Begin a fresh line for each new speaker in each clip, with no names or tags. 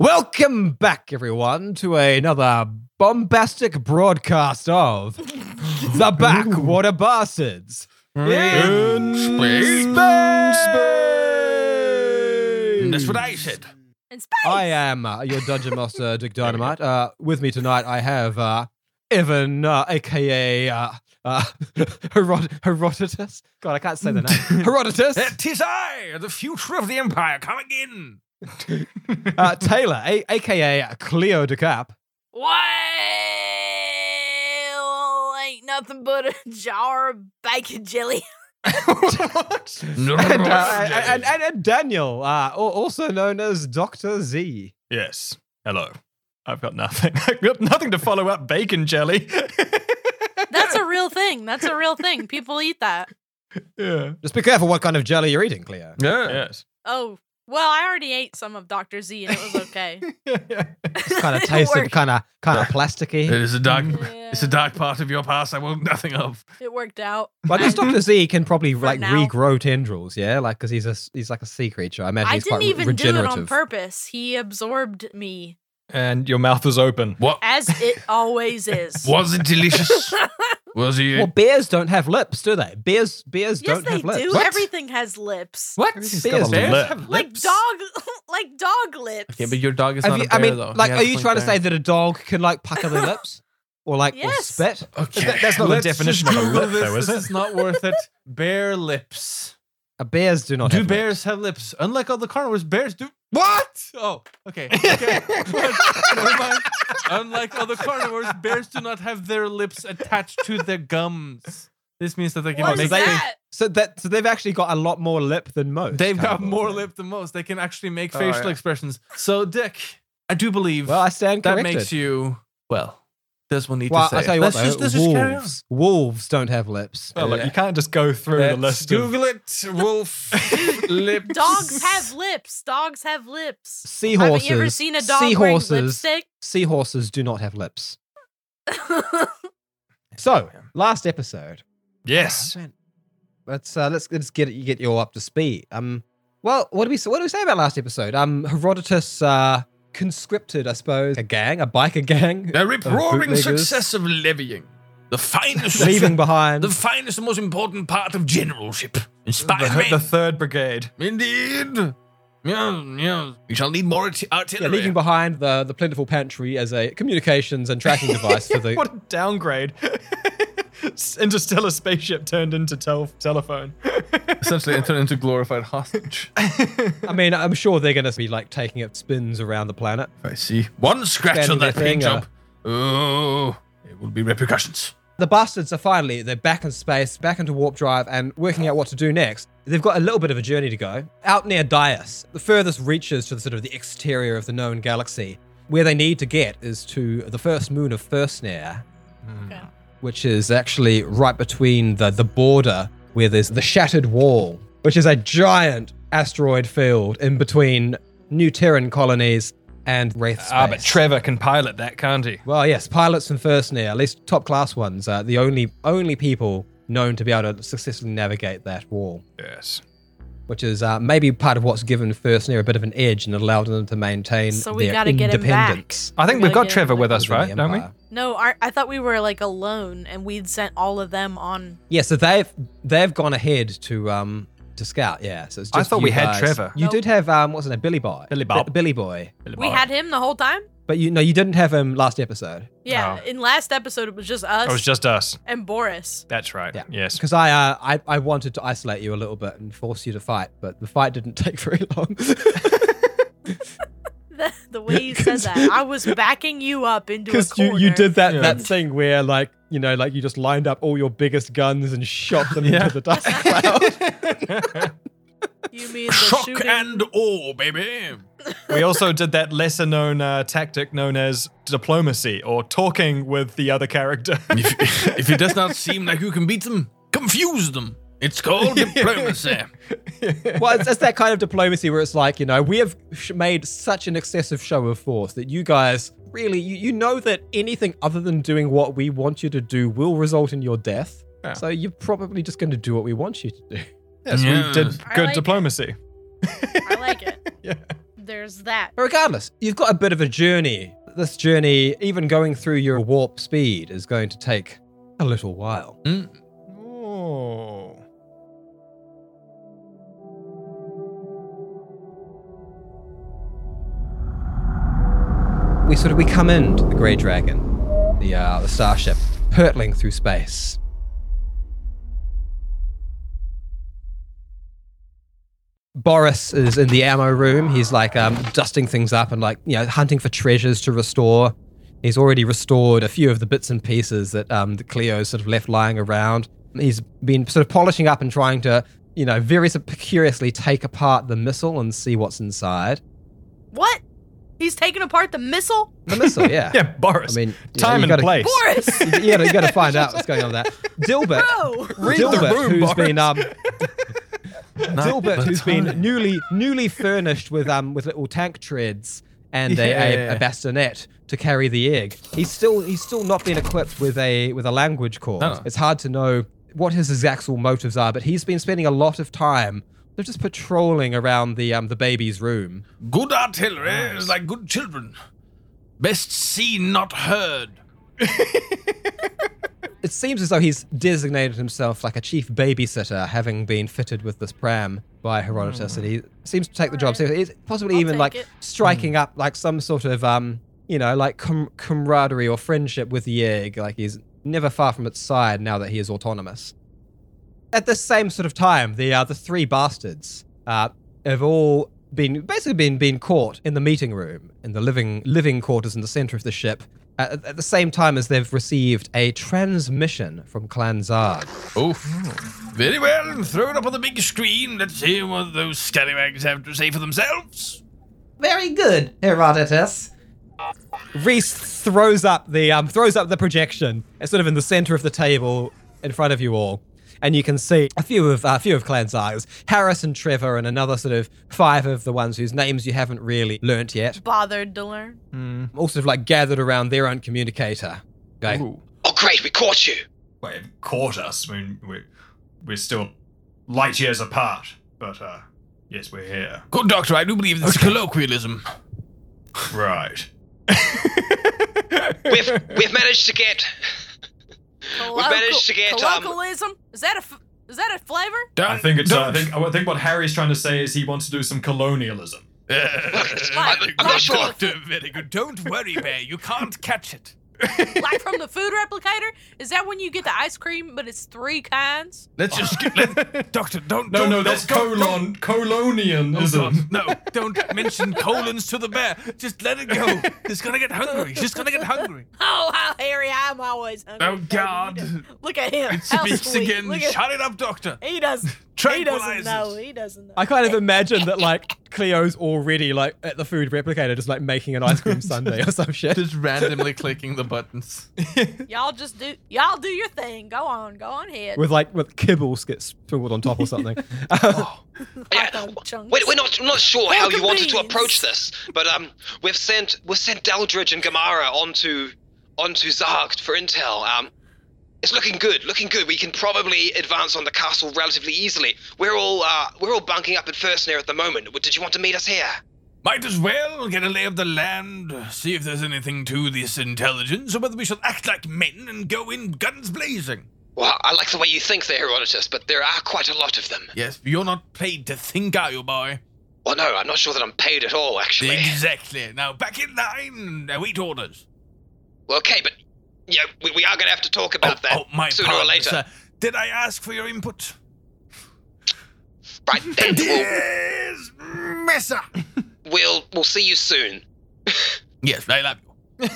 Welcome back, everyone, to another bombastic broadcast of the Backwater Bastards in
space.
space.
That's what I said.
In space.
I am uh, your dungeon master, Dick Dynamite. Uh, with me tonight, I have uh, Evan, uh, aka uh, uh, Herod- Herodotus. God, I can't say the name. Herodotus.
It is I, the future of the empire, coming in.
Uh, Taylor, a- aka Cleo DeCap.
Well, ain't nothing but a jar of bacon jelly.
No,
and, uh, and, and, and Daniel, uh, al- also known as Doctor Z.
Yes. Hello. I've got nothing. I've got nothing to follow up bacon jelly.
That's a real thing. That's a real thing. People eat that.
yeah.
Just be careful what kind of jelly you're eating, Cleo.
Yes.
Oh, well, I already ate some of Dr. Z and it was okay.
It's kind of tasted
worked.
kind of kind of
It
plasticky.
is a dark.
Yeah.
It's a dark part of your past I want nothing of.
It worked out.
But I guess Doctor Z can probably like
now.
regrow tendrils, yeah, like because he's a s- he's like a sea creature. I imagine
I
he's quite
didn't
re-
even do it
regenerative.
on purpose. He absorbed me,
And your mouth was open.
What
as it always is.
was it? Delicious? was it?
Well, bears don't have lips, do they? Bears bears
yes,
don't have
they
lips.
do.
What?
Everything has lips.
What?
Everything's got
Bears
a lip.
have
Like
lips?
dog, like dog lips.
Okay, but your dog is
Have
not
you-
a
I
bear,
mean,
though.
like,
He
are
has
you
points
trying to
there.
say that a dog can like puck up their lips, or like or
Yes.
spit?
okay.
That- that's not
Let's
the definition of a
just
lip,
Google this.
though, is
This is
it?
not worth it. Bear lips.
Uh, bears do not.
do
have lips.
bears have lips? Unlike all the carnivores, bears do. What? Oh, okay. okay. Never mind. Unlike other carnivores, bears do not have their lips attached to their gums. This means that they can
What
make
is
they-
that?
So that so they've actually got a lot more lip than most.
They've got
carnivores.
more lip than most. They can actually make
Oh,
facial
yeah.
expressions. So, Dick, I do believe
Well, I stand
that
corrected.
makes you well. Does one need
Well,
to say?
I tell you
it.
what,
let's just
though,
let's just carry on.
wolves wolves don't have lips.
Well, look,
Yeah.
you can't just go through the
Let's
list. Of,
Google it. Wolf lips.
Dogs have lips. Dogs have lips.
Seahorses.
Haven't you ever seen a dog wearing
seahorses,
lipstick?
seahorses do not have lips. So last episode,
Yes.
let's uh, let's let's get you get you all up to speed. Um, well, what do we s- what do we say about last episode? Um, Herodotus uh conscripted, I suppose, a gang, a biker gang,
The rip
Of
roaring
bootleggers.
success of levying, the finest,
leaving behind.
the finest and most important part of generalship. Inspired
the,
men.
the third brigade.
Indeed. Yes, yes. We shall need more arti-
yeah,
artillery.
leaving behind the, the plentiful pantry as a communications and tracking device for the
What a downgrade. Interstellar spaceship turned into tel- telephone.
essentially they turn into glorified hostage.
I mean, I'm sure they're going to be like taking up spins around the planet.
I see.
One scratch
Standing
on that
their
paint
finger.
job. Oh, it will be repercussions.
The bastards are finally they're back in space, back into warp drive, and working out what to do next. They've got a little bit of a journey to go out near Dias, the furthest reaches to the sort of the exterior of the known
Hmm.
galaxy. Where they need to get is to the first moon of Firstnare. which is actually right between the, the border where there's the Shattered Wall, which is a giant asteroid field in between New Terran colonies and Wraith space.
Ah, but Trevor can pilot that, can't he?
Well, yes, pilots from First Near, at least top class ones, are the only only people known to be able to successfully navigate that wall,
Yes.
which is uh, maybe part of what's given First Near a bit of an edge and allowed them to maintain
So we
their
gotta get him back.
independence.
I think
We
we've
gotta
got
get
Trevor
him
with
back.
us, right?
within the
Don't we?
Empire.
No, I, I thought we were like alone and we'd sent all of them on.
Yeah, so they've they've gone ahead to um to scout. Yeah, so it's
I
just
thought
you
we had
guys.
Trevor.
You
Nope.
did have um what's his name, Billy Boy.
Billy Bob.
B- Billy Boy.
We had him the whole time?
But you no, you didn't have him last episode
Yeah.
Oh.
In last episode, it was just us
It was just us.
and Boris.
That's right.
Yeah.
Yes.
because I, uh, I I wanted to isolate you a little bit and force you to fight, but the fight didn't take very long.
The, the way you said that, I was backing you up into a
Because
corner.
you, you did that,
Yeah.
that thing where like you know like you just lined up all your biggest guns and shot them
Yeah.
into the dust cloud.
You mean the
Shock
shooting?
and awe, baby.
we also did that lesser known uh, tactic known as diplomacy or talking with the other character.
If, if it does not seem like you can beat them, confuse them. It's called diplomacy.
well, it's, it's that kind of diplomacy where it's like you know we have sh- made such an excessive show of force that you guys really you, you know that anything other than doing what we want you to do will result in your death.
Yeah.
So you're probably just going to do what we want you to do.
yes, we did
I
good
like it.
diplomacy.
I like it.
Yeah.
There's that.
But regardless, you've got a bit of a journey. This journey, even going through your warp speed, is going to take a little while.
Oh.
we sort of we come into the Grey Dragon, the uh, the starship, hurtling through space. Boris is in the ammo room. He's like um, dusting things up and like you know hunting for treasures to restore. He's already restored a few of the bits and pieces that um, the Cleo sort of left lying around. He's been sort of polishing up and trying to you know very curiously take apart the missile and see what's inside.
What? He's taking apart the missile?
The missile, yeah.
Yeah, Boris.
I mean, you know,
time
you
and
gotta-
place.
Boris!
you gotta you gotta find out what's going on there. Dilbert,
Bro!
Read the
Dilbert,
room,
who's
Boris.
been um, Dilbert, who's been newly newly furnished with um with little tank treads and a, a,
Yeah.
a bastonet to carry the egg. He's still he's still not been equipped with a with a language course.
No.
It's hard to know what his actual motives are, but he's been spending a lot of time. They're just patrolling around the um the baby's room.
Good artillery is like good children. Best seen, not heard.
It seems as though he's designated himself like a chief babysitter, having been fitted with this pram by Herodotus, and he seems to take the job
Alright.
seriously. He's possibly
I'll
even
take
like
it.
striking up like some sort of um, you know, like com- camaraderie or friendship with the egg. Like he's never far from its side now that he is autonomous. At the same sort of time, the uh, the three bastards uh, have all been basically been been caught in the meeting room in the living living quarters in the center of the ship. At, at the same time as they've received a transmission from Clan Zard.
Oh, very well. Throw it up on the big screen. Let's see what those scallywags have to say for themselves.
Very good, Herodotus. Reese throws up the um, throws up the projection, it's sort of in the center of the table in front of you all, and you can see a few of a few of Clan Zargs, Harris and Trevor, and another sort of five of the ones whose names you haven't really learnt yet,
Bothered to learn.
all sort of like gathered around their own communicator. Going,
Oh, great, we caught you.
Wait, caught us. I mean, we're, we're still light years apart, but uh, yes, we're here.
Good doctor, I do believe this is colloquialism.
Right.
We've we've managed to get. managed to get, um,
colloquialism. Is that a f- is that a flavor?
I
Uh,
think it's. uh, I think. I think what Harry's trying to say is he wants to do some colonialism.
I'm, I'm not sure.
Doctor, very good. Don't worry, Bear. You can't catch it.
like from the food replicator? Is that when you get the ice cream, but it's three kinds?
Let's just get, let, doctor. Don't.
No,
don't,
no,
don't-
that's
don't- don't-
colon colonianism.
No, don't mention colons to the bear. Just let it go. It's gonna get hungry. She's gonna get hungry.
Oh, how hairy I'm alwaways hungry.
Oh, God.
Look at him.
It
how
speaks
sweet.
again.
Look at-
Shut it up, doctor.
he does.
He doesn't know.
tranquilizers.
He doesn't know.
I kind of imagine that like Cleo's already like at the food replicator, just like making an ice cream sundae or some shit.
Just randomly clicking the buttons.
Y'all just do y'all do your thing. Go on, go on ahead.
with like with kibbles get spilled on top or something. oh,
Yeah.
Python chunks.
We're, we're not we're not sure how
Welcome
you wanted to
beans.
approach this, but um, we've sent we've sent Daldridge and Gamara onto onto Zarg for intel. Um, it's looking good, looking good. We can probably advance on the castle relatively easily. We're all uh, we're all bunking up at First Near at the moment. W- Did you want to meet us here?
Might as well get a lay of the land, see if there's anything to this intelligence, or whether we shall act like men and go in guns blazing.
Well, I like the way you think there, Herodotus, but there are quite a lot of them.
Yes, but you're not paid to think, are you, boy?
Well, no, I'm not sure that I'm paid at all, actually.
Exactly. Now back in line and await orders.
Well, okay, but yeah, we, we are going to have to talk
Oh,
about that
oh, my
sooner
pardon,
or later.
sir. Did I ask for your input?
Right then, we'll,
Yes, messer.
we'll we'll see you soon.
Yes, I love you.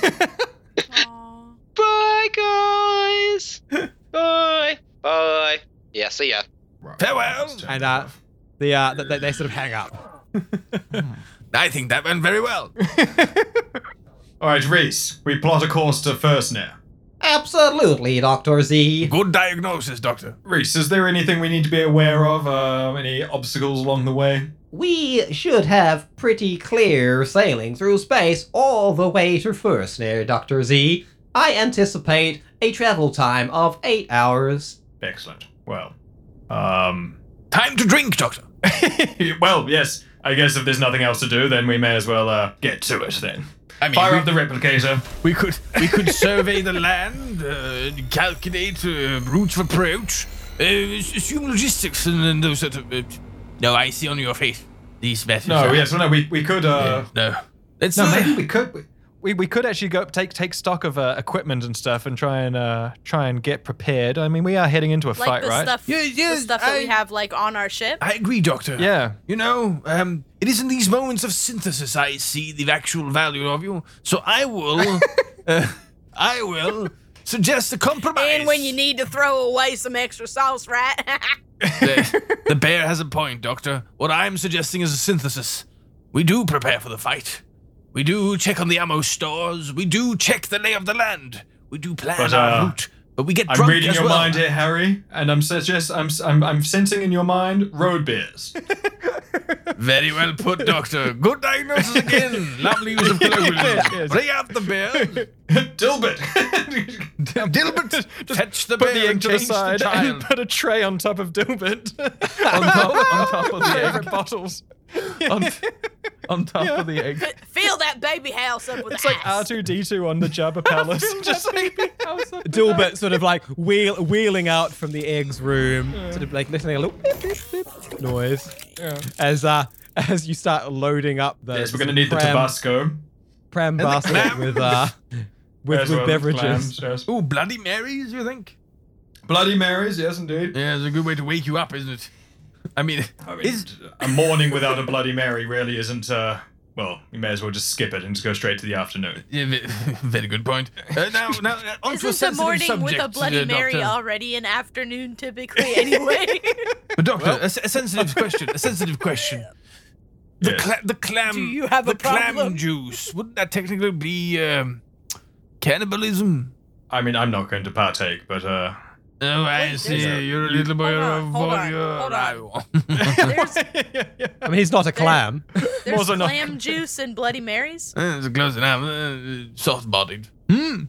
Aw.
Bye, guys. Bye. Bye. Yeah, see ya.
Right,
Farewell.
let's turn
and
it
uh,
off.
the uh, they, they sort of hang up.
I think that went very well.
All right, Reese, we plot a course to First Nair.
Absolutely, Doctor Z.
Good diagnosis, doctor.
Reese, is there anything we need to be aware of? Uh, any obstacles along the way?
We should have pretty clear sailing through space all the way to First
eh,
Snare, Dr. Z. I anticipate a travel time of eight hours.
Excellent. Well, um,
Time to drink, doctor.
well, yes. I guess if there's nothing else to do, then we may as well uh, get to it then.
I mean,
Fire
we-
up the replicator.
We could we could survey the land, uh, calculate uh, routes of approach, uh, s- assume logistics, and, and those sort of. Uh, no, I see on your face these methods.
No,
are-
yes, well, no, we, we could. Uh,
no. Let's
No,
uh,
maybe we could. We, we could actually go take take stock of uh, equipment and stuff and try and uh, try and get prepared. I mean, we are heading into a
like
fight,
the
right?
stuff
Yeah,
the
yes,
stuff that we
I-
have like on our ship.
I agree, doctor.
Yeah.
You know, um, it is in these moments of synthesis I see the actual value of you. So I will, uh, I will suggest a compromise.
and when you need to throw away some extra sauce, right?
the, the bear has a point, Doctor. What I'm suggesting is a synthesis. We do prepare for the fight. We do check on the ammo stores. We do check the lay of the land. We do plan
But,
our
uh,
route. But we get
I'm
drunk
reading
as
your
well.
mind here, Harry, and I'm suggest I'm, s- I'm I'm sensing in your mind road beers.
Very well put, Doctor. Good diagnosis again. Lovely use of colloquialism. Bring out the bear.
Dilbert.
Dilbert, fetch the
Put
bear
the egg
and
to the
change
side
the
and
child.
put a tray on top of Dilbert.
on top, on top of the egg.
Favorite bottles.
On, on top of the egg.
Fill that baby house up with
It's like
ice.
R2D2 on the Jabba Palace. Just like,
Dilbert sort of like wheel, wheeling out from the eggs room, sort of like listening a little beep, beep, beep noise as uh as you start loading up the
yes, we're gonna need the
pram-
Tabasco.
pram basket
clam.
with uh with, with
as well as
beverages.
clams, yes.
Ooh, Bloody Marys, you think?
Bloody Marys, yes indeed.
Yeah, it's a good way to wake you up, isn't it? I mean,
I mean,
is
a morning without a Bloody Mary really isn't. Uh, well, you may as well just skip it and just go straight to the afternoon.
Yeah, ve- very good point. Uh, now, now, uh, on to
Isn't
a
the
sensitive
morning
subject,
with a Bloody
uh,
Mary
Doctor.
already an afternoon typically anyway?
But doctor, a, s- a sensitive question. A sensitive question. The,
Yes.
cla- the clam.
Do you have
the
a problem?
clam juice? Wouldn't that technically be um, cannibalism?
I mean, I'm not going to partake, but uh,
Oh, I
Wait,
see.
there's a-
You're a little boy
Hold on,
of
hold on,
warrior.
hold on. there's
I mean, he's not a clam.
there's
than not.
clam juice and Bloody Marys.
It's close enough. Uh, soft-bodied. Hmm.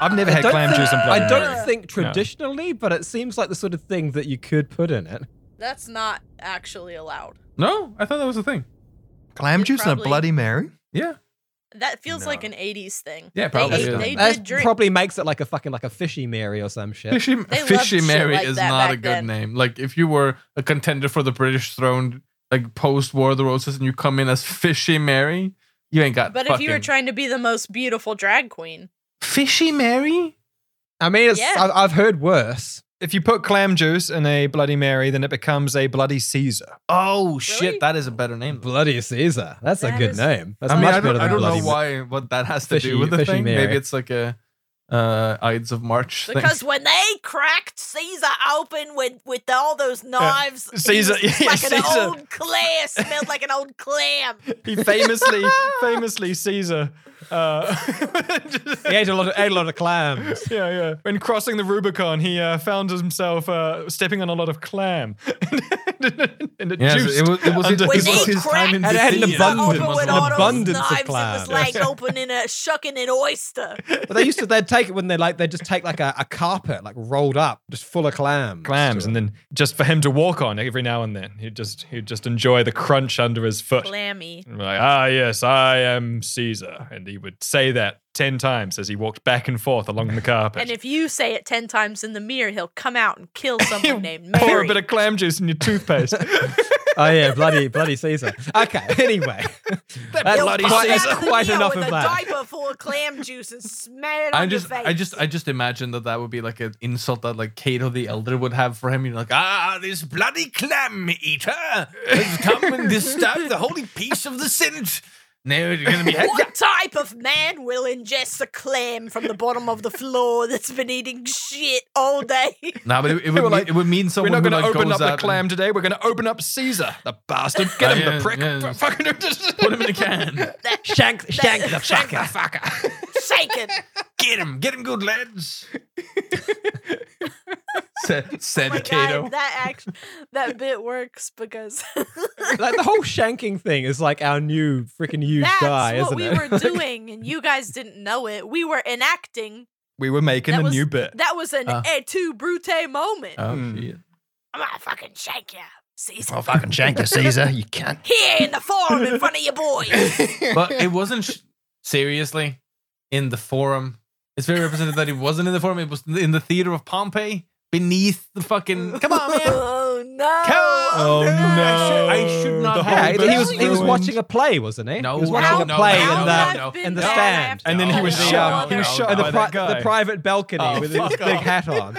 I've never had
don't
clam
think-
juice and Bloody
I don't
Mary.
think traditionally, but it seems like the sort of thing that you could put in it.
That's not actually allowed.
No, I thought that was a thing.
Clam
It
juice and a
probably-
Bloody Mary?
Yeah.
That feels like an 80s thing.
Yeah, probably
They, ate-
is.
they did
That
drink.
probably makes it like a fucking like a fishy Mary or some shit.
Fishy,
loved
Fishy
shit
Mary
like
is
that
not a
back
good
then.
name. Like, if you were a contender for the British throne, like post War of the Roses, and you come in as Fishy Mary, you ain't got.
but if
fucking...
you were trying to be the most beautiful drag queen,
Fishy Mary,
I mean, it's
Yeah.
I've, I've heard worse.
If you put clam juice in a Bloody Mary, then it becomes a Bloody Caesar.
oh
Really?
shit, that is a better name.
Bloody Caesar. That's
That
a good
is-
name. That's
I mean,
much
I don't,
better
I
than
don't know
bloody. Ma-
why what that has to
Fishy-
do with the
Fishy
thing.
Mary.
Maybe it's like a uh, Ides of March. thing.
Because when they cracked Caesar open with with all those knives, he
Caesar-
was
yeah,
like an
Caesar.
old clam, smelled like an old clam.
He famously, famously Caesar. Uh,
He ate a lot of, ate a lot of clams.
yeah, yeah. When crossing the Rubicon, he uh, found himself uh, stepping on a lot of clam. and it
Yes,
juiced
it was- it was-
under
it
When
his-
was-
they
his time
cracked
in
Caesar
Had an abundance-
open with
an
all those
abundance of
knives, it was
clams.
like opening a shucking an oyster.
But they used to they'd take it when they like they'd just take like a, a carpet like rolled up just full of clams.
clams, and then just for him to walk on every now and then, he'd just he'd just enjoy the crunch under his foot.
Clammy.
And we're like, ah, yes, I am Caesar, uh, and he would say that ten times as he walked back and forth along the carpet.
And if you say it ten times in the mirror, he'll come out and kill someone named
Pour
Mary.
a bit of clam juice in your toothpaste.
Oh yeah, bloody bloody Caesar. Okay, anyway, that's
He'll
bloody
come out
Caesar.
of the
Quite
mirror
enough
with
of
a
that.
diaper full of clam juice and smear it
I
on
just,
your face.
I just, I just imagine that that would be like an insult that like Cato the Elder would have for him. You're like, ah, this bloody clam eater has come and disturbed the holy peace of the Senate. Now you're gonna be
What type of man will ingest a clam from the bottom of the floor that's been eating shit all day?
No, but it, it would
like,
mean, it would mean
we're
someone
not
who
going
like
to open up
goes out
the
and Oh,
clam today. We're going to open up Caesar, the bastard. Get him,
Yeah,
the prick.
yeah.
Fucking just
put him in a can.
Shank, shank the
Shank the
fucker.
fucker.
Shaken.
Get him, get him, good lads. said said
Like
Cato.
I, that act, that bit works because
Like the whole shanking thing is like our new freaking huge
that's
guy, isn't
what we
it?
were doing, and you guys didn't know it. We were enacting.
We were making
That
a
was-
new bit.
That was an
Uh.
et tu brute moment.
Oh,
Hmm.
shit.
I'm gonna fucking shake ya, Caesar.
I'll fucking shank you, Caesar. You can't.
Here in the forum in front of your boys.
but it wasn't sh- seriously in the forum. It's very representative that it wasn't in the forum. It was in the theater of Pompeii, beneath the fucking. Come on, man.
oh no.
Oh, no.
I should, I should not.
The
have
Yeah,
whole
it.
he was
bit's
he was
ruined.
watching a play, wasn't he?
No,
he was
no,
watching
no,
a play
no,
in
no,
the
no.
in the stand.
And then he was
Oh, no.
shot. He was
No,
shot
in the,
by that
pri- the
guy.
private balcony
Oh,
with his
fuck
big
off.
hat on.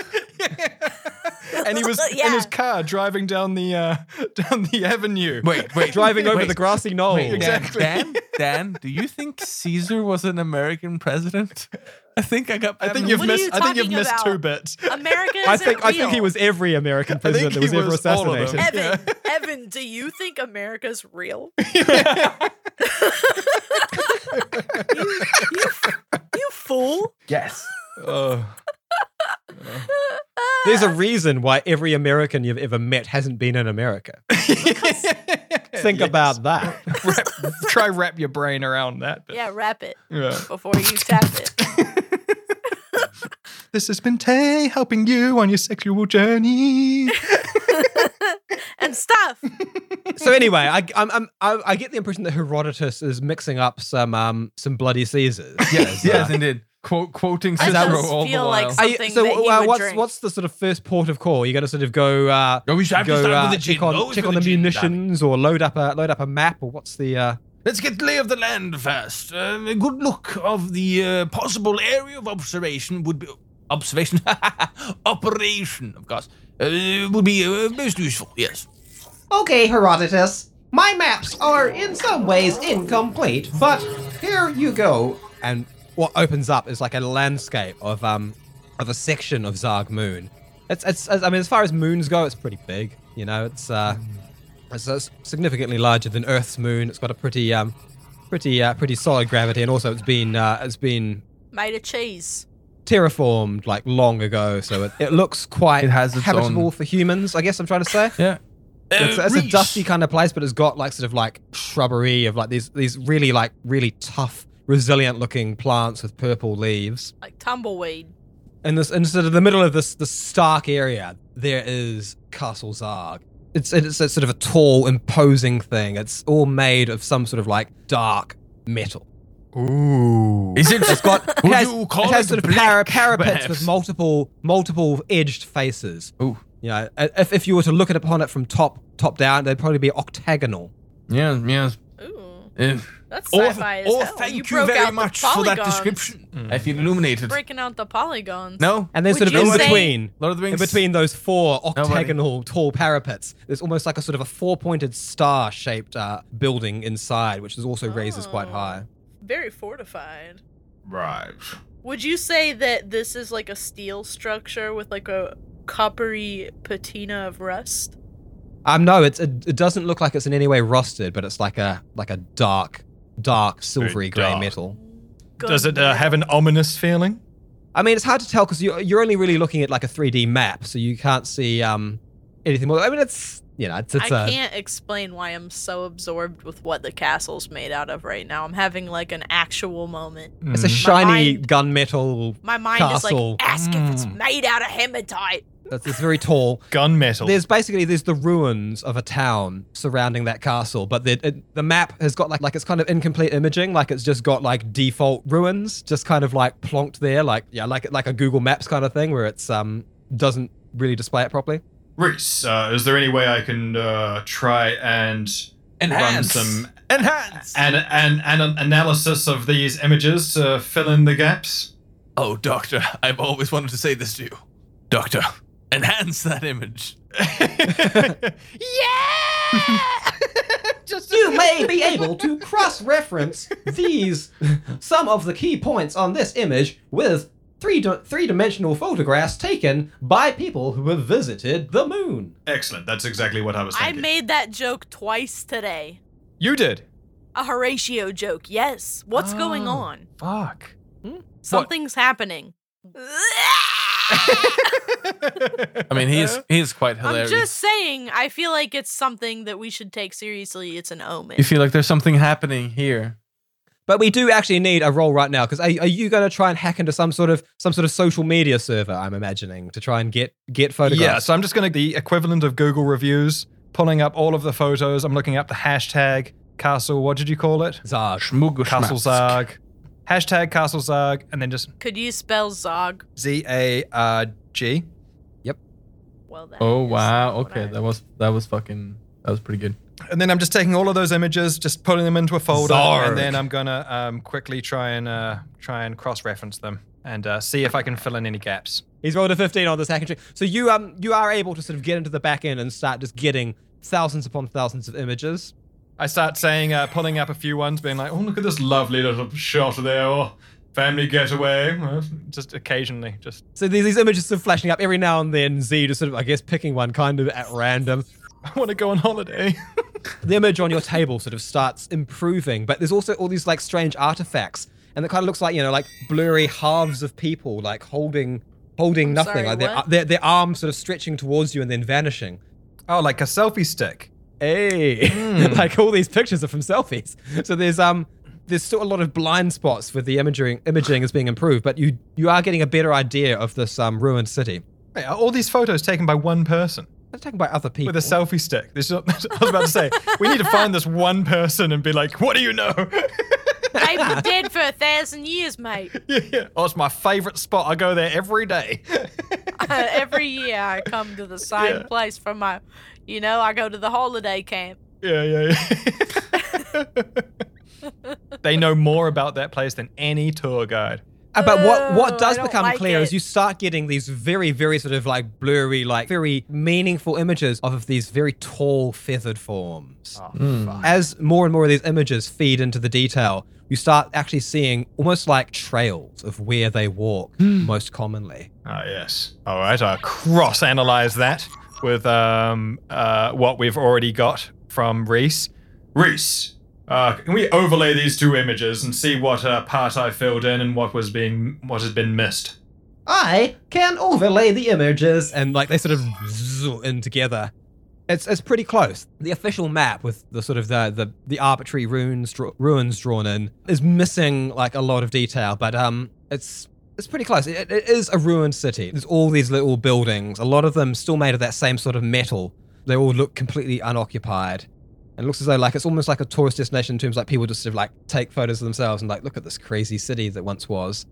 and he was in
Yeah.
his car driving down the uh, down the avenue.
Wait, wait.
driving over
wait,
the grassy knoll.
wait,
Exactly.
Dan, Dan, Dan, do you think Caesar was an American president? I think I got.
I think you've
What are
missed.
you
I think you've
talking
missed
about?
two bits.
America
I
isn't
think I think he
real.
was every American
think
president that was
he
ever
was all of them.
assassinated.
Evan, Evan, do you think America's real? you, you, you fool.
Oh.
There's a reason why every American you've ever met hasn't been in America. Think about that.
Wrap- try wrap your brain around that. Bit.
Yeah, wrap it
Yeah.
before you tap it.
This has been Tay helping you on your sexual journey.
And stuff.
So anyway, I, I'm, I'm, I, I get the impression that Herodotus is mixing up some um some bloody Caesars.
Yes, yes,
uh,
indeed. Quote, quoting
I
Cicero
just
all the
feel
while.
like
Are you-
something
so
that he
uh,
would
what's
drink.
what's the sort of first port of call? You're going to sort of go uh,
No, we should have to
go
start
uh,
with the gin.
check on,
Always
check on
with
the,
gin, darling.
munitions or load up a load up a map or what's the uh,
Let's get lay of the land first. Um, a good look of the uh, possible area of observation would be observation operation, of course, uh, would be uh, most useful. Yes. Uh,
Okay, Herodotus. My maps are in some ways incomplete, but here you go.
and what opens up is like a landscape of um of a section of Zarg Moon. It's it's I mean as far as moons go, it's pretty big. You know, it's uh it's, it's significantly larger than Earth's moon. It's got a pretty um pretty uh, pretty solid gravity, and also it's been uh, it's been
Made of cheese.
terraformed like long ago, so it, it looks quite
It has its
habitable
own-
for humans. I guess I'm trying to say.
Yeah.
It's,
Uh,
it's a
Reese.
dusty kind of place, but it's got like sort of like shrubbery of like these these really like really tough, resilient looking plants with purple leaves.
Like tumbleweed.
And this and sort of the middle of this this stark area, there is Castle Zarg. It's it's a sort of a tall, imposing thing. It's all made of some sort of like dark metal.
Ooh.
Is it?
It's got it
Would
has,
you call
it has
it
sort of
black,
para- parapets
perhaps?
with multiple multiple edged faces.
Ooh.
You know, if, if you were to look at upon it from top top down, they'd probably be octagonal.
Yes, yes.
Ooh.
Uh,
That's
Or,
sci-fi as
or
hell.
thank you,
broke out
very
the
much for that
polygons.
description. I feel illuminated.
Breaking out the polygons.
No,
And then
Would
sort of
you
in
say-
between,
Lord of the
in
Rings.
between those four
buddy.
octagonal tall parapets, there's almost like a sort of a four-pointed star-shaped uh, building inside, which is also raises quite
Oh.
high.
Very fortified.
Right.
Would you say that this is like a steel structure with like a coppery patina of rust?
Um, no, it's it, it doesn't look like it's in any way rusted, but it's like a like a dark, dark silvery grey
dark.
metal.
Does it uh, have an ominous feeling?
I mean, it's hard to tell because you're you're only really looking at like a 3D map, so you can't see um anything more. I mean, it's you know, it's
I
it's a
can't explain why I'm so absorbed with what the castle's made out of right now. I'm having like an actual moment.
it's a shiny
mind-
gunmetal.
My mind
Castle.
is like,
Ask if
Mm.
it's made out of hematite.
That's it's very tall.
Gunmetal.
There's basically there's the ruins of a town surrounding that castle, but the it, the map has got like like it's kind of incomplete imaging, like it's just got like default ruins, just kind of like plonked there, like yeah, like like a Google Maps kind of thing where it's um doesn't really display it properly.
Reese, uh, is there any way I can uh, try and
Enhance.
run some
Enhance.
an, an, an analysis of these images to fill in the gaps?
Oh, Doctor, I've always wanted to say this to you. Doctor, enhance that image.
You may be able to cross reference these, some of the key points on this image, with three three dimensional photographs taken by people who have visited the moon.
Excellent. That's exactly what I was
I
thinking.
made that joke twice today.
you did. Oh.
A Horatio joke, yes. What's going on?
Fuck.
Something's happening.
I mean, he is he is quite hilarious.
I'm just saying, I feel like it's something that we should take seriously. It's an omen.
you feel like there's something happening here.
But we do actually need a role right now because are, are you going to try and hack into some sort of some sort of social media server? I'm imagining to try and get get photographs.
Yeah, so I'm just going to the equivalent of Google reviews, pulling up all of the photos. I'm looking up the hashtag castle. What did you call it?
Zarge.
Castle Zag. Hashtag Castle Zag, and then just
Could you spell Zog?
Z A R G.
Well, that
Oh
is
wow.
what
Okay,
I-
that was that was fucking that was pretty good.
And then I'm just taking all of those images, just putting them into a folder,
Zarg.
and then I'm gonna um, quickly try and uh, try and cross-reference them and uh, see if I can fill in any gaps.
He's rolled a 15 on this hacking trick. So you um you are able to sort of get into the back end and start just getting thousands upon thousands of images.
I start saying, uh, pulling up a few ones, being like, "Oh, look at this lovely little shot there, or family getaway." Well, Just occasionally, just
So these, these images sort of flashing up every now and then. Z just sort of I guess picking one kind of at random.
I want to go on holiday.
the image on your table sort of starts improving, but there's also all these like strange artifacts, and it kind of looks like you know like blurry halves of people like holding holding nothing,
sorry,
like their,
what?
their their arms sort of stretching towards you and then vanishing.
oh, like a selfie stick.
Hey, like all these pictures are from selfies. So there's um there's still a lot of blind spots with the imaging imaging is being improved, but you you are getting a better idea of this um ruined city.
Wait, are all these photos taken by one person?
I'm talking about other people.
with a selfie stick. This is, I was about to say, we need to find this one person and be like, what do you know?
They've been dead for a thousand years, mate.
yeah, yeah. Oh, it's my favorite spot. I go there every day.
Uh, Every year I come to the same
Yeah.
place for my, you know, I go to the holiday camp.
yeah, yeah, yeah. they know more about that place than any tour guide.
Uh, but what
Oh,
what does
I don't
become
like
clear is
it.
you start getting these very very sort of like blurry like very meaningful images of, of these very tall feathered forms. As more and more of these images feed into the detail, you start actually seeing almost like trails of where they walk most commonly.
Ah, yes. All right, I'll cross analyze that with um, uh, what we've already got from Reese. Reese, uh, can we overlay these two images and see what uh, part I filled in and what was being what has been missed?
I can overlay the images.
and like they sort of zoom in together. It's it's pretty close. The official map with the sort of the the, the arbitrary runes dra- ruins drawn in is missing like a lot of detail, but um, it's it's pretty close. It, it is a ruined city. There's all these little buildings. A lot of them still made of that same sort of metal. They all look completely unoccupied. And it looks as though like it's almost like a tourist destination in terms like people just sort of like take photos of themselves and like look at this crazy city that once was.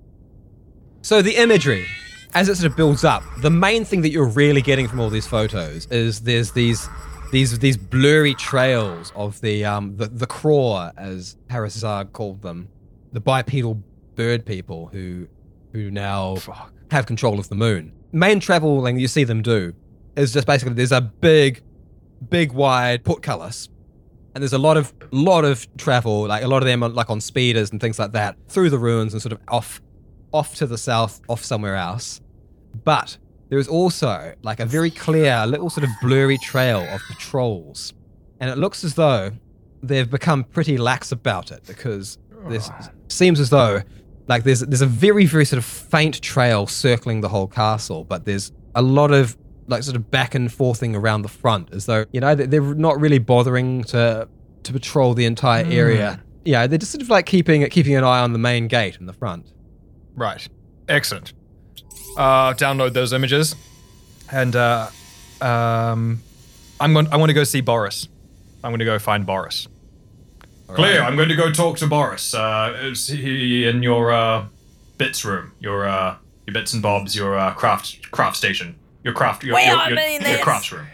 So the imagery, as it sort of builds up, the main thing that you're really getting from all these photos is there's these these these blurry trails of the um the, the craw, as Harris Zarg called them, the bipedal bird people who who now have control of the moon. Main traveling you see them do is just basically there's a big, big wide portcullis and there's a lot of lot of travel like a lot of them are like on speeders and things like that through the ruins and sort of off
off to the south, off somewhere else. But there is also like a very clear, little sort of blurry trail of patrols. And it looks as though they've become pretty lax about it because this seems as though like there's there's a very very sort of faint trail circling the whole castle, but there's a lot of like sort of back and forthing around the front as though you know they- they're not really bothering to to patrol the entire
Mm.
area. Yeah, they're just sort of like keeping keeping an eye on the main gate in the front.
Right. Excellent. Uh, download those images, and uh, um, I'm going. I want to go see Boris. I'm going to go find Boris. Clear. I'm going to go talk to Boris. Uh, is he in your uh, bits room? Your uh, your bits and bobs. Your uh, craft craft station. Your craft. Your,
Well,
your,
I
your,
mean,
your
that's-
crafts room.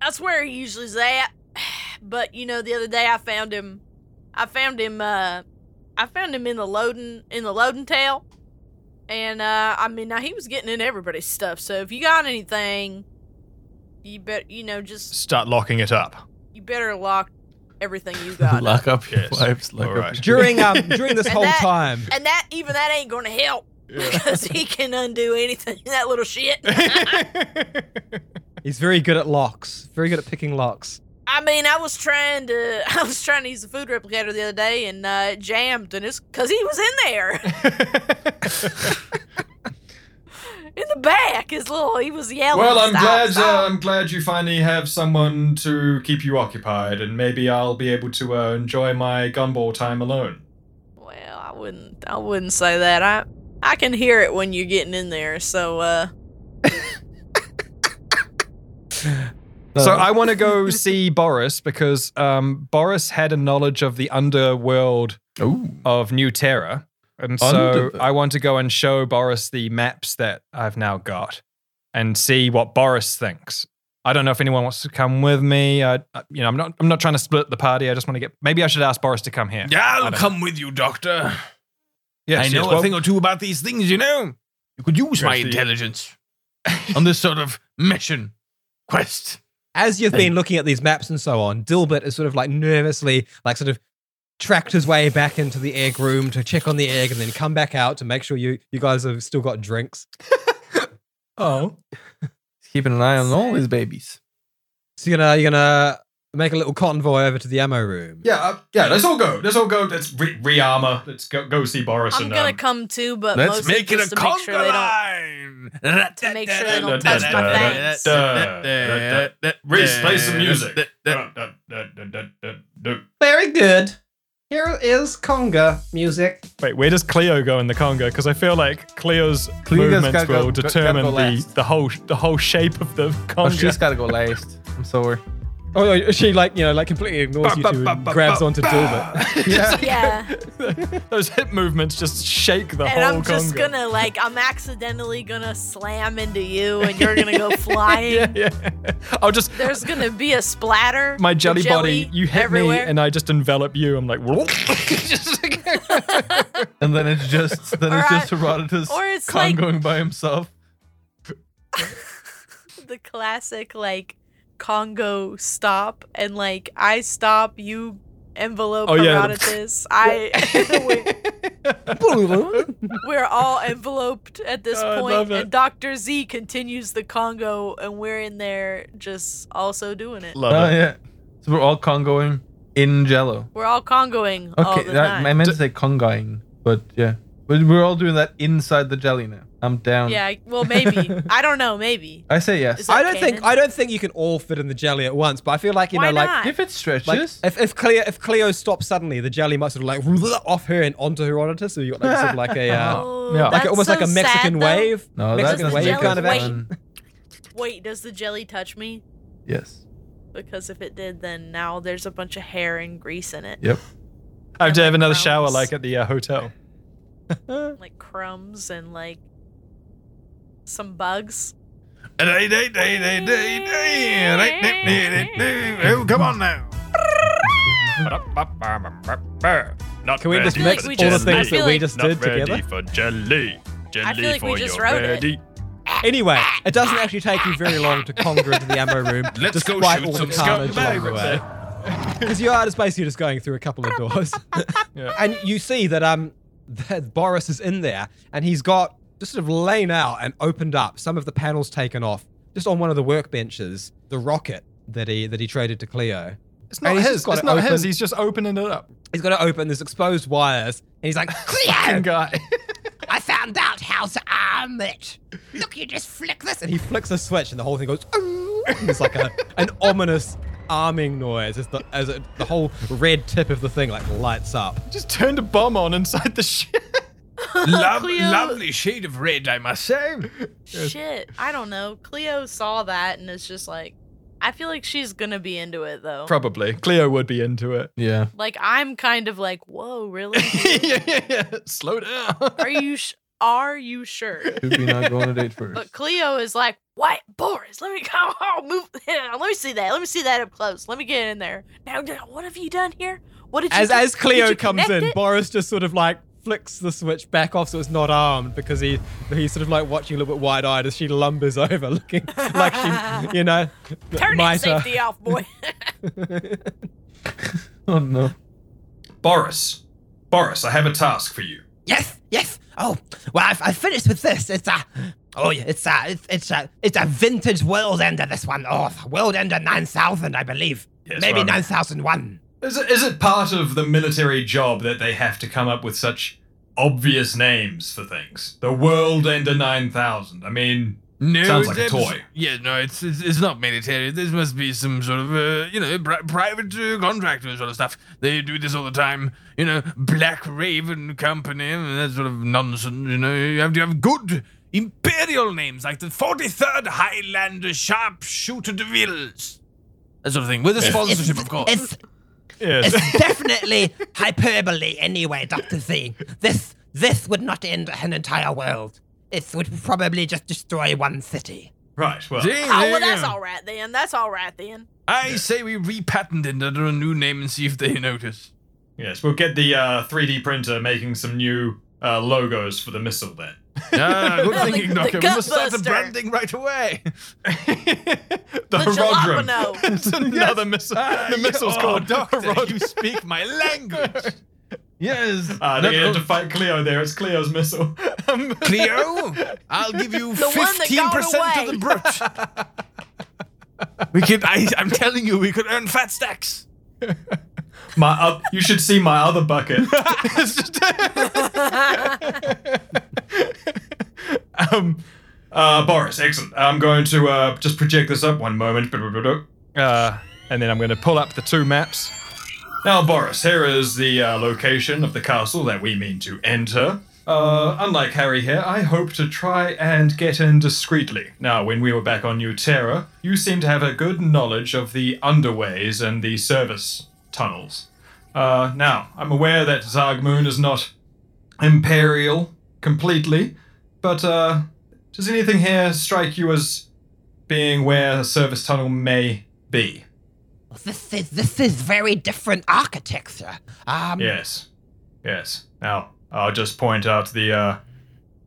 That's where he usually's at. But you know, the other day I found him. I found him. uh I found him in the loading in the loading tail. And uh I mean, now he was getting in everybody's stuff. So if you got anything, you bet you know just
Start locking it up.
you better lock everything you got. up.
Lock up your
Yes.
wives. Lock
All
up
right.
your-
During um during this
And
whole
that-
time,
And that even that ain't gonna help because he can undo anything. That little shit.
he's very good at locks, very good at picking locks.
I mean, I was trying to I was trying to use the food replicator the other day and uh, it jammed, and it's because he was in there in the back. His little he was yelling.
Well, I'm
Oh, "Stop,
glad. Uh,
stop."
I'm glad you finally have someone to keep you occupied, and maybe I'll be able to uh, enjoy my gumball time alone.
well, I wouldn't I wouldn't say that. I I can hear it when you're getting in there. So uh,
So I want to go see Boris because um, Boris had a knowledge of the underworld
Ooh.
of New Terra, and so
Under-
I want to go and show Boris the maps that I've now got, and see what Boris thinks. I don't know if anyone wants to come with me. I, I- you know, I'm not. I'm not trying to split the party. I just want to get. Maybe I should ask Boris to come here. I
I'll
don't-
come with you, Doctor.
Yes,
I know
yes,
a
well-
thing or two about these things, you know. You could use my
Yes, the-
intelligence on this sort of mission quest.
As you've been looking at these maps and so on, Dilbert is sort of like nervously, like sort of tracked his way back into the egg room to check on the egg and then come back out to make sure you, you guys have still got drinks.
Oh. Keeping an eye on all these babies.
So you're gonna you're gonna make a little convoy over to the ammo room.
Yeah, uh, yeah. Let's all go. Let's all go. Let's re- re-armor. Let's go go see Boris.
I'm
and,
gonna
um,
come too, but
Let's
mostly
make it
just
a
to make
conga
sure they don't.
line.
to make sure they
da-
don't
da-
touch my
da-
things.
da- da- Reese, play some music.
Very good. Here is conga music.
Wait, where does Cleo go in the Congo? Because I feel like Cleo's
Cleo's
movements
gotta go-
will
go- gotta
determine
go
the,
last.
the whole the whole shape of the
Oh,
Congo.
she's got to go last. I'm sorry.
Oh, no, she like you know like completely ignores you two and grabs onto Dilbert.
Yeah.
Those hip movements just shake the
And
whole
I'm just
Congo.
gonna like I'm accidentally gonna slam into you and you're gonna go flying.
Yeah, yeah. I'll just
There's gonna be a splatter.
my jelly,
jelly
body. You hit
everywhere.
me, and I just envelop you. I'm like, whoop. Just like-
And then it's just then it's
Or I-
just Herodotus
or it's
Khan
like-
going by himself.
the classic like Congo stop and like I stop, you envelope
Oh, yeah, the-
Herodotus. I we- we're all enveloped at this
Oh, I
point,
love it.
and Dr. Z continues the Congo and we're in there just also doing it.
Love
oh
it.
yeah. So we're all congoing in Jello.
We're all Congoing all
Okay,
the
that, I
time.
meant to say congoing, but yeah, but we're all doing that inside the jelly now. I'm down.
Yeah, I- well maybe. I don't know, maybe.
Um, I say yes.
Is that
I don't think
canon?
I don't think you can all fit in the jelly at once, but I feel like you
Why
know like
not?
if it stretches,
like if, if Cleo if Cleo stops suddenly, the jelly might sort of like off her and onto Herodotus, so you got like sort of like a uh,
Oh,
yeah. Like
like
that's
almost like
so
a Mexican
sad, though.
wave.
no, Oh,
Mexican
that's gonna
wave
be
jelly
kind of action.
wait. Wait, does the jelly touch me?
Yes.
Because if it did, then now there's a bunch of hair and grease in it.
Yep.
I have to
And,
have
like,
another shower
crumbs.
like at the uh, hotel.
Like crumbs and like some bugs.
Oh, come on now.
Not
Can we just
feel
mix
like we
all
just-
the
I
things
feel
that we
like-
just did together?
for jelly. Jelly
I feel like we just wrote it.
Anyway, it doesn't actually take you very long to conjure into the ammo room.
Let's go
despite
shoot
all the
some
carnage
scum.
along the way. Because you are just basically just going through a couple of doors,
Yeah.
and you see that um that Boris is in there and he's got just sort of lain out and opened up, some of the panels taken off, just on one of the workbenches, the rocket that he that he traded to Cleo.
It's not
And he's
his.
just got
It's
it
not his.
open.
He's just opening it up.
He's got it open, there's exposed wires, and he's like,
Fucking
Cleo!
guy.
I found out how to arm it. Look, you just flick this. And he flicks a switch, and the whole thing goes. "Ooh." It's like a, an ominous arming noise as, the, as it, the whole red tip of the thing like lights up.
just turned a bomb on inside the ship.
Lov- lovely shade of red, I must say.
Shit, I don't know. Cleo saw that and it's just like, I feel like she's gonna be into it though.
Probably. Cleo would be into it.
Yeah.
like I'm kind of like, whoa, really?
yeah, yeah, yeah. Slow down.
Are you? Sh- are you sure?
Should be not going to date first.
But Cleo is like, what, Boris? Let me go. Oh, move. Let me see that. Let me see that up close. Let me get in there. Now, now, what have you done here? What did you?
As
do?
as
Did
Cleo
you
comes
connect
in,
it?
Boris just sort of like flicks the switch back off so it's not armed because he he's sort of like watching a little bit wide eyed as she lumbers over, looking like she, you know,
Turn that
might, uh,
safety off, boy.
oh no.
Boris. Boris, I have a task for you.
Yes, yes. Oh, well, I've, I've finished with this. It's a, oh, yeah, it's a, it's, it's a, it's a vintage World Ender. This one, oh, World Ender nine thousand, I believe.
Yes,
Maybe
right.
nine thousand one.
Is it, is it part of the military job that they have to come up with such obvious names for things? The World Ender 9000. I mean,
No,
Sounds like a
it's-
toy.
Yeah, no, it's, it's it's not military. This must be some sort of uh, you know pri- private uh, contractor sort of stuff. They do this all the time. You know, Black Raven Company and that sort of nonsense. You know, you have to have good imperial names like the Forty Third Highlander Sharpshooter de Villes. That sort of thing with a sponsorship, of course.
It's,
yes.
it's definitely hyperbole anyway, Dr. Z. This this would not end an entire world. It would probably just destroy one city.
right, well.
See, there
oh
you
well, that's
go.
all right then. That's all right then.
I say we repatent it under a new name and see if they notice.
Yes, we'll get the uh, 3D printer making some new uh, logos for the missile then.
Ah, good
Well, the-
thinking,
the
Doctor. We must start the
Gutbuster.
branding right away.
the
jalapeno.
Rodrum. it's another missile.
Uh,
the missile's
oh,
called
Doctor,
Rodrum.
you speak my language. yes. um,
Ah,
Uh, they
No,
had
no,
to fight Cleo there. It's Cleo's missile.
Cleo, I'll give you
The one that
fifteen percent
got
of the brooch. we could. I, I'm telling you, we could earn fat stacks.
my up, you should see my other bucket. It's just- um, uh, Boris, excellent. I'm going to uh, just project this up one moment. Uh, and then I'm going to pull up the two maps. Now, Boris, here is the uh, location of the castle that we mean to enter. Uh, unlike Harry here, I hope to try and get in discreetly. Now, when we were back on New Terra, you seem to have a good knowledge of the underways and the service tunnels. Uh, now, I'm aware that Zargmoon is not imperial completely, but uh, does anything here strike you as being where a service tunnel may be?
This is this is very different architecture. Um
Yes. Yes. Now, I'll just point out the uh,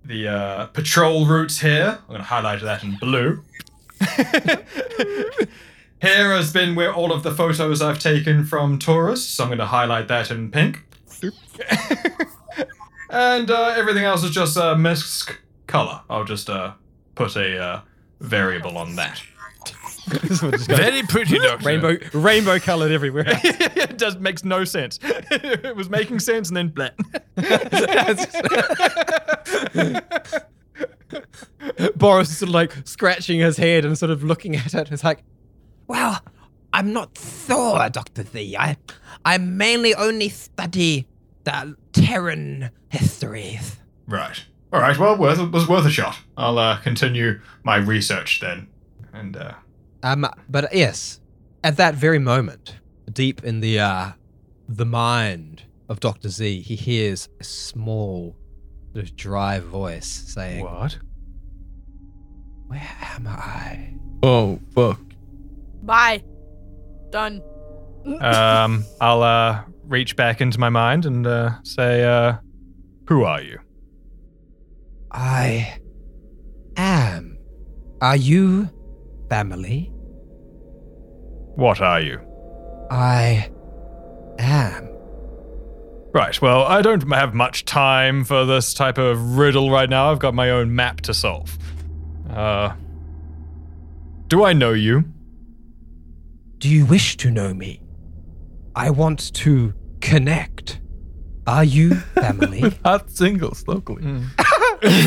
the uh, patrol routes here. I'm going to highlight that in blue. here has been where all of the photos I've taken from tourists. So I'm going to highlight that in pink. and uh, everything else is just uh, misc color. I'll just uh, put a uh, variable on that.
Very pretty, Doctor.
Rainbow, rainbow colored everywhere.
it does makes no sense. it was making sense and then
Boris is sort of like scratching his head and sort of looking at it. It's like,
well, I'm not sure, Dr. Z. I I mainly only study the Terran histories.
Right. All right. Well, worth it was worth a shot. I'll uh, continue my research then. And uh,
Um, but yes, at that very moment, deep in the uh, the mind of Doctor Z, he hears a small, sort of dry voice saying,
what?
"Where am I?"
Oh fuck.
Bye. Done.
Um, I'll uh, reach back into my mind and uh, say, uh, "Who are you?"
I am. Are you family?
What are you?
I am
Right, well, I don't have much time for this type of riddle right now. I've got my own map to solve. Uh. Do I know you?
Do you wish to know me? I want to connect. Are you family?
Hot singles locally.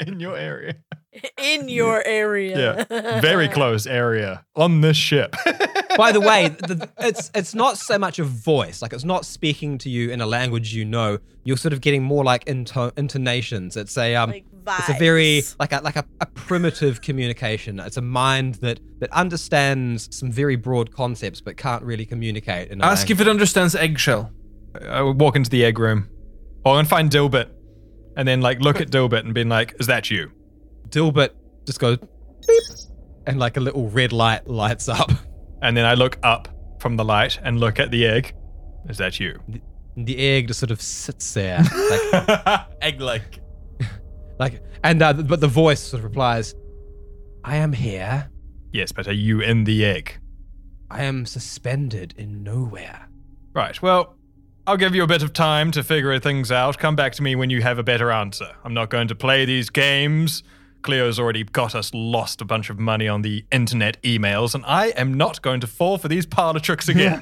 In your area.
in your area.
Yeah. Very close area. On this ship.
By the way, the, it's it's not so much a voice, like it's not speaking to you in a language you know. You're sort of getting more like into, intonations. It's a um,
Like
it's a very
vibes.
like a like a, a primitive communication. It's a mind that that understands some very broad concepts but can't really communicate. In a
Ask if it understands eggshell.
I would walk into the egg room. Oh, and find Dilbert. And then like look at Dilbert and being like, is that you?
if Dilbert just goes beep, and like a little red light lights up.
And then I look up from the light and look at the egg. Is that you?
And the egg just sort of sits there, like
Egg like.
like, and uh, but the voice sort of replies, "I am here."
Yes, but are you in the egg?
I am suspended in nowhere.
Right, well, I'll give you a bit of time to figure things out. Come back to me when you have a better answer. I'm not going to play these games. Cleo's already got us lost a bunch of money on the internet emails, and I am not going to fall for these parlor tricks again.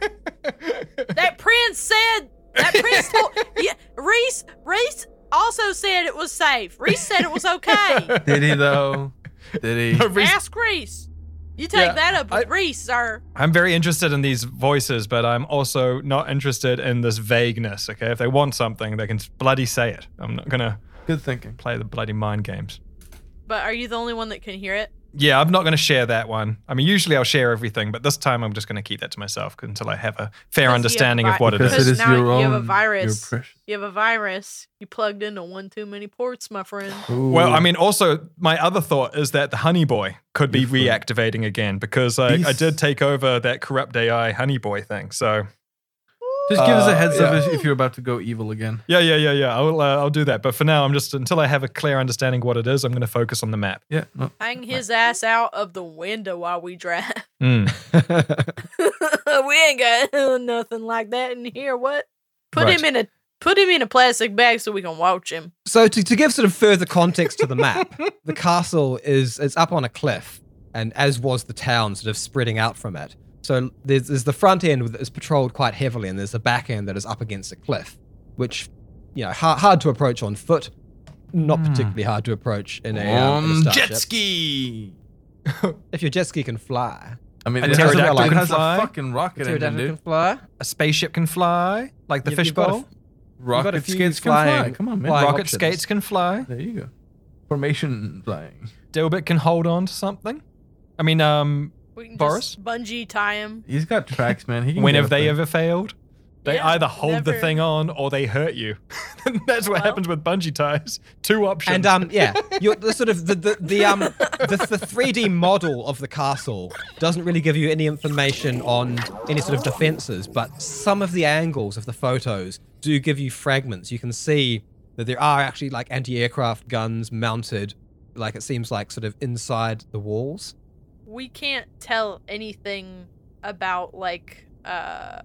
That prince said. That prince told. Yeah, Reese. Reese also said it was safe. Reese said it was okay.
Did he
Oh,
though? Did he?
Ask Reese. You take
Yeah,
that up with
I-
Reese, sir.
I'm very interested in these voices, but I'm also not interested in this vagueness, okay? If they want something, they can bloody say it. I'm not going to
Good thinking.
play the bloody mind games.
But are you the only one that can hear it?
Yeah, I'm not going to share that one. I mean, usually I'll share everything, but this time I'm just going to keep that to myself until I have a fair understanding of what it
Because
is.
Because
it is
now
your
you have a
own-
virus.
your precious-
You have a virus. You plugged into one too many ports, my friend.
Well, I mean, also, my other thought is that the Honey Boy could be reactivating again because I, I
Beast.
did take over that corrupt AI Honey Boy thing. So,
Just give us a
Uh,
heads up
yeah.
if- if you're about to go evil again.
yeah, yeah, yeah, yeah. I'll, uh, I'll do that. But for now, I'm just, until I have a clear understanding of what it is, I'm going to focus on the map.
Yeah. No.
Hang his ass out of the window while we drive.
Mm.
we ain't got nothing like that in here. What? Put
Right.
him in a put him in a plastic bag so we can watch him.
So to, to give sort of further context to the map, the castle is is up on a cliff, and as was the town, sort of spreading out from it. So there's, there's the front end that is patrolled quite heavily, and there's the back end that is up against a cliff, which, you know, hard, hard to approach on foot, not particularly hard to approach in a, uh, in a
Hmm. On
starship.
jet ski.
If your jet ski can fly,
I mean,
A
it has, a,
pterodactyl
it
can
has a
fly.
fucking rocket engine,
Pterodactyl can
dude.
fly.
a spaceship can fly, like the
You've- you've got a
fishbowl.
f- got a
Rocket
few
skates can fly.
flying-
Oh,
Come on, man.
flying
Rocket
options.
skates can fly.
There you go. Formation flying.
Dilbert can hold on to something. I mean, um,
We can
Boris?
just bungee tie him.
He's got tracks, man. He can
when
get
have
up
they
there.
ever failed? They
Yeah,
either hold the
never.
thing on or they hurt you. That's what
Well.
happens with bungee ties. Two options.
uh,
And um, yeah, you're the sort of the the, the um the, the 3D model of the castle doesn't really give you any information on any sort of defenses, but some of the angles of the photos do give you fragments. You can see that there are actually like anti-aircraft guns mounted, like it seems like sort of inside the walls.
We can't tell anything about like uh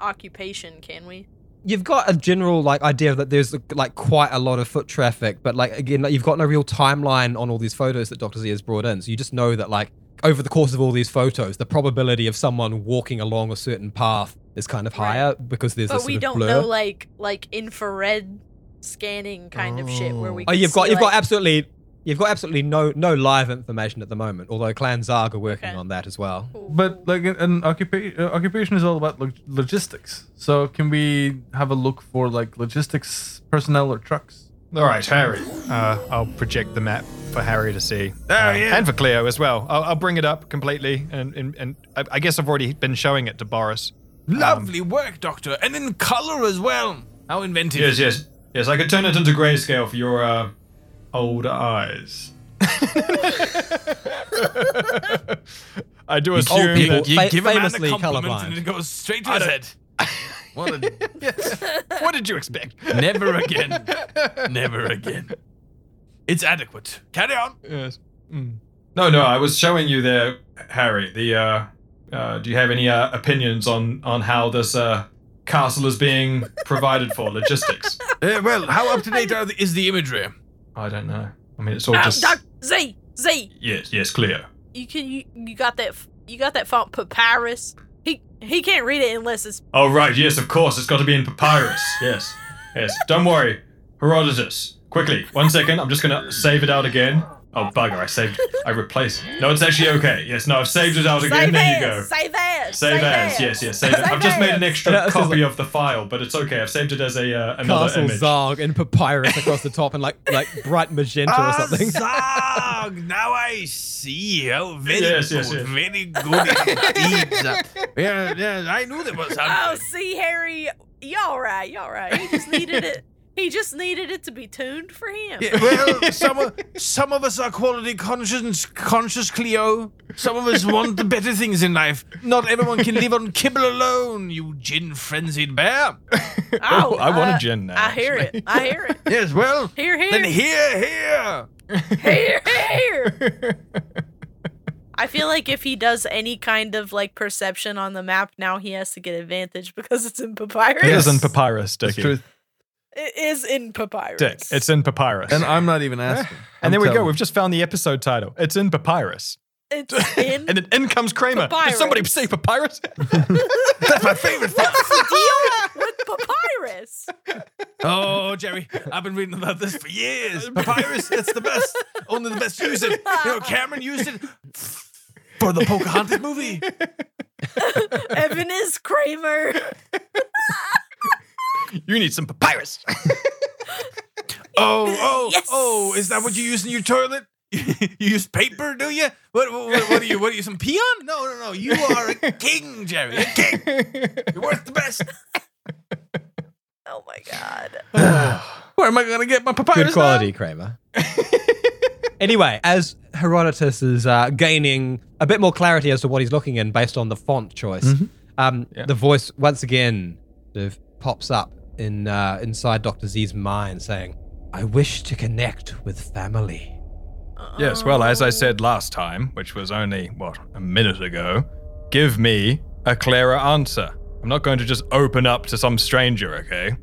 occupation, can we?
You've got a general like idea that there's like quite a lot of foot traffic, but like again, like, you've got no real timeline on all these photos that Doctor Z has brought in. So you just know that like over the course of all these photos, the probability of someone walking along a certain path is kind of
Right.
higher because there's a
but
sort
we
of
don't
blur.
know like like infrared scanning kind of shit where we
oh,
can
you've got
see,
you've
like-
got absolutely you've got absolutely no no live information at the moment. Although Clan Zarg are working
Okay.
on that as well.
But like an, an occupa- uh, occupation is all about log- logistics. So can we have a look for like logistics personnel or trucks?
All right, Harry. Uh, I'll project the map for Harry to see.
Oh,
Um,
yeah.
And for Cleo as well. I'll, I'll bring it up completely. And, and, and I, I guess I've already been showing it to Boris.
Um, Lovely work, Doctor, and in color as well. How inventive!
Yes, yes. Yes, I could turn it into grayscale for your uh, old eyes. I do assume
old people-
that-
You
Fa-
give a man a
famously
compliment
colourblind.
and it goes straight to his head.
What a,
What did you expect?
Never again. Never again. It's adequate. Carry on.
No, no, I was showing you there, Harry, the uh, Uh, do you have any uh, opinions on on how this uh, castle is being provided for logistics?
Eh,
Uh, well, how up to date are the, is the imagery?
I don't know. I mean, it's all
Um,
just
Doc, Z, Z,
yes, yes, clear.
you can you, you got that f- you got that font papyrus. He he can't read it unless it's
Oh right, yes, of course, it's got to be in papyrus. yes, yes. Don't worry, Herodotus. Quickly, one second. I'm just gonna save it out again. Oh bugger! I saved. I replaced. No, it's actually okay. Yes, no, I've saved it out
save
again. there
as,
you go.
save as,
Save as, yes, yes, save it. I've just made an extra
Yeah, this is
copy of the file, but it's okay. I've saved it as a uh, another
Castle
image.
Zarg in papyrus across the top and like like bright magenta or something.
Ah, Zog, now I see. Oh, very
Yes,
good,
yes, yes.
very good indeed. yeah, yeah, I knew there was
Oh,
something.
see, Harry, y'all right, y'all right. He just needed it. He just needed it to be tuned for him.
Yeah, well, some of, some of us are quality conscious, conscious Cleo. Some of us want the better things in life. Not everyone can live on kibble alone, you gin frenzied bear.
Oh,
I want a
uh,
gin now.
I hear it. I hear it.
Yes, well,
Here, here,
then here, here.
here, here. I feel like if he does any kind of like perception on the map, now he has to get advantage because it's in papyrus.
It is in papyrus, Dickie.
truth.
It is in papyrus.
Dick, it's in papyrus.
And
And,
I'm not even asking. I'm
there we go.
telling.
We've just found the episode title. It's in papyrus.
It's in
And then in comes Kramer. Did
Papyrus.
somebody say papyrus?
That's my favorite part.
with papyrus.
Oh, Jerry, I've been reading about this for years. Papyrus, it's the best. Only the best use it. You know, Cameron used it for the Pocahontas movie.
Evan is Kramer.
you need some papyrus.
Oh, oh,
Yes.
oh, is that what you use in your toilet? you use paper, do you? What, what, what are you? What are you, some peon? No, no, no. You are a king, Jerry. A king. You're worth the best.
Oh my god.
Where am I gonna get my
Good
papyrus?
quality, Kramer. anyway, as Herodotus is uh, gaining a bit more clarity as to what he's looking in based on the font choice, um, the voice once again sort of pops up in uh, inside Doctor Z's mind, saying, "I wish to connect with family."
Yes, well, as I said last time, which was only, what, a minute ago, give me a clearer answer. I'm not going to just open up to some stranger, okay?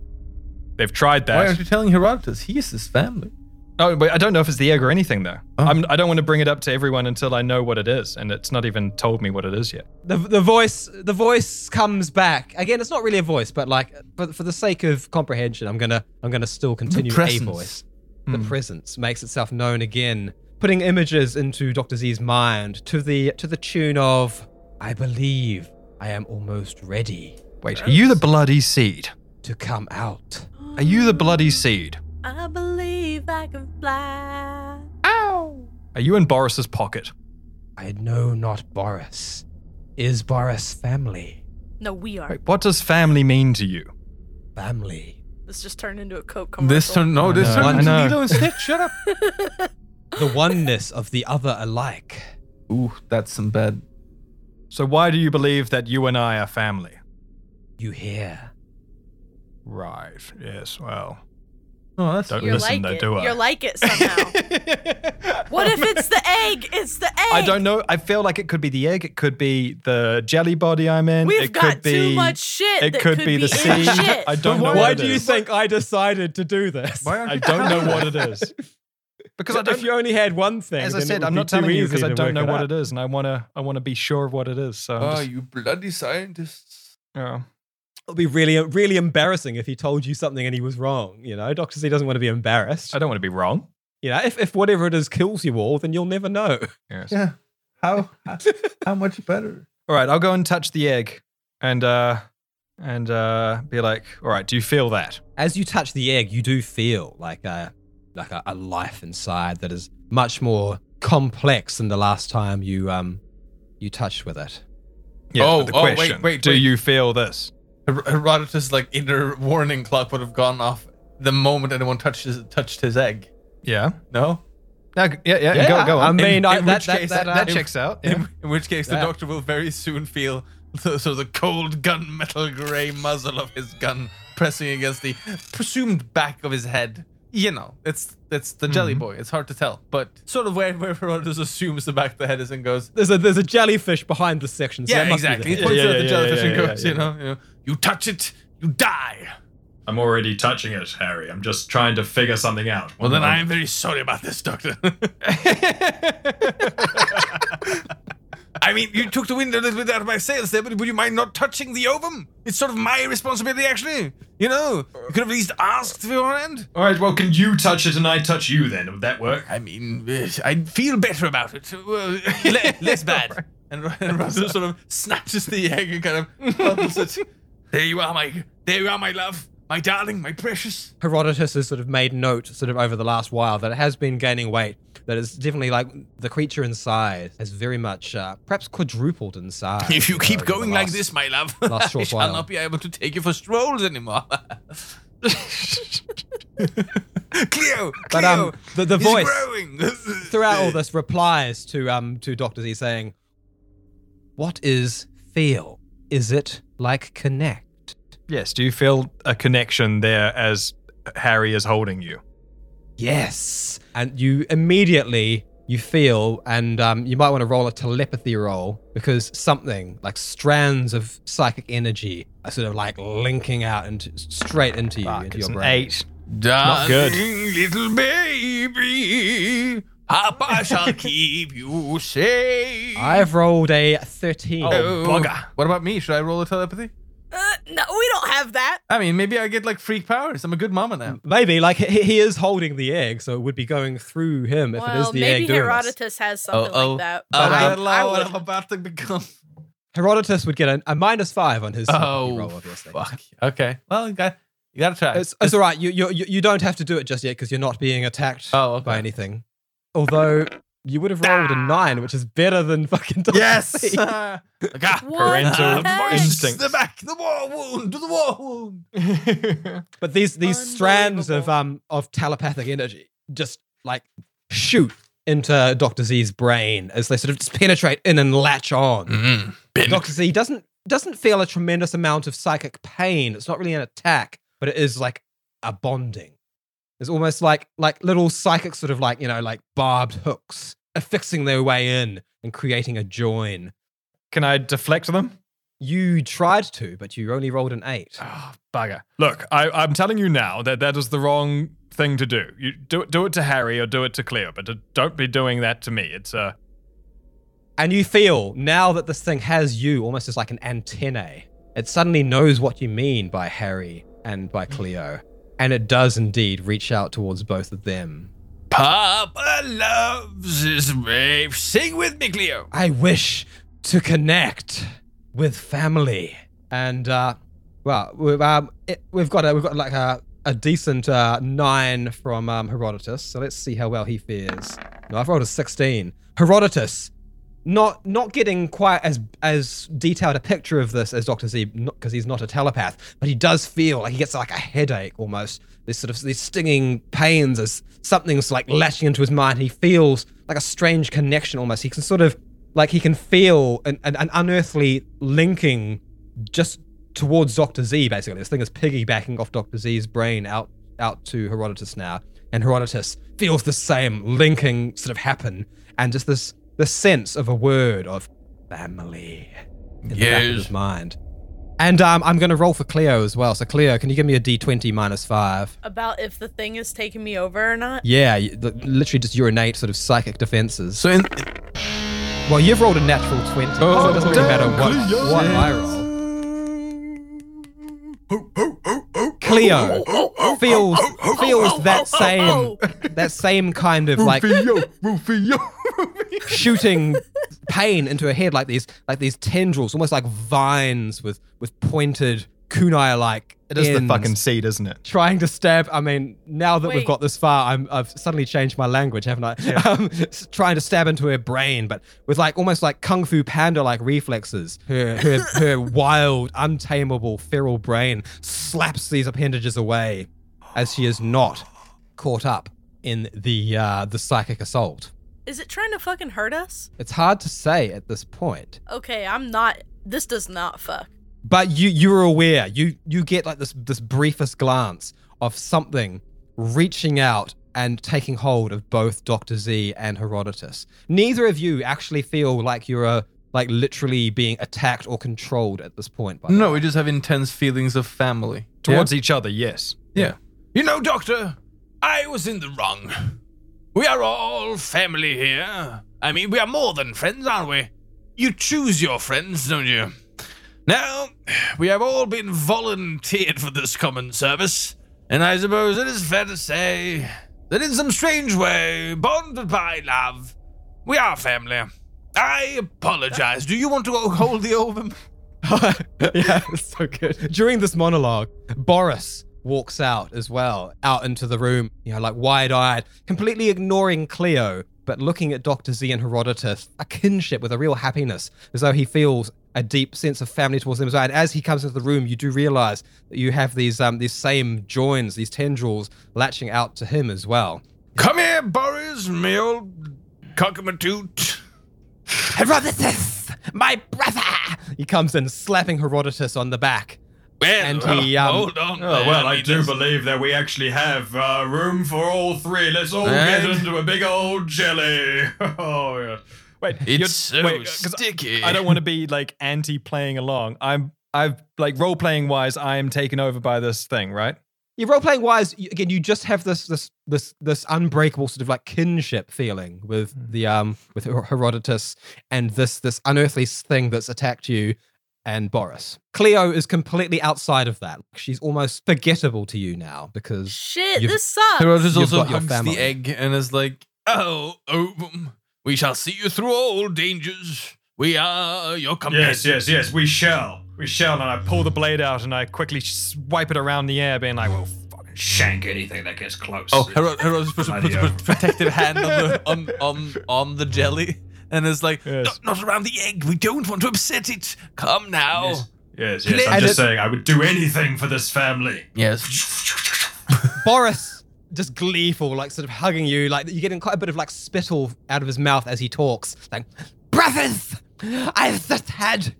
They've tried
Why aren't
that.
you telling Herodotus? He is his family.
Oh, but I don't know if it's the egg or anything, though. I'm, I don't want to bring it up to everyone until I know what it is, and it's not even told me what it is yet.
The, the voice the voice comes back again. It's not really a voice, but like for, for the sake of comprehension, I'm gonna I'm gonna still continue a
presence. Hmm.
voice. The presence makes itself known again, putting images into Doctor Z's mind to the to the tune of "I believe I am almost ready
Wait, are you the bloody seed?
to come out."
Are you the bloody seed?
I believe I can fly.
Are you in Boris's pocket?
I know not Boris. Is Boris family?
No, we are.
Wait, what does family mean to you?
Family.
This just turned into a Coke commercial.
This turned no, this
know, I
turned into
know.
Lilo and Stitch. Shut up.
The oneness of the other alike.
Ooh, that's some bad.
So why do you believe that you and I are family?
You hear.
Right. Yes. Well,
Oh, that's
don't
You're
Uh,
like
listen though,
it.
do I?
You're like it somehow. what if it's the egg? It's the egg.
I don't know. I feel like it could be the egg. It could be the jelly body I'm in.
We've
it
got
could be,
too much shit.
It
that
could, be the
in
seed.
Shit.
I don't know.
Why,
what it
do you
is.
think I decided to do this?
Why aren't
I
you
don't know what it is. Because I
if
don't.
you only had one thing,
As I
then it
said,
would
I'm
be
not
too
telling you
easy
because I
to
don't
work
know what
out.
it is, and I wanna I wanna be sure of what it is.
Ah,
So. I'm
Oh,
just-
you bloody scientists.
yeah.
It would be really, really embarrassing if he told you something and he was wrong. You know, Doctor Z doesn't want to be embarrassed.
I don't want to be wrong.
You know, if, if whatever it is kills you all, then you'll never know.
Yes.
Yeah. How how much better?
all right, I'll go and touch the egg and uh and uh be like, all right, do you feel that?
As you touch the egg, you do feel like a like a, a life inside that is much more complex than the last time you um you touched with it.
Yeah,
Oh,
the
oh, wait,
question.
wait,
do
wait.
you feel this?
Her- Herodotus' like inner warning clock would have gone off the moment anyone touched his, touched his egg.
Yeah.
No,
No, g- yeah, yeah,
Yeah,
go, go
I
on.
mean, I-
in
that,
which
that,
case,
that,
uh,
that
that-
checks out. yeah.
in, in which case the
Yeah.
doctor will very soon feel so, so the cold gunmetal gray muzzle of his gun pressing against the presumed back of his head.
you know, it's it's the jelly
Mm-hmm.
boy. It's hard to tell, but sort of where where everyone just assumes the back of the head is and goes,
There's a there's a jellyfish behind the section. So that
yeah,
must be the
exactly. He
head.
points
Yeah,
at
yeah,
the
yeah,
jellyfish
yeah,
and
yeah,
goes,
yeah.
you know, you know, you touch it, you die.
I'm already touching it, Harry. I'm just trying to figure something out.
Well, then I am very sorry about this, Doctor. I mean, you took the wind a little bit out of my sails there, but would you mind not touching the ovum? It's sort of my responsibility, actually. You know, you could have at least asked beforehand.
All right. Well, can you touch it and I touch you then? Would that work?
I mean, eh, I'd feel better about it. Well,
Le- less bad. And, Ru- and Russell sort of snatches the egg and kind of bubbles it.
There you are, my there you are, my love, my darling, my precious.
Herodotus has sort of made note, sort of over the last while, that it has been gaining weight. That it's definitely like the creature in size has very much, uh, perhaps quadrupled in size.
If you keep
over the
going like
last-
this, my love, I
last short
shall
while.
not be able to take you for strolls anymore. Cleo, Cleo,
But, um, the- the
he's
voice-
growing.
throughout all this replies to um to Doctor Z saying, "What is feel? Is it like connect?"
Yes. Do you feel a connection there as Harry is holding you?
Yes. And you immediately you feel, and um, you might want to roll a telepathy roll because something like strands of psychic energy are sort of like linking out and straight into you, into your brain.
eight.
Darling,
good.
little baby, Papa shall keep you safe.
I've rolled a thirteen.
Oh, bugger. What about me? Should I roll a telepathy?
Uh, no, we don't have that.
I mean, maybe I get like freak powers. I'm a good mama now.
Maybe like he, he is holding the egg, so it would be going through him if it is
well,
the
maybe
egg doing this.
Herodotus has something
Uh-oh.
like that.
But
Uh-huh.
but I-
I, allow
I
what
would-
I'm about to become.
Herodotus would get a, a minus five on his telepathy
Oh,
roll, obviously.
Fuck. Okay. Well, you got you got to try.
It's, it's all right. You, you you you don't have to do it just yet because you're not being attacked
Oh, okay.
by anything. Although you would have rolled a nine, which is better than fucking. Dr.
yes.
Z.
Uh,
What
Parental
the heck?
instincts.
the back, the war wound, the war wound.
But these these strands of um of telepathic energy just like shoot into Doctor Z's brain as they sort of just penetrate in and latch on. Doctor Z doesn't doesn't feel a tremendous amount of psychic pain. It's not really an attack, but it is like a bonding. It's almost like like little psychic sort of like you know like barbed hooks affixing their way in and creating a join.
Can I deflect them?
You tried to, but you only rolled an eight.
Oh, bugger. Look, I, I'm telling you now that that is the wrong thing to do. You do it, do it to Harry or do it to Cleo, but d- don't be doing that to me. It's uh,
And you feel now that this thing has you almost as like an antennae. It suddenly knows what you mean by Harry and by Cleo. And it does indeed reach out towards both of them.
Papa loves his wave. Sing with me, Cleo.
I wish to connect with family. And uh, well, we've um, it, we've got a, we've got like a a decent uh, nine from um, Herodotus. So let's see how well he fares. No, I've rolled a sixteen. Herodotus, not not getting quite as as detailed a picture of this as Doctor Z, because he's not a telepath, but he does feel like he gets like a headache almost. This sort of these stinging pains as something's like lashing into his mind. He feels like a strange connection almost. He can sort of like he can feel an, an, an unearthly linking just towards Doctor Z. Basically, this thing is piggybacking off Doctor Z's brain out out to Herodotus now, and Herodotus feels the same linking sort of happen, and just this the sense of a word of family in the back
Yes.
of his mind. And um, I'm going to roll for Cleo as well. So Cleo, can you give me a D20 minus five?
about if the thing is taking me over or not.
Yeah, you- li- literally just your innate sort of psychic defenses.
so in,
Well, you've rolled a natural 20, so it doesn't
Oh,
really matter what, what I roll. Cleo feels feels that same that same kind of like shooting pain into her head like these like these tendrils, almost like vines with with pointed kunai like.
it is the fucking seed, isn't it?
trying to stab. I mean, now that we've
Wait.
got this far, I'm, I've suddenly changed my language, haven't I? Um, s- trying to stab into her brain, but with like almost like kung fu panda like reflexes. Her, her, her wild, untamable, feral brain slaps these appendages away as she is not caught up in the uh, the psychic assault.
Is it trying to fucking hurt us?
It's hard to say at this point.
Okay, I'm not. This does not fuck.
but you you're aware you you get like this this briefest glance of something
reaching out and taking hold of both Dr. Z and Herodotus. Neither of you actually feel like you're uh, like literally being attacked or controlled at this point. By the
No,
way.
we just have intense feelings of family.
Towards each other, yes.
Yeah.
You know, Doctor, I was in the wrong. We are all family here. I mean, we are more than friends, aren't we? You choose your friends, don't you? Now, we have all been volunteered for this common service, and I suppose it is fair to say that in some strange way, bonded by love, we are family. I apologize. Do you want to hold the ovum?
yeah, it's so good. During this monologue, Boris walks out as well, out into the room, you know, like wide eyed, completely ignoring Cleo, but looking at Dr. Z and Herodotus, a kinship with a real happiness, as though he feels a deep sense of family towards them. And as he comes into the room, you do realize that you have these um, these same joins, these tendrils latching out to him as well.
Come here, Boris, me old cockamadoot.
Herodotus, my brother.
He comes in slapping Herodotus on the back.
Well,
And he, um,
hold on.
Oh,
there,
well, I
mean,
do
there's-
believe that we actually have uh, room for all three. Let's all get
And-
into a big old jelly. oh, yeah. Wait, you're-
It's so
wait, 'cause
sticky.
I don't want to be like anti playing along. I'm, I've like role playing wise, I am taken over by this thing, right?
Yeah, role playing wise, y- again, you just have this this this this unbreakable sort of like kinship feeling with the um with Her- Herodotus and this this unearthly thing that's attacked you and Boris. Cleo is completely outside of that. She's almost forgettable to you now because
Shit,
You've-
this sucks.
Herodotus
You've
also
got your
hugs
family.
the egg and is like,
Oh, Ovum, we shall see you through all dangers. We are your companions.
Yes, yes, yes, we shall. We shall. And I pull the blade out and I quickly swipe it around the air, being like, well, fucking shank anything that gets close.
oh, Herod- Herodotus puts,
Bloody
puts a
hell.
protective hand on, the, on, on, on the jelly and is like,
yes.
Not, not around the egg. We don't want to upset it. Come now. Yes.
Yes, yes,
And
I'm just
it-
saying I would do anything for this family.
Boris just gleeful, like sort of hugging you, like you're getting quite a bit of like spittle out of his mouth as he talks. Like,
Brothers, I've just had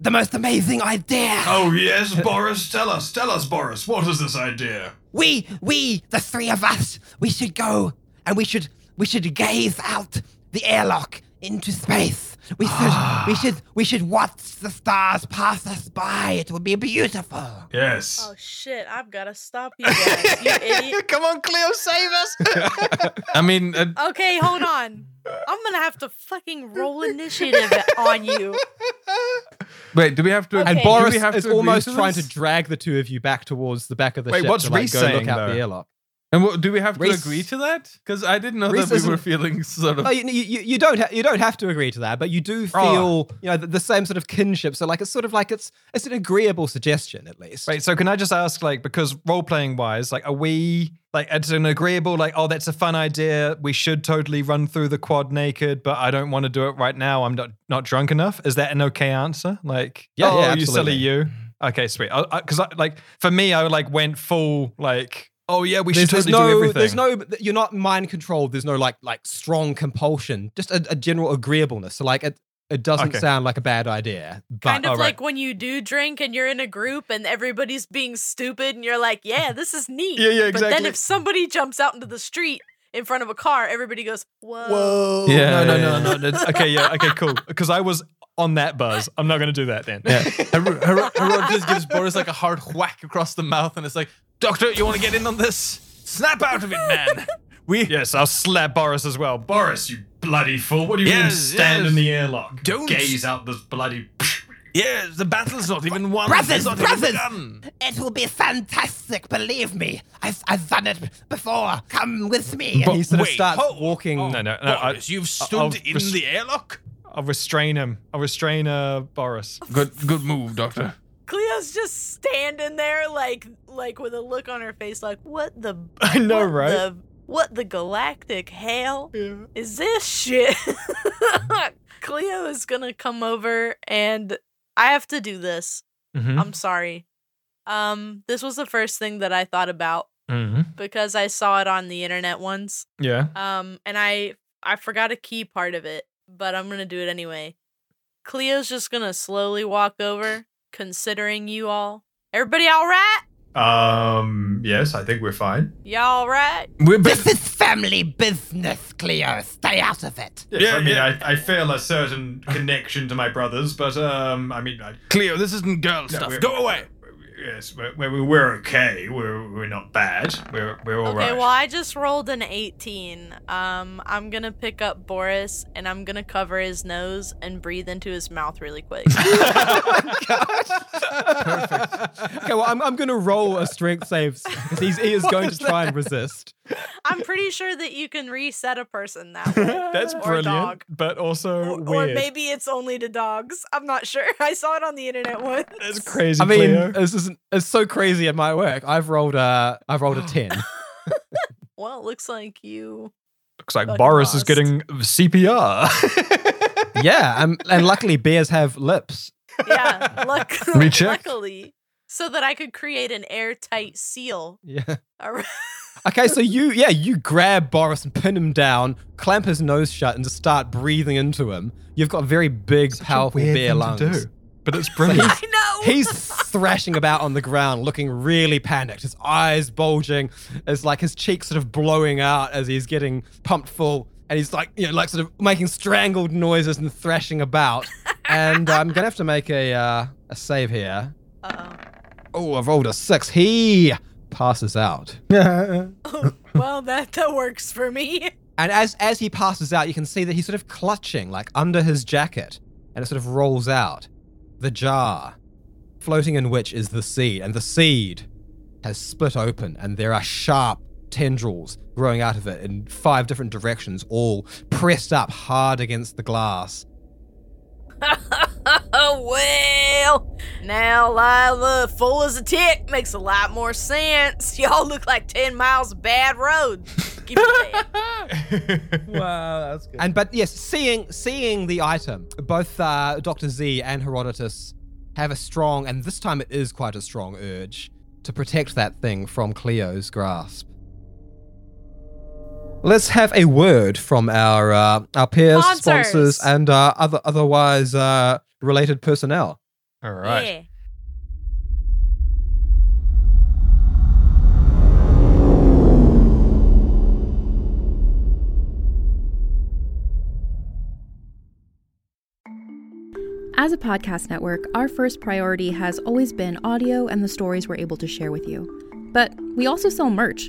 the most amazing idea.
Oh, yes, Boris, tell us, tell us, Boris, what is this idea?
We, we, the three of us, we should go and we should, we should gaze out the airlock into space. We should, we
Ah.
should, we should watch the stars pass us by. It would be beautiful.
Yes.
Oh shit, I've gotta stop you guys, you idiot.
Come on, Cleo, save us.
I mean, uh,
Okay, hold on. I'm gonna have to fucking roll initiative on you.
wait, do we have to?
And
and
Okay.
Boris
do we have
is
to agree
almost
to
trying
this?
to drag the two of you back towards the back of the
Wait,
ship
what's
to like
Reese
go look
saying,
out
though?
the airlock.
And what, do we have
Reese-
to agree to that? Because I didn't know
Reese
that we were
isn't-
feeling sort of.
No, Oh, you, you, you you don't ha- you don't have to agree to that, but you do feel
Oh.
you know the, the same sort of kinship. So like it's sort of like it's it's an agreeable suggestion at least.
Wait, so can I just ask, like, because role playing wise, like, are we, like, it's an agreeable, like, oh, that's a fun idea. We should totally run through the quad naked, but I don't want to do it right now. I'm not not drunk enough. Is that an okay answer? Like,
Yeah,
oh,
yeah,
you
absolutely.
silly you. Okay, sweet. Because, I, like, for me, I like went full, like, oh yeah, we
There's,
should
there's
totally do
no
everything.
there's no you're not mind controlled. There's no like like strong compulsion. Just a, a general agreeableness. So like it it doesn't
Okay.
sound like a bad idea. But
Kind of
alright.
like when you do drink and you're in a group and everybody's being stupid and you're like, yeah, this is neat.
Yeah, yeah,
But then
exactly.
if somebody jumps out into the street in front of a car, everybody goes, whoa.
Whoa.
Yeah,
Yeah. No,
yeah,
no,
yeah.
no, no. no. okay, yeah. Okay, cool. Because I was on that buzz. I'm not going to do that then.
Yeah. Her- Her- Herodotus gives Boris like a hard whack across the mouth and it's like,
Doctor, you want to get in on this? Snap out of it, man.
we.
Yes, I'll slap Boris as well. Boris, you bloody fool. What do you mean
Yes,
stand
yes.
in the airlock?
Don't-
Gaze out this bloody.
yes, the battle's not even won.
Brothers,
It's not
brothers.
even begun.
It will be fantastic, believe me. I've, I've done it before. Come with me.
he sort of
wait,
starts
hold-
walking.
No, no, no. I,
Boris, you've stood
I'll
in
res-
the airlock.
I'll restrain him. I'll restrain uh, Boris.
Good, good move, Doctor.
Cleo's just standing there, like, like with a look on her face, like, what the,
I know,
what
right?
the- what the galactic hell is this shit? Cleo is gonna come over, and I have to do this.
Mm-hmm.
I'm sorry. Um, this was the first thing that I thought about
Mm-hmm.
because I saw it on the internet once.
Yeah.
Um, and I I forgot a key part of it, but I'm gonna do it anyway. Cleo's just gonna slowly walk over, considering you all. Everybody all right?
Um, yes, I think we're fine.
Y'all right?
We're
This
bit
is family business, Cleo. Stay out of it.
Yes,
Yeah,
I mean,
yeah.
I, I feel a certain connection to my brothers, but um, I mean, I,
Cleo, this isn't girl stuff.
we're-
Go away.
yes, we're, we're, we're okay. We're, we're not bad. We're, we're all right.
Okay, well, I just rolled an 18. Um, I'm gonna pick up Boris and I'm gonna cover his nose and breathe into his mouth really quick.
Oh Okay, well, I'm, I'm going to roll a strength save because he is going to try and resist.
I'm pretty sure that you can reset a person that way.
That's
or
brilliant,
dog.
but also
Or- Or maybe it's only to dogs. I'm not sure. I saw it on the internet once. That's
crazy.
I mean, this isn't, it's so crazy at my work. I've rolled a, I've rolled a 10.
Well, it looks like you.
looks like
fucking
Boris is
lost.
getting CPR.
yeah, and, and luckily bears have lips.
Yeah, luck-
Me check.
luckily. So that I could create an airtight seal.
Yeah.
around-
Okay, so you, yeah, you grab Boris and pin him down, clamp his nose shut, and just start breathing into him. You've got very big, powerful bear lungs.
but it's brilliant.
I know.
He's thrashing about on the ground, looking really panicked. His eyes bulging, it's like his cheeks sort of blowing out as he's getting pumped full, and he's like, you know, like sort of making strangled noises and thrashing about. and uh, I'm gonna have to make a uh, a save here.
Uh-oh.
Oh, I've rolled a six. He passes out.
well, that that works for me.
And as as he passes out, you can see that he's sort of clutching, like under his jacket, and it sort of rolls out. The jar, floating in which is the seed, and the seed has split open, and there are sharp tendrils growing out of it in five different directions, all pressed up hard against the glass.
Oh well, now Lila, full as a tick, makes a lot more sense. Y'all look like ten miles of bad road. Give it that.
Wow, that's good.
And but yes, seeing seeing the item, both uh, Doctor Z and Herodotus have a strong, and this time it is quite a strong urge to protect that thing from Cleo's grasp. Let's have a word from our uh, our peers,
Sponsors.
sponsors, and uh, other otherwise uh, related personnel.
all right.
Yeah.
As a podcast network, our first priority has always been audio and the stories we're able to share with you. But we also sell merch,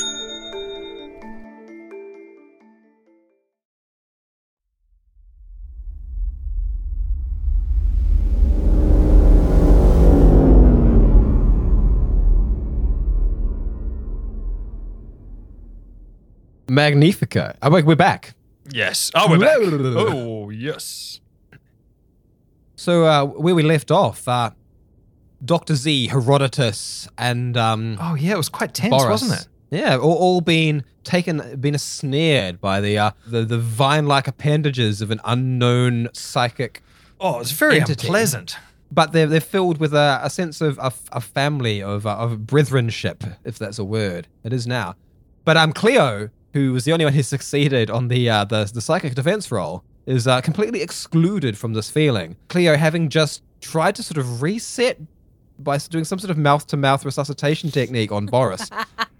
Magnifico. Oh, wait, we're back.
Yes. Oh, we're back.
Hello.
oh, yes.
So uh, where we left off, uh, Doctor Z, Herodotus, and um,
Oh, yeah. It was quite tense,
Boris.
wasn't it?
Yeah, all, all being taken, being snared by the uh, the, the vine-like appendages of an unknown psychic.
Oh, it was very
Entity.
unpleasant.
but they're, they're filled with a, a sense of a, a family, of, uh, of brethrenship, if that's a word. It is now. But um, Cleo, who was the only one who succeeded on the, uh, the, the psychic defense roll, is uh, completely excluded from this feeling. Cleo, having just tried to sort of reset by s- doing some sort of mouth to mouth resuscitation technique on Boris,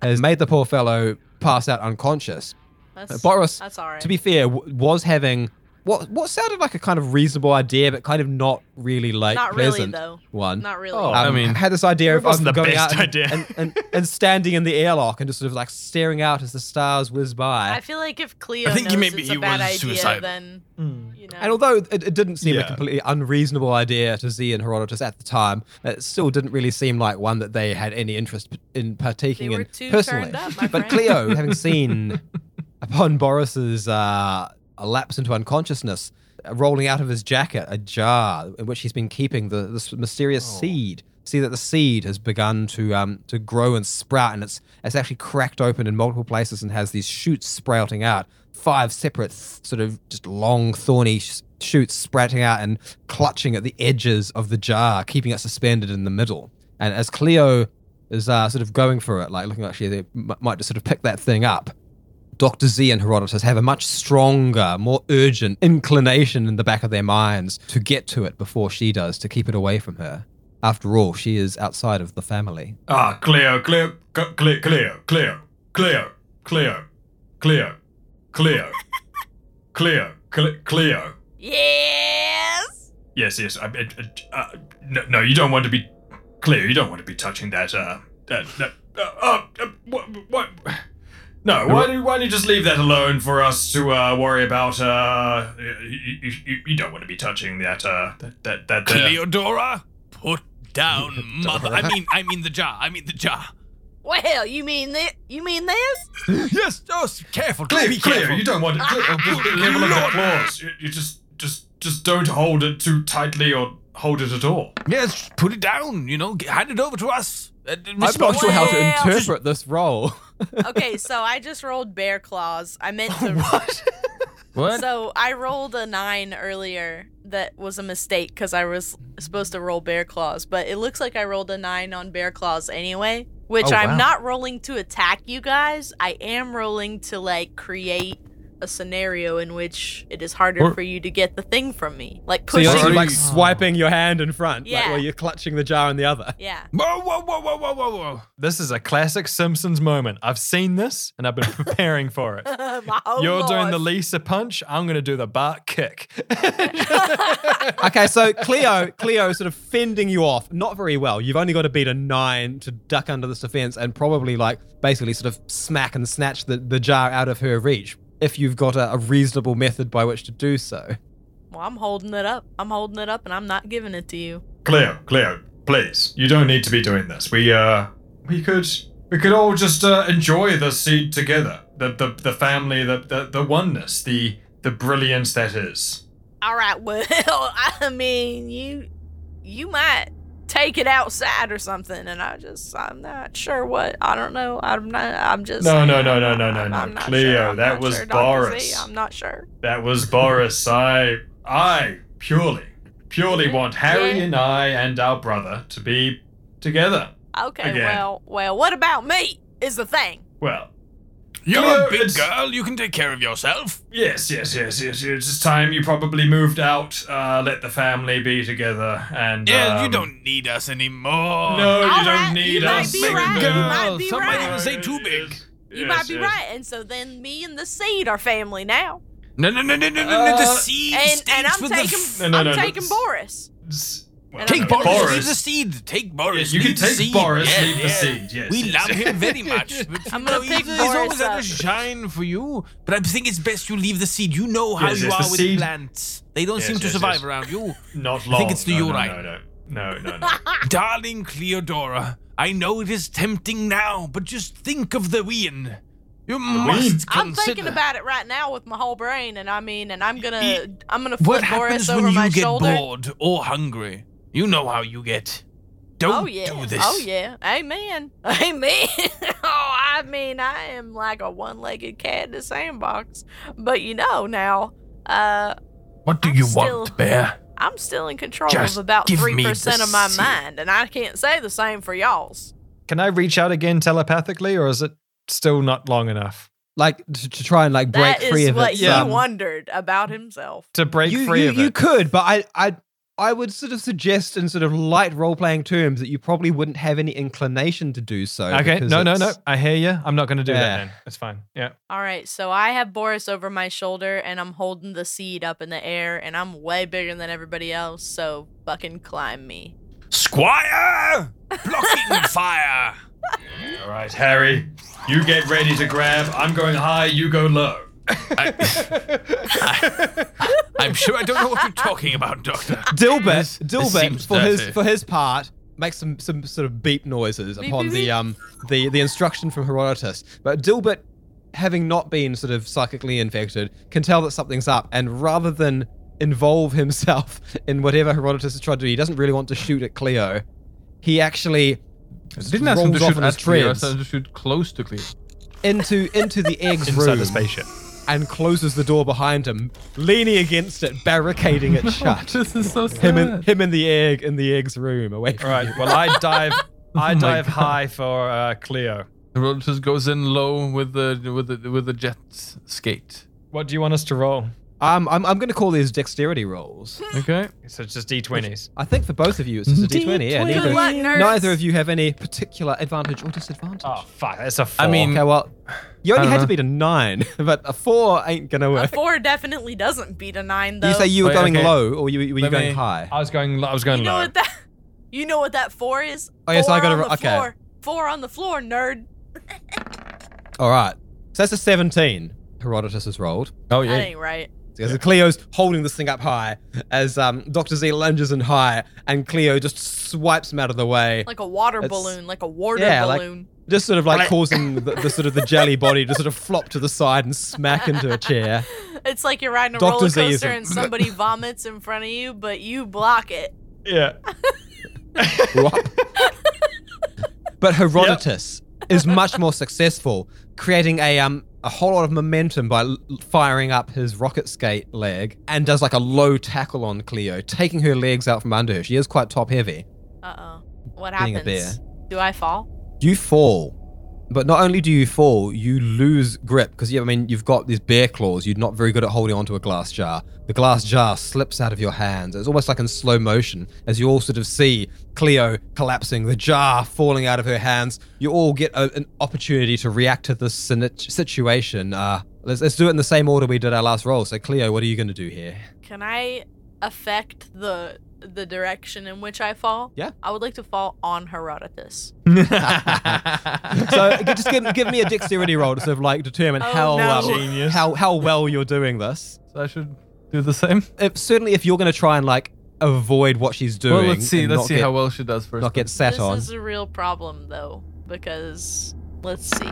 has made the poor fellow pass out unconscious. Uh,
That's,
Boris,
that's all right.
to be fair, w- was having what what sounded like a kind of reasonable idea, but kind of not really like
Not really,
pleasant
though.
one.
Not really.
Oh,
Um,
I mean,
had this idea of
wasn't
of
the
going out
best
and,
idea.
and, and, and standing in the airlock and just sort of like staring out as the stars whiz by.
I feel like if Cleo
I think
knows
he maybe
it's a
he
bad
was
idea,
suicidal.
then you know.
and although it, it didn't seem a
Yeah.
completely unreasonable idea to Z and Herodotus at the time, it still didn't really seem like one that they had any interest p- in partaking
They were
in
too
personally.
turned up, my
but
friend.
Cleo, having seen upon Boris's uh, lapse into unconsciousness, uh, rolling out of his jacket a jar in which he's been keeping the this mysterious seed. See that the seed has begun to um, to grow and sprout, and it's it's actually cracked open in multiple places and has these shoots sprouting out, five separate th- sort of just long thorny sh- shoots sprouting out and clutching at the edges of the jar, keeping it suspended in the middle. And as Cleo is uh, sort of going for it, like looking like she they m- might just sort of pick that thing up. Dr. Z and Herodotus have a much stronger, more urgent inclination in the back of their minds to get to it before she does, to keep it away from her. After all, she is outside of the family.
Ah, Cleo, Cleo, C- Cleo, Cleo, Cleo, Cleo, Cleo, Cleo, Cleo, Cleo, Cleo, Cleo.
yes.
Yes, yes. I, I, I, uh, no, no, you don't want to be Cleo. You don't want to be touching that. Uh, that. that uh, uh, uh, what, what? No, why do why do you just leave that alone for us to uh, worry about? Uh, you, you, you, you don't want to be touching that. Uh, that that that. there.
Cleodora, put down mother. I mean, I mean the jar. I mean the jar.
Well, you mean this? You mean this?
Yes, yes. Careful,
Cleo,
be
Cleo,
careful.
you don't want it. Cleo, oh, be careful of the claws. You, you just, just, just don't hold it too tightly or hold it at all.
Yes, put it down. You know, g- hand it over to us. Uh,
I'm not sure how to
Well, just-
interpret this role.
Okay, so I just rolled bear claws. I meant to.
What?
So I rolled a nine earlier. That was a mistake because I was supposed to roll bear claws, but it looks like I rolled a nine on bear claws anyway. Which
Oh,
I'm
wow.
not rolling to attack you guys. I am rolling to like create a scenario in which it is harder
We're-
for you to get the thing from me, like
So
pushing.
you're sort of
you.
like swiping your hand in front, like,
Yeah.
while you're clutching the jar in the other.
yeah.
Whoa, whoa, whoa, whoa, whoa, whoa, whoa.
This is a classic Simpsons moment. I've seen this and I've been preparing for it.
My whole
You're doing
life.
the Lisa punch. I'm gonna do the Bart kick.
okay, so Cleo, Cleo is sort of fending you off, not very well. You've only got to beat a nine to duck under this defense and probably like basically sort of smack and snatch the, the jar out of her reach if you've got a, a reasonable method by which to do so.
Well, I'm holding it up. I'm holding it up, and I'm not giving it to you.
Cleo, Cleo, please. You don't need to be doing this. We uh we could we could all just uh, enjoy the seed together. The the, the family, the, the the oneness, the the brilliance that is.
All right. Well, I mean, you you might take it outside or something, and I just I'm not sure what I don't know. I'm not. I'm just
No,
saying,
no, no,
I'm
no,
not-
no, no,
I'm-
no.
I'm not
Cleo,
sure. I'm
that
not
was
sure, Dr. Z.
Boris.
I'm not sure.
That was Boris. I, I purely, purely want Harry
Yeah.
and I and our brother to be together.
Okay.
Again.
Well, well, what about me? Is the thing.
Well,
You're
Cleo,
a big
it's-
girl. You can take care of yourself.
yes, yes, yes, yes, yes. It's time you probably moved out. Uh, let the family be together. And
Yeah, you
um,
don't need us anymore.
No,
All
Oh, you
right,
don't need
you might
us.
be
Big
right, you
girl.
might be
Oh, Somebody
right.
didn't say too big.
You
Yes,
might be
yes.
right, and so then me and the seed are family now,
No, no, no, no, no, no, no. The
Uh,
seed
and
stays
and I'm
with
taking
the.
No, no,
I'm
no, no.
taking Boris.
S- well,
Take
no,
Take
Boris.
Boris,
Boris.
leave the seed. Take
Yeah,
Boris.
you can
leave the
take
seed.
Boris,
Yeah,
leave the
yeah.
seed. Yes,
we
yes,
love
yes.
him very much. but,
I'm
you
gonna
know,
pick
he's, he's
Boris
always had
up.
a shine for you. But I think it's best you leave the seed. You know how
Yes,
you
yes,
are
the
with
seed-
plants. They don't
Yes,
seem to
yes,
survive
yes.
around you.
Not long.
I think it's the
no, no,
urine.
No, no, no, no. no.
Darling Cleodora, I know it is tempting now, but just think of the wean. You must consider.
I'm thinking about it right now with my whole brain, and I mean, and I'm gonna, I'm gonna
what
flip
happens
Boris
when
over
you
my
get
shoulder.
bored or hungry. You know how you get. Don't
oh yeah,
do this.
oh yeah, amen, amen. oh, I mean, I am like a one-legged cat in a sandbox, but you know now, uh,
What do
I'm
you
still-
want, Bear?
I'm still in control
Just
of about
give me
three
the
percent of my
seat.
mind, and I can't say the same for y'all's.
Can I reach out again telepathically, or is it still not long enough
Like to, to try and like break
That
free
is
of
what
it.
he
um,
wondered about himself.
to break
you,
free
you,
of
you
it?
could, but I, I, I would sort of suggest in sort of light role playing terms that you probably wouldn't have any inclination to do so.
Okay,
because
no, no, no.
it's-
I hear you. I'm not going to do
Yeah.
that. Then it's fine. Yeah.
All right, so I have Boris over my shoulder, and I'm holding the seed up in the air, and I'm way bigger than everybody else. So fucking climb me.
Squire, blocking fire.
All right, Harry. You get ready to grab. I'm going high. You go low.
I'm sure I don't know what you're talking about, Doctor.
Dilbert, Dilbert
seems
for his
dirty.
for his part makes some some sort of beep noises upon the um the the instruction from Herodotus. But Dilbert, having not been sort of psychically infected, can tell that something's up, and rather than involve himself in whatever Herodotus is trying to do, he doesn't really want to shoot at Cleo. He actually
Didn't ask him to
rolls off
shoot
on his
at Cleo. I
treads
asked him to shoot close to Cleo.
into into the egg's
Inside
room
the spaceship.
and closes the door behind him, leaning against it, barricading it shut.
This is so sad.
Him and him and the egg in the egg's room, away
All
from
right. Well, I dive. I
Oh
my
dive
God.
high for uh, Cleo.
Herodotus goes in low with the with the with the jet skate.
What do you want us to roll?
Um, I'm, I'm going to call these dexterity rolls.
Okay.
So it's just d20s.
I think for both of you, it's just a d20. Yeah,
Good
neither,
luck, nerds.
neither of you have any particular advantage or disadvantage.
Oh fuck! That's a four.
mean-
Okay, well, you only
I
had to
dunno.
beat a nine, but a four ain't going to
A
work.
four definitely doesn't beat a nine, though.
You say you were
Wait,
going
okay.
low, or you, were you
Let
going
me-
high?
I was going. I was going
You know
low.
what that? You know what that four is?
Oh, yes, I
Four
gotta
on
ro-
the
okay.
Floor. Four on the floor, nerd.
All right. So that's a 17 Herodotus has rolled.
Oh
That
yeah.
ain't right.
Because Cleo's holding this thing up high as um, Dr. Z lunges in high, and Cleo just swipes him out of the way.
Like a water
That's-
balloon, like a water
Yeah, like-
balloon.
just sort of like causing the, the sort of the jelly body to sort of flop to the side and smack into a chair.
It's like you're riding a
Dr.
roller
Z is
coaster
a-
and somebody vomits in front of you, but you block it.
Yeah.
Whop. but Herodotus is much more successful, creating a um a whole lot of momentum by l- firing up his rocket skate leg and does like a low tackle on Cleo, taking her legs out from under her. She is quite top heavy.
Uh oh. What
Being a
happens? Do I fall?
You fall. But not only do you fall, you lose grip because I mean you've got these bear claws. You're not very good at holding onto a glass jar. The glass jar slips out of your hands. It's almost like in slow motion as you all sort of see Cleo collapsing, the jar falling out of her hands. You all get a, an opportunity to react to this sin- situation. Uh, let's let's do it in the same order we did our last roll. So Cleo, what are you going to do here?
Can I affect the the direction in which I fall?
Yeah.
I would like to fall on Herodotus.
so g- just give, give me a dexterity roll to sort of like determine
Oh,
how
no.
um, how how well you're doing this.
So I should do the same.
if, certainly if you're going to try and like avoid what she's doing.
Well, let's see.
and
Let's
not
see
get,
how well she does first.
not get sat
this
on.
is a real problem though, because let's see.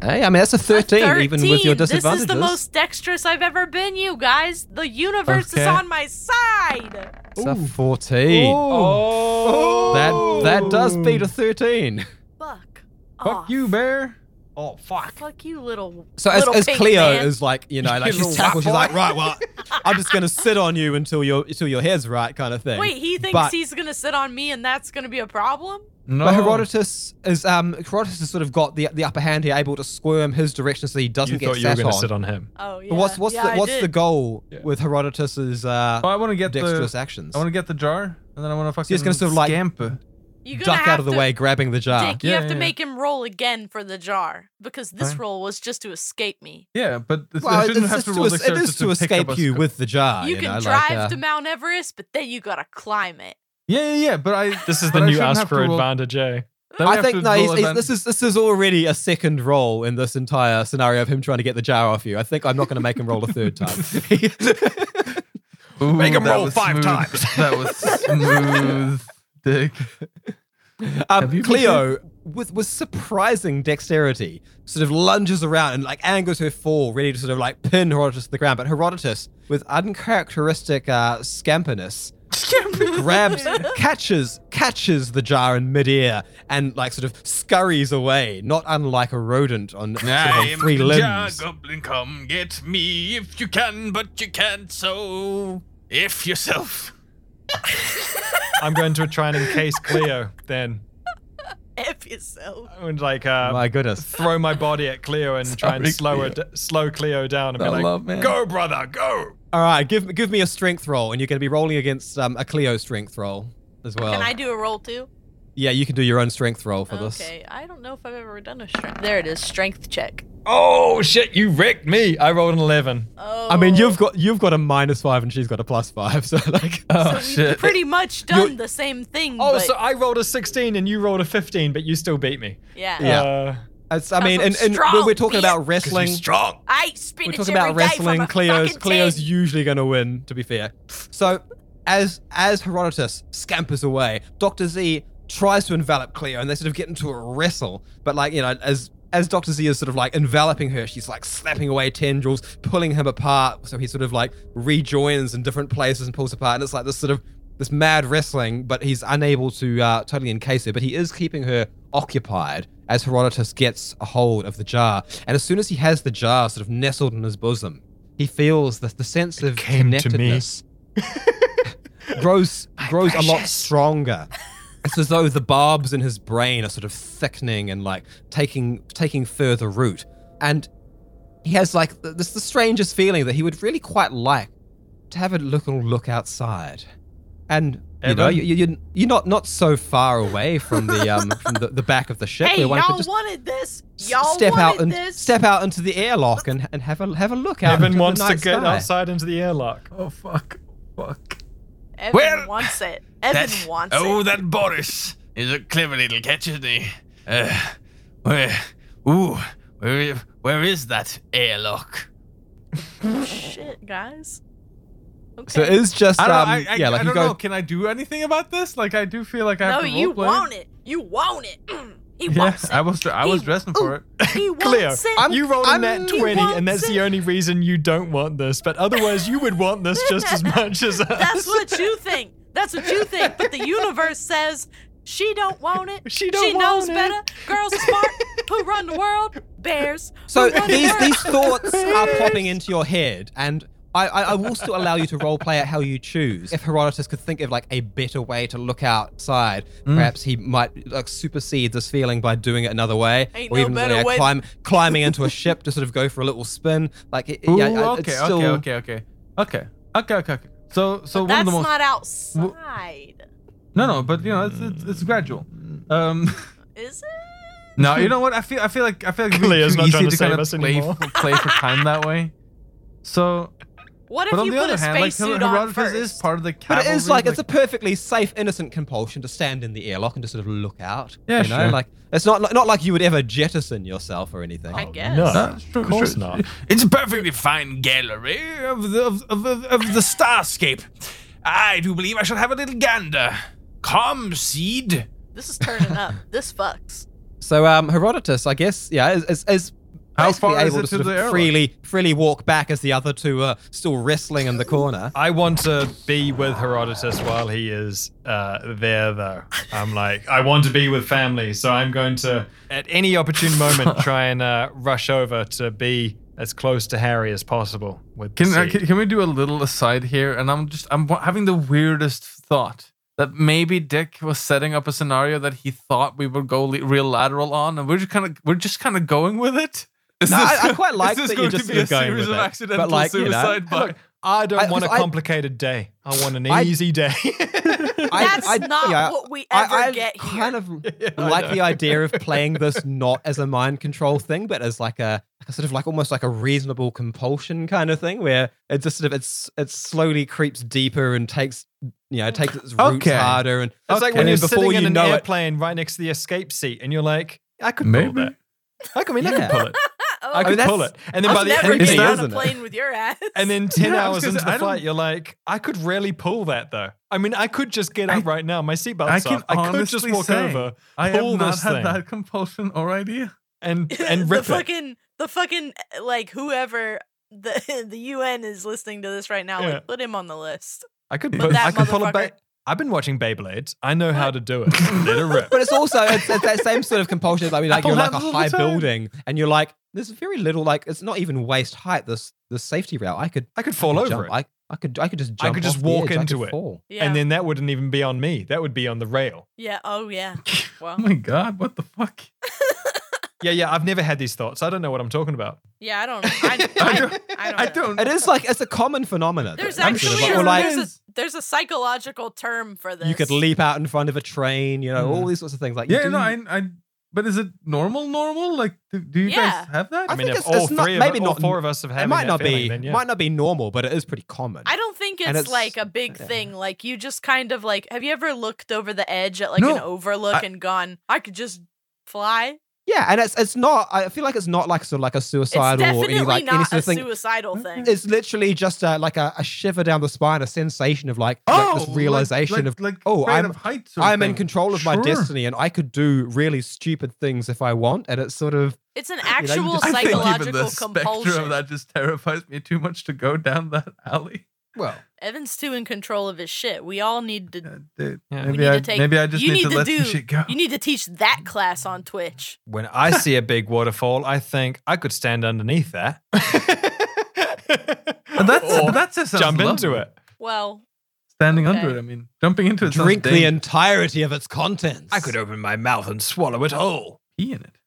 Hey, I mean that's a 13, even with your
13! This
disadvantages.
is the most dexterous I've ever been, you guys. The universe
Okay.
is on my side.
it's a 14.
Oh.
That that does beat a 13.
Fuck.
Fuck
off.
you, bear.
Oh fuck!
Fuck you, little.
So as,
little
as
pink
Cleo
man.
is like, you know, like she's tackled, she's like, right, well, I'm just gonna sit on you until your until your hair's right, kind of thing.
Wait, he thinks
But-
he's gonna sit on me, and that's gonna be a problem.
No.
But Herodotus is um Herodotus has sort of got the the upper hand here, able to squirm his direction so he doesn't
You
get
thought you were
sat
going to
on.
sit on him.
Oh yeah.
But what's what's
yeah, I
the what's
did.
the goal
Yeah.
with Herodotus's uh
Oh, I want to get
dexterous
the.
actions?
I want to get the jar, and then I want to fucking.
he's gonna sort of like-
scamper.
You're gonna
duck out
have
of the
to-
way, grabbing the jar.
Dick, you
Ah, Yeah,
have
yeah,
to
yeah.
make him roll again for the jar because this
Fine.
roll was just to escape me.
Yeah, but it's,
Well,
I shouldn't
it's
have to
just
roll
to, es- it
dexterity
is to
pick up
escape
a
you
sc-
with the
Ah,
jar.
you
You,
can
know,
drive
like, uh,
to Mount Everest, but then you gotta climb it.
Yeah, yeah, yeah. But I.
This is
but
the
I
new
shouldn't
ask
have
for
to roll-
advantage, eh?
then we
I
have
think
to
no.
roll
He's, he's,
advan-
this is this is already a second roll in this entire scenario of him trying to get the jar off you. I think I'm not going to make him roll a third time.
Ooh,
Make 'em
that
roll
was
five
smooth.
times.
that was smooth, Dick. Have
Um,
you
Cleo, with with surprising dexterity, sort of lunges around and like angles her fall, ready to sort of like pin Herodotus to the ground. But Herodotus, with uncharacteristic uh, scamperness, grabs, catches, catches the jar in midair and like sort of scurries away, not unlike a rodent on, sort of on
I am
three
the
limbs.
Goblin, come get me if you can, but you can't, so if yourself.
I'm going to try and encase Cleo then.
F yourself.
I would like uh,
My goodness.
throw my body at Cleo and try and
Sorry,
slow her,
Cleo.
d- slow Cleo down and
I
be like,
love, man.
"Go, brother, go!"
All right, give give me a strength roll, and you're going to be rolling against um, a Cleo strength roll as well.
Can I do a roll too?
Yeah, you can do your own strength roll for this.
Okay, I don't know if I've ever done a strength. There it is, strength check.
Oh shit! You wrecked me. I rolled an eleven.
Oh,
I mean, you've got you've got a minus five, and she's got a plus five. So like,
Oh
so we've pretty much done the same thing.
Oh,
but
so I rolled a sixteen and you rolled a fifteen, but you still beat me.
yeah.
Yeah.
Uh,
it's, I mean,
I'm
and, and
strong,
when we're talking
bitch.
about wrestling,
strong.
I eat
we're
spinach
talking
every
about
day from
wrestling.
a
Cleo's
fucking
Cleo's
tin.
usually going to win, to be fair. So, as as Herodotus scampers away, Doctor Z tries to envelop Cleo, and they sort of get into a wrestle. But like you know, as as Doctor Z is sort of like enveloping her, she's like slapping away tendrils, pulling him apart. So he sort of like rejoins in different places and pulls apart, and it's like this sort of this mad wrestling. But he's unable to uh, totally encase her, but he is keeping her occupied as Herodotus gets a hold of the jar. And as soon as he has the jar sort of nestled in his bosom, he feels the, the sense of
came to me.
connectedness grows grows a lot stronger. It's as though the barbs in his brain are sort of thickening and like taking taking further root. And he has like th- this the strangest feeling that he would really quite like to have a little look outside. And you know,
Evan?
you, you, you're not not so far away from the um from the, the back of the ship
Hey,
where one
y'all
could just
wanted this.
s-
Y'all
step
wanted
out and
this.
step out into the airlock and, and have a have a look out.
Evan
into
wants
the
to
night
get
sky.
outside into the airlock.
Oh fuck. Fuck.
Evan
Well,
wants it. Evan
That-
wants
oh,
it.
that Boris is a clever little catch, isn't he? Uh, where, ooh, where, where is that airlock?
Shit, guys. Okay.
Oh. So it is just
I don't,
um
I, I,
yeah, like
I
you
don't
go
know. Can I do anything about this? Like, I do feel like I
no,
have to
you
roleplay.
want it. You want it. Mm, he
Yeah,
wants it.
I was I was dressing for it.
he wants
Cleo,
it.
you rolled a
I'm-
nat
he
20, and
wants
that's the
it.
only reason you don't want this. But otherwise, you would want this just as much as us.
That's what you think. That's what you think. But the universe says she don't want it.
She don't want
knows
it.
better. Girls are smart. Who run the world? Bears.
So
Who run the
these
world?
these thoughts are popping into your head, and I, I, I will still allow you to roleplay it how you choose. If Herodotus could think of like a better way to look outside,
Mm.
perhaps he might like supersede this feeling by doing it another way,
Ain't no better way.
climb, climbing into a ship to sort of go for a little spin. Like it, yeah,
Ooh,
I-
okay,
it's still
okay, okay, okay, okay, okay, okay, okay. So, so one
That's
of the most
not outside,
no, no, but you know, it's it's, it's gradual. Um,
is it?
no, you know what? I feel I feel like I feel like it's
Clear's
too
not
easy
trying
kind
to save
of
us
play,
anymore.
for, play for time that way. So,
What if
but on
you
the
put
other
a
hand, like
spacesuit on
Herodotus
first?
is part of the
But
cavalry.
it is like it's a perfectly safe, innocent compulsion to stand in the airlock and just sort of look out.
Yeah,
you know,
sure.
like it's not not like you would ever jettison yourself or anything.
I guess.
No,
Huh?
of course not.
It's a perfectly fine gallery of the, of, of, of, of the starscape. I do believe I shall have a little gander. Come, seed.
This is turning up. This fucks.
So um, Herodotus, I guess, yeah, is is, is
How
basically
far is
able
it
to
to
sort
the
of
airlock?
freely freely walk back as the other two are still wrestling in the corner.
I want to be with Herodotus while he is uh, there, though. I'm like, I want to be with family, so I'm going to, at any opportune moment, try and uh, rush over to be as close to Harry as possible. With the
Can, uh,
seed.
can can we do a little aside here? And I'm just I'm wa- having the weirdest thought that maybe Dick was setting up a scenario that he thought we would go le- real lateral on, and we're just kind of we're just kind of going with it. Is
No, I- I quite
is
like
this
that
going
you're just
to be a
going
series
with
of
it. But,
accidental
like, you know,
suicide. but
Look, I don't
I-
want a
'cause I-
complicated day. I want an
I-
easy day.
I-
That's
I-
not
yeah,
what we
I-
ever
I
get here.
kind of like the idea of playing this not as a mind control thing, but as like a, like a sort of like almost like a reasonable compulsion kind of thing, where it just sort of it's it slowly creeps deeper and takes you know takes its roots
Okay.
harder, and
It's like
and
when
then
you're
before
sitting in
you
an
know it,
airplane right next to the escape seat, and you're like, I could pull
Maybe.
that. I could, I mean, I
Yeah.
could pull it. I
I mean,
could pull
that's-
it. And then by
I'm
the
never
end,
getting
thing,
on a
isn't it?
plane with your ass.
and then ten
Yeah, I was
hours
gonna
into
say,
the
I don't-
flight, you're like, I could really pull that though. I mean, I could just get up
I-
right now. My
I
seatbelt's
can
off. I could just
honestly
walk
say,
over
I have
pull
not
this
had
thing.
that compulsion or idea.
and
the
and rip it.
fucking the fucking like whoever the the UN is listening to this right now,
Yeah.
like put him on the list.
I could,
But
put,
that
I could pull a.
motherfucker-
Ba- I've been watching Beyblades. I know how to do it. Let it rip.
But it's also it's, it's that same sort of compulsion. I mean, like
I
you're like a
have all the
high
time.
building, and you're like, there's very little. Like it's not even waist height. This the safety rail. I could
I could fall over
jump.
it.
I, I could I could just
I
jump
could just
off the
walk
edge, I
into
could
it.
fall.
Yeah.
And then that wouldn't even be on me. That would be on the rail.
Yeah. Oh, yeah. Well,
Oh my god, what the fuck?
Yeah, yeah. I've never had these thoughts. I don't know what I'm talking about.
yeah. I don't. I, I, I don't.
I
know.
don't.
It is like it's a common phenomenon.
There's
that-
actually
like,
a,
or like,
there's, a, there's a psychological term for this.
you could leap out in front of a train, you know,
Mhm.
Hmm.
all these sorts of things. Like you
Yeah,
do-
no, I, I. But is it normal? Normal? Like, do, do you
Yeah.
guys have that?
I
I mean,
think
if
it's-
all
it's
three
not-
of
maybe
us, all
not-
four of us have had
it might
that
not
feeling,
be
then, yeah.
might not be normal, but it is pretty common.
I don't think it's,
And it's-
like a big thing. Like you just kind of like have you ever looked over the edge at like
No,
an overlook
I-
and gone, I could just fly?
yeah, and it's it's not. I feel like it's not like sort of like a
It's
suicidal or
definitely
any like any
not
sort
a
of thing.
suicidal thing.
It's literally just a, like a, a shiver down the spine, a sensation of like, Oh, like this
Oh,
like-
realization
like-
of
like
oh,
afraid
I'm-
of heights. sort of
I'm in
thing.
control of my
Sure.
destiny and I could do really stupid things if I want. And it's sort of
It's an
you
actual
just-
I think even
psychological
the specter
compulsion.
of that just terrifies me too much to go down that alley.
well,
Evan's too in control of his shit. We all need to.
Yeah, dude.
Yeah.
We
Maybe
need
I
to take-
maybe I just
you
need
need
to,
to
let
do-
this shit go.
You need to teach that class on Twitch.
When I see a big waterfall, I think I could stand underneath that.
But that's
Or
but that just sounds
jump into
lovely.
it.
Well,
Standing under
Okay.
it. I mean, jumping into it. sounds
drink the
dangerous.
entirety of its contents.
I could open my mouth and swallow it whole.
pee in it.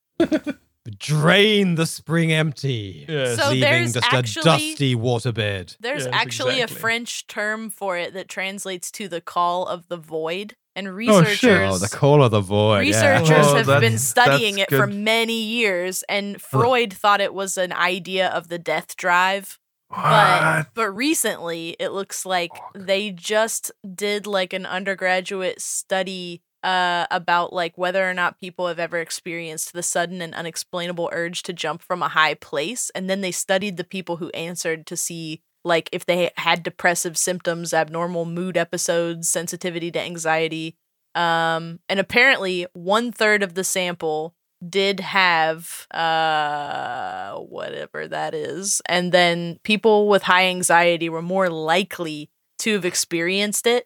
drain the spring empty,
Yes.
So
leaving
there's
just
actually-
a dusty waterbed.
there's
Yes,
actually a
exactly.
French term for it that translates to the call of the void. And
shit.
researchers
Oh, the call of the void. yeah.
Researchers
Oh,
have been
that's-
studying it
that's
for
good.
many years, and Freud thought it was an idea of the death drive.
What?
But but recently, it looks like they just did like an undergraduate study uh, about like whether or not people have ever experienced the sudden and unexplainable urge to jump from a high place, and then they studied the people who answered to see like if they had depressive symptoms, abnormal mood episodes, sensitivity to anxiety, um, and apparently, one third of the sample did have uh, whatever that is. And then people with high anxiety were more likely to have experienced it.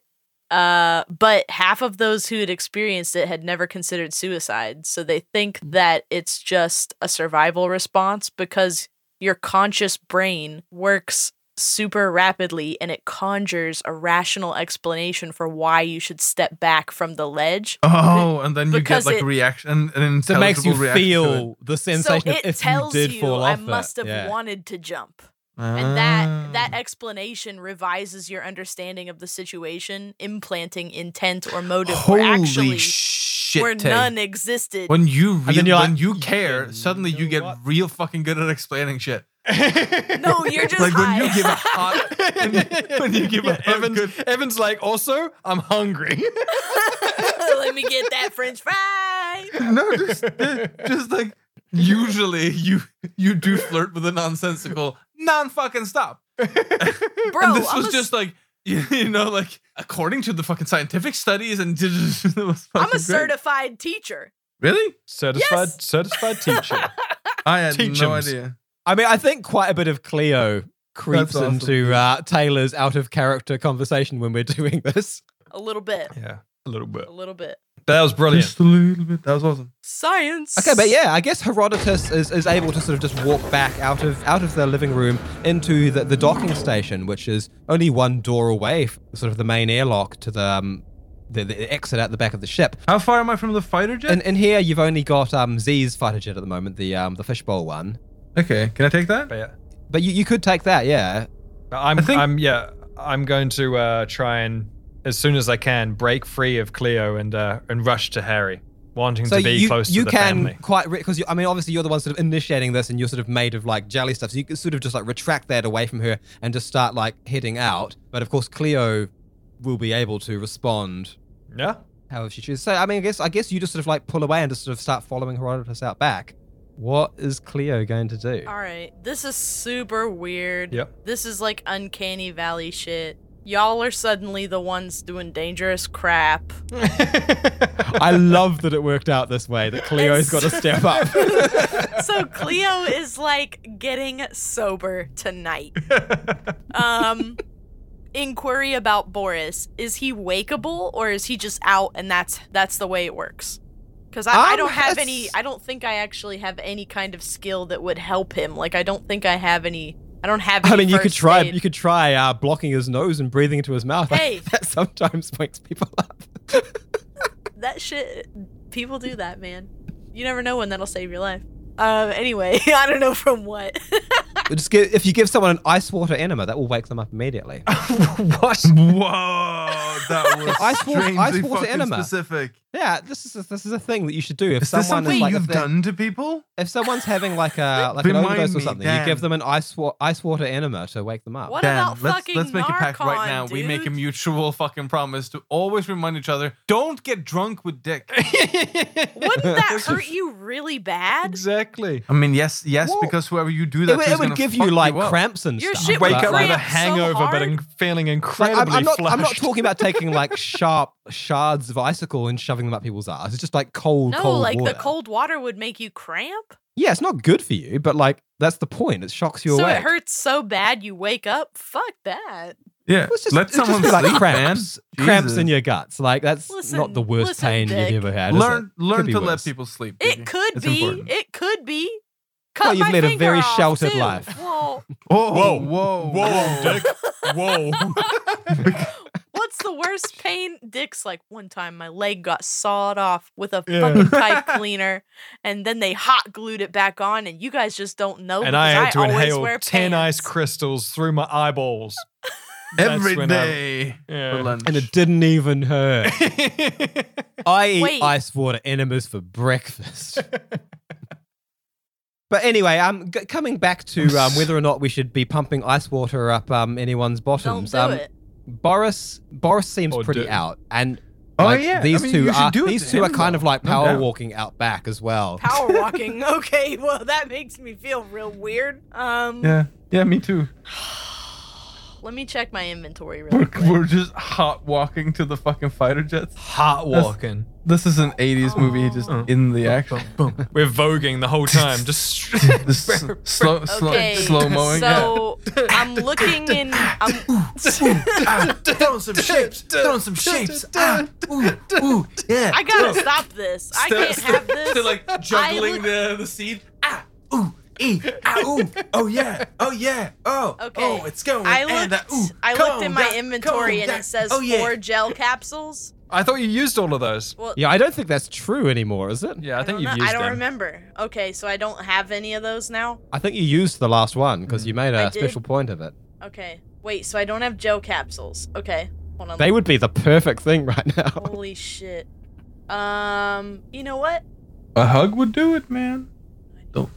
Uh, but half of those who had experienced it had never considered suicide. So they think that it's just a survival response because your conscious brain works super rapidly and it conjures a rational explanation for why you should step back from the ledge.
Oh, and then you get
because
like
it-
a reaction, an
So it
intelligible
makes you
reaction to it.
feel the sensation
so
of
it
if you
tells
did fall
I
off.
must have
it. Yeah.
wanted to jump. And that that explanation revises your understanding of the situation, implanting intent or motive
Ah. holy
where actually
shit,
where
Tay.
none existed.
When you real,
then you're
when
like,
you
"Yeah,
care,
you
suddenly you
know
get
what?"
real fucking good at explaining shit.
no, you're just
like
high.
when you give a hot, when, you give
Yeah,
a hot
Evan's,
good,
Evan's like, also, I'm hungry.
Let me get that French fry.
no, just, just like usually you you do flirt with a nonsensical non fucking stop.
Bro,
and this
I'm
was
a-
just like you, you know like according to the fucking scientific studies and it was fucking
I'm a
great.
certified teacher.
really
Certified, certified teacher.
I had no
Teachums.
idea.
I mean, I think quite a bit of Cleo creeps
awesome.
into uh, Taylor's out of character conversation when we're doing this.
A little bit.
yeah, a little bit.
A little bit.
That was brilliant.
Just a little bit. That was awesome.
Science.
Okay, but yeah, I guess Herodotus is, is able to sort of just walk back out of out of their living room into the, the docking station, which is only one door away, from sort of the main airlock to the, um, the the exit out the back of the ship.
How far am I from the fighter jet?
And in here, you've only got um, Z's fighter jet at the moment, the um, the fishbowl one.
okay, can I take that?
But yeah.
But you, you could take that, yeah.
I'm,
I think-
I'm, yeah, I'm going to uh, try and, as soon as I can, break free of Cleo and uh, and rush to Harry, wanting
So
to be
you,
close
you
to the
can
family.
quite because I mean obviously you're the one sort of initiating this and you're sort of made of like jelly stuff, so you can sort of just like retract that away from her and just start like heading out. But of course, Cleo will be able to respond
Yeah.
however she chooses. So I mean, I guess I guess you just sort of like pull away and just sort of start following Herodotus out back. What is Cleo going to do?
All right. This is super weird.
Yep.
This is like uncanny valley shit. Y'all are suddenly the ones doing dangerous crap.
I love that it worked out this way. That Cleo's got to step up.
So Cleo is like getting sober tonight. Um inquiry about Boris. Is he wakeable or is he just out and that's that's the way it works? Cuz I, I
Um,
don't have
it's-
any I don't think I actually have any kind of skill that would help him. Like I don't think I have any I don't have. Any
I mean, you could
first
try.
aid.
You could try uh, blocking his nose and breathing into his mouth.
Hey.
that sometimes wakes people up.
that shit. People do that, man. You never know when that'll save your life. Um. Anyway, I don't know from what.
Just give, if you give someone an ice water enema, that will wake them up immediately.
what?
Whoa, that was
Ice water-
strangely
ice water
fucking
enema.
specific.
yeah, this is a, this is a thing that you should do if
Is
someone
this something
is like
you've
if, they-
done to people?
if someone's having like a like an
Remind
overdose or
me,
something. You
Dan.
give them an ice wa- ice water enema to wake them up.
What
Dan,
about
Oh, let's
fucking
let's make a pact right
Narcon,
now. We make a
dude?
mutual fucking promise to always remind each other: don't get drunk with dick.
Wouldn't that hurt you really bad?
Exactly.
I mean, yes, yes,
Well,
because whoever you do
It,
that,
would-
to
it
is
would
gonna
give
fuck
you like
up.
cramps and
Your
stuff.
shit
Wake
would
up with
cramp
a
so
hangover, but
hard.
in- feeling
Like,
incredibly
I'm, I'm not. I'm not
flushed.
talking about taking like sharp shards of icicle and shoving them up people's arse. It's just like cold,
No,
cold
like
water.
the cold water would make you cramp.
Yeah, it's not good for you, but like that's the point. It shocks you
so
awake.
it hurts so bad you wake up. Fuck that.
Yeah,
It's just,
let
it's just
someone
be like
sleep, man.
cramps, cramps in
Jesus.
your guts. Like that's not
Listen-
the worst
listen,
pain
Dick.
you've ever had. is
Learn,
it?
learn
Could be
to
worse.
let people sleep.
It
baby.
could
It's
be.
important.
It could be. Cut
Well, you've
my
led a
finger
very
off,
sheltered
too.
life.
Well,
Whoa,
Whoa.
whoa, whoa,
Whoa, Dick. Whoa.
what's the worst pain? Dick's like one time my leg got sawed off with a fucking pipe cleaner, and then they hot glued it back on, and you guys just don't know.
and
because
I had to
always
inhale
wear
10 ice
pants.
crystals through my eyeballs.
Every
when I-
day for
Yeah.
lunch.
and it didn't even hurt. I eat
Wait.
ice water enemas for breakfast. but anyway, um, g- coming back to um, whether or not we should be pumping ice water up um, anyone's
Don't
bottoms.
do
um,
it.
Boris Boris seems
Or
pretty
do-
out, and
Oh,
like,
yeah. I
these
mean,
two
you should
are
do it
these
to
two are
him,
kind of
though.
like
No
power
doubt.
walking out back as well.
Power walking. okay, well that makes me feel real weird. Um,
yeah, yeah, me too.
let me check my inventory real
We're,
quick.
we're just hot walking to the fucking fighter jets.
Hot walking.
This is an 80s movie, just in the action.
We're voguing the whole time. Just
This s- slow, slow,
Okay,
slow mowing.
So I'm looking in. I'm,
throwing some shapes, throwing some shapes. Ah, ooh, ooh, yeah.
I gotta stop this. I can't have this.
They're like juggling
look-
the, the seed. Ah, ooh, ee, ah, ooh. Oh yeah, oh yeah, oh.
Okay.
Oh, it's going.
I
and
looked.
that- ooh,
I
come
looked in
on,
my
that-
inventory
come on,
and
that-
it says
oh, yeah.
four gel capsules.
I thought you used all of those.
Well,
Yeah, I don't think that's true anymore, is it?
Yeah, I,
I
think
don't,
you've
know.
used
I don't
them.
remember. Okay, so I don't have any of those now.
I think you used the last one
Mm.
because you made
I
a
did.
special point of it.
Okay, wait. So I don't have gel capsules. Okay, hold on.
They would be the perfect thing right now.
Holy shit. Um, you know what?
A hug would do it, man.
I'm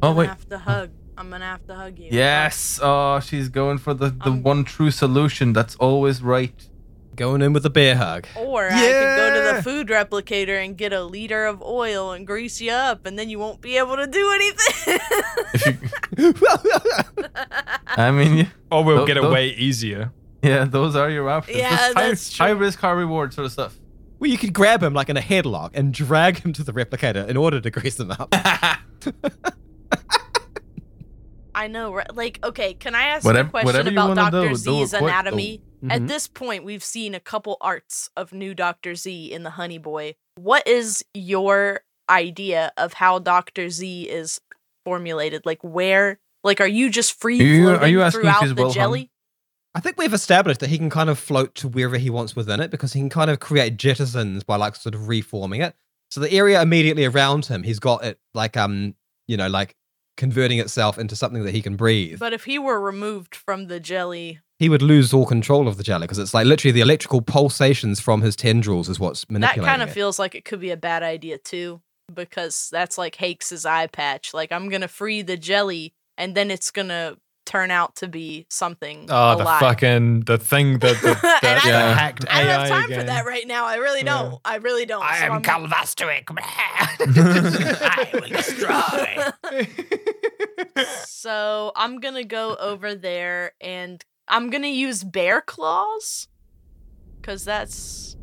gonna
Oh, wait.
have to hug. I'm gonna have to hug you.
Yes. Oh, she's going for the, the
Um,
one true solution. That's always right.
Going in with a bear hug.
Or I could go to
Yeah.
the food replicator and get a liter of oil and grease you up, and then you won't be able to do anything.
If you, I mean, yeah,
Or we'll
Tho-
get
tho-
away easier.
yeah, those are your options.
Yeah,
Just high,
that's true.
high risk, high reward sort of stuff.
Well, you could grab him like in a headlock and drag him to the replicator in order to grease them up.
I know, right? Like, okay, can I ask
Whatever-
a question
whatever you
about
wanna
Doctor
do, do it
Z's
quick, oh, mm-hmm. though.
anatomy?
Mhm.
At this point, we've seen a couple arts of new Doctor Z in the Honey Boy. What is your idea of how Doctor Z is formulated? Like, where? Like, are you just free
Are you- are
floating
you asking if
throughout
he's
the
well hung?
jelly?
I think we've established that he can kind of float to wherever he wants within it because he can kind of create jettisons by like sort of reforming it. So the area immediately around him, he's got it like um, you know, like converting itself into something that he can breathe.
But if he were removed from the jelly,
he would lose all control of the jelly because it's like literally the electrical pulsations from his tendrils is what's
that
manipulating
kind of
it.
feels like it could be a bad idea too, because that's like Hakes's eye patch. Like, I'm gonna free the jelly, and then it's gonna turn out to be something
Oh, the
alive.
fucking the thing that the, the,
And
the
I-
hacked
I don't
AI
have time
again.
for that right now. I really don't. I really don't.
I
So
am
I'm-
Calvasturic. I will destroy.
So I'm gonna go over there and I'm gonna use bear claws, cause that's,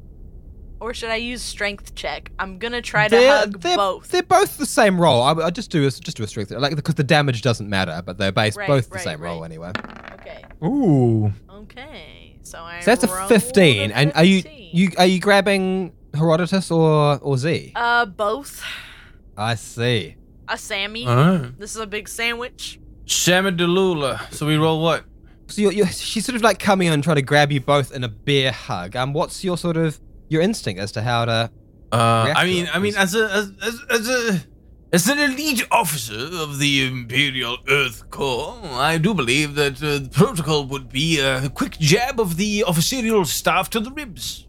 or should I use strength check? I'm gonna try to hug
they're,
both.
They're both the same role. I, I just do a, just do a strength like because the damage doesn't matter, but they're based
Right,
both the
right,
same role
right.
anyway.
Okay.
Ooh.
Okay. So I.
So that's a
rolled
fifteen. And are you
15.
you are you grabbing Herodotus or or Z? I
Uh, both
see.
Uh-huh.
a Sammy. This is a big sandwich.
Shamadalula. Uh-huh. So we roll what?
So you're, you're, she's sort of like coming on trying to grab you both in a bear hug. Um, what's your sort of your instinct as to how to?
Uh,
React
I
to
mean,
it,
I mean,
please.
as a as, as, as a as an elite officer of the Imperial Earth Corps, I do believe that uh, the protocol would be a quick jab of the officerial staff to the ribs.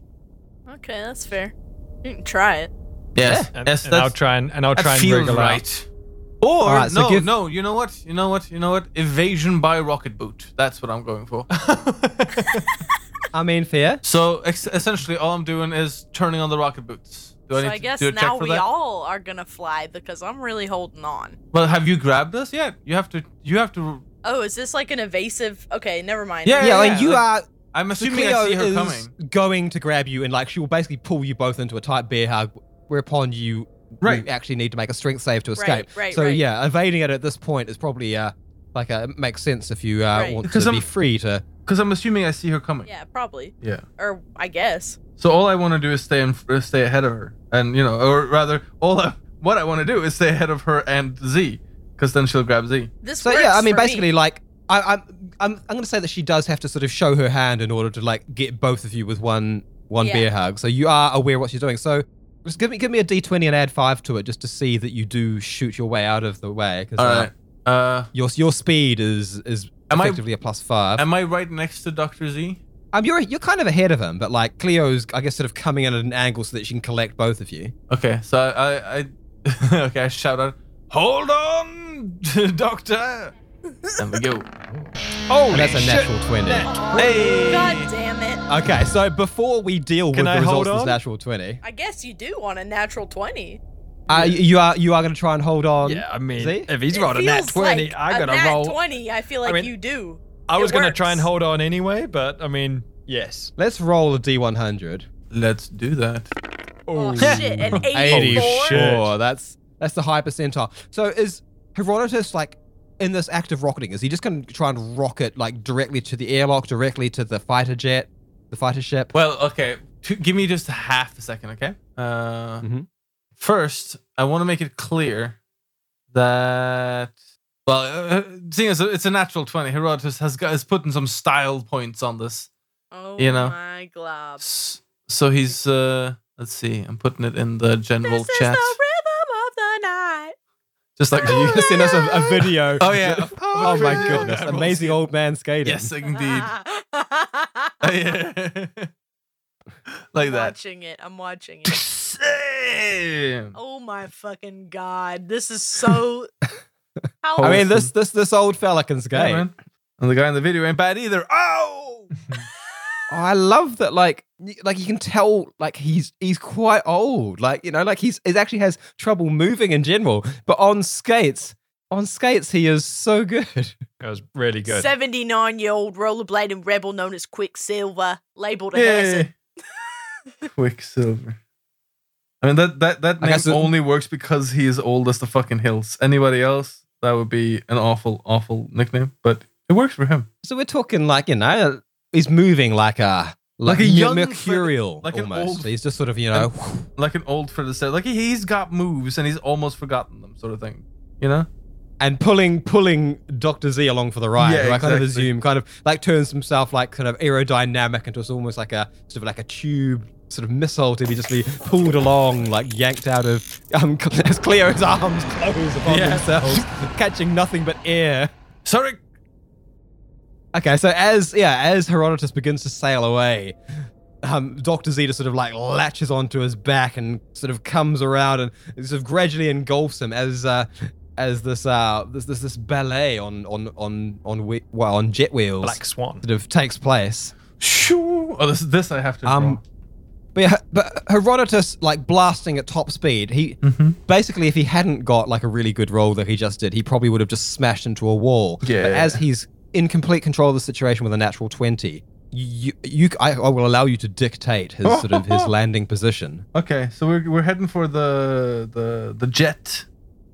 Okay, that's fair. You can try it.
Yes,
And, and I'll try and, and I'll try and wriggle out.
Or
All right, so
no,
give-
no, you know what? You know what? You know what? Evasion by rocket boot. That's what I'm going for.
I mean, fair.
so ex- essentially, all I'm doing is turning on the rocket boots. Do
so
need
I guess
to do a check
now
for
we
that?
all are gonna fly because I'm really holding on.
Well, have you grabbed us yet? You have to. You have to.
Oh, is this like an evasive? Okay, never mind.
Yeah,
Yeah, like you
like,
are.
I'm
So
assuming
Cleo
I see her
is
coming.
going to grab you, and like she will basically pull you both into a tight bear hug, whereupon you,
Right.
you actually need to make a strength save to escape.
right,
so
right.
yeah, evading it at this point is probably uh like uh it makes sense if you uh,
Right.
want
Because
to
I'm-
be free to.
Because I'm assuming I see her coming.
Yeah, probably.
Yeah.
Or I guess.
So all I want to do is stay in, uh, stay ahead of her, and you know, or rather, all I, what I want to do is stay ahead of her and Z, because then she'll grab Z.
This
So
works
yeah, I mean,
for me.
basically, like I, I'm, I'm, I'm gonna say that she does have to sort of show her hand in order to like get both of you with one, one
Yeah.
bear hug. So you are aware of what she's doing. So just give me, give me a d20 and add five to it, just to see that you do shoot your way out of the way. Because
All right. Uh,
your your speed is is
Am I-
effectively a plus five.
am I right next to Doctor Z?
um, you're you're kind of ahead of him, but like Cleo's, I guess, sort of coming in at an angle so that she can collect both of you.
Okay, so I, I, I okay, I shout out, hold on, Doctor, and we go.
And that's a natural twenty.
God damn it!
Okay, so before we deal
Can
with
I
the
hold
results of this
on?
natural twenty,
I guess you do want a natural twenty.
uh, you are you are going to try and hold on.
Yeah, I mean,
See?
if he's
It
rolled a nat
feels
20,
like
I
a
gotta
nat
roll.
Twenty. I feel like
mean,
you do.
I
It
was gonna try and
works.
hold on anyway, but I mean, yes.
Let's roll a d100.
Let's do that.
Oh shit! An eighty-four.
Sure, Oh, that's that's the high percentile. So is Herodotus like in this act of rocketing? Is he just going to try and rocket like directly to the airlock, directly to the fighter jet, the fighter ship?
Well, okay. T- give me just half a second, okay? Uh,
Mhm.
First, I want to make it clear that. Well, uh, seeing as it's a natural 20, Herodotus has, got, has put in some style points on this.
Oh
You know.
my glob.
S- So he's. Uh, let's see, I'm putting it in the general
This is the
chat.
rhythm of the night.
Just like.
you just send us a, a video.
Oh, yeah.
Oh my
yeah.
goodness!
Yeah.
Amazing old man skating.
Yes, indeed.
I'm
Yeah. like that.
watching it. I'm watching it. Oh my fucking god. This is so. How
I mean this this this old fella can skate.
Yeah, man. And the guy in the video ain't bad either. Oh!
Oh, I love that. Like, y- like you can tell, like he's he's quite old. Like you know, like he's he actually has trouble moving in general. But on skates, on skates, he is so good.
That was really good.
79 year old rollerblading rebel known as Quicksilver, labeled a hazard.
Yay. Quicksilver. I mean that that that
I
name
guess it-
only works because he is old as the fucking hills. Anybody else, that would be an awful, awful nickname. But it works for him.
So we're talking like you know, he's moving like a
Like
like,
a
a
young
mercurial,
Fred- like an
almost.
old-
he's just sort of you know,
Like an old Fred said, like he- he's got moves and he's almost forgotten them, sort of thing. You know?
and pulling pulling Doctor Z along for the ride.
Yeah,
who I kind of
exactly.
assume kind of like turns himself like kind of aerodynamic into almost like a sort of like a tube sort of missile to be just be pulled along, like yanked out of um as Cleo's arms close upon themselves, catching nothing but air.
Sorry.
Okay, so as yeah, as Herodotus begins to sail away, um, Doctor Zeta sort of like latches onto his back and sort of comes around and sort of gradually engulfs him as uh, as this uh this this, this ballet on on on on whe- well, on jet wheels
Black Swan.
sort of takes place.
Shoo. Oh, this this I have to.
Um, but yeah, but Herodotus like blasting at top speed. He basically, if he hadn't got like a really good roll that he just did, he probably would have just smashed into a wall.
Yeah,
But
yeah,
as he's in complete control of the situation with a natural twenty, you you I, I will allow you to dictate his sort of his landing position.
draw. Okay, so we're we're heading for the the the jet,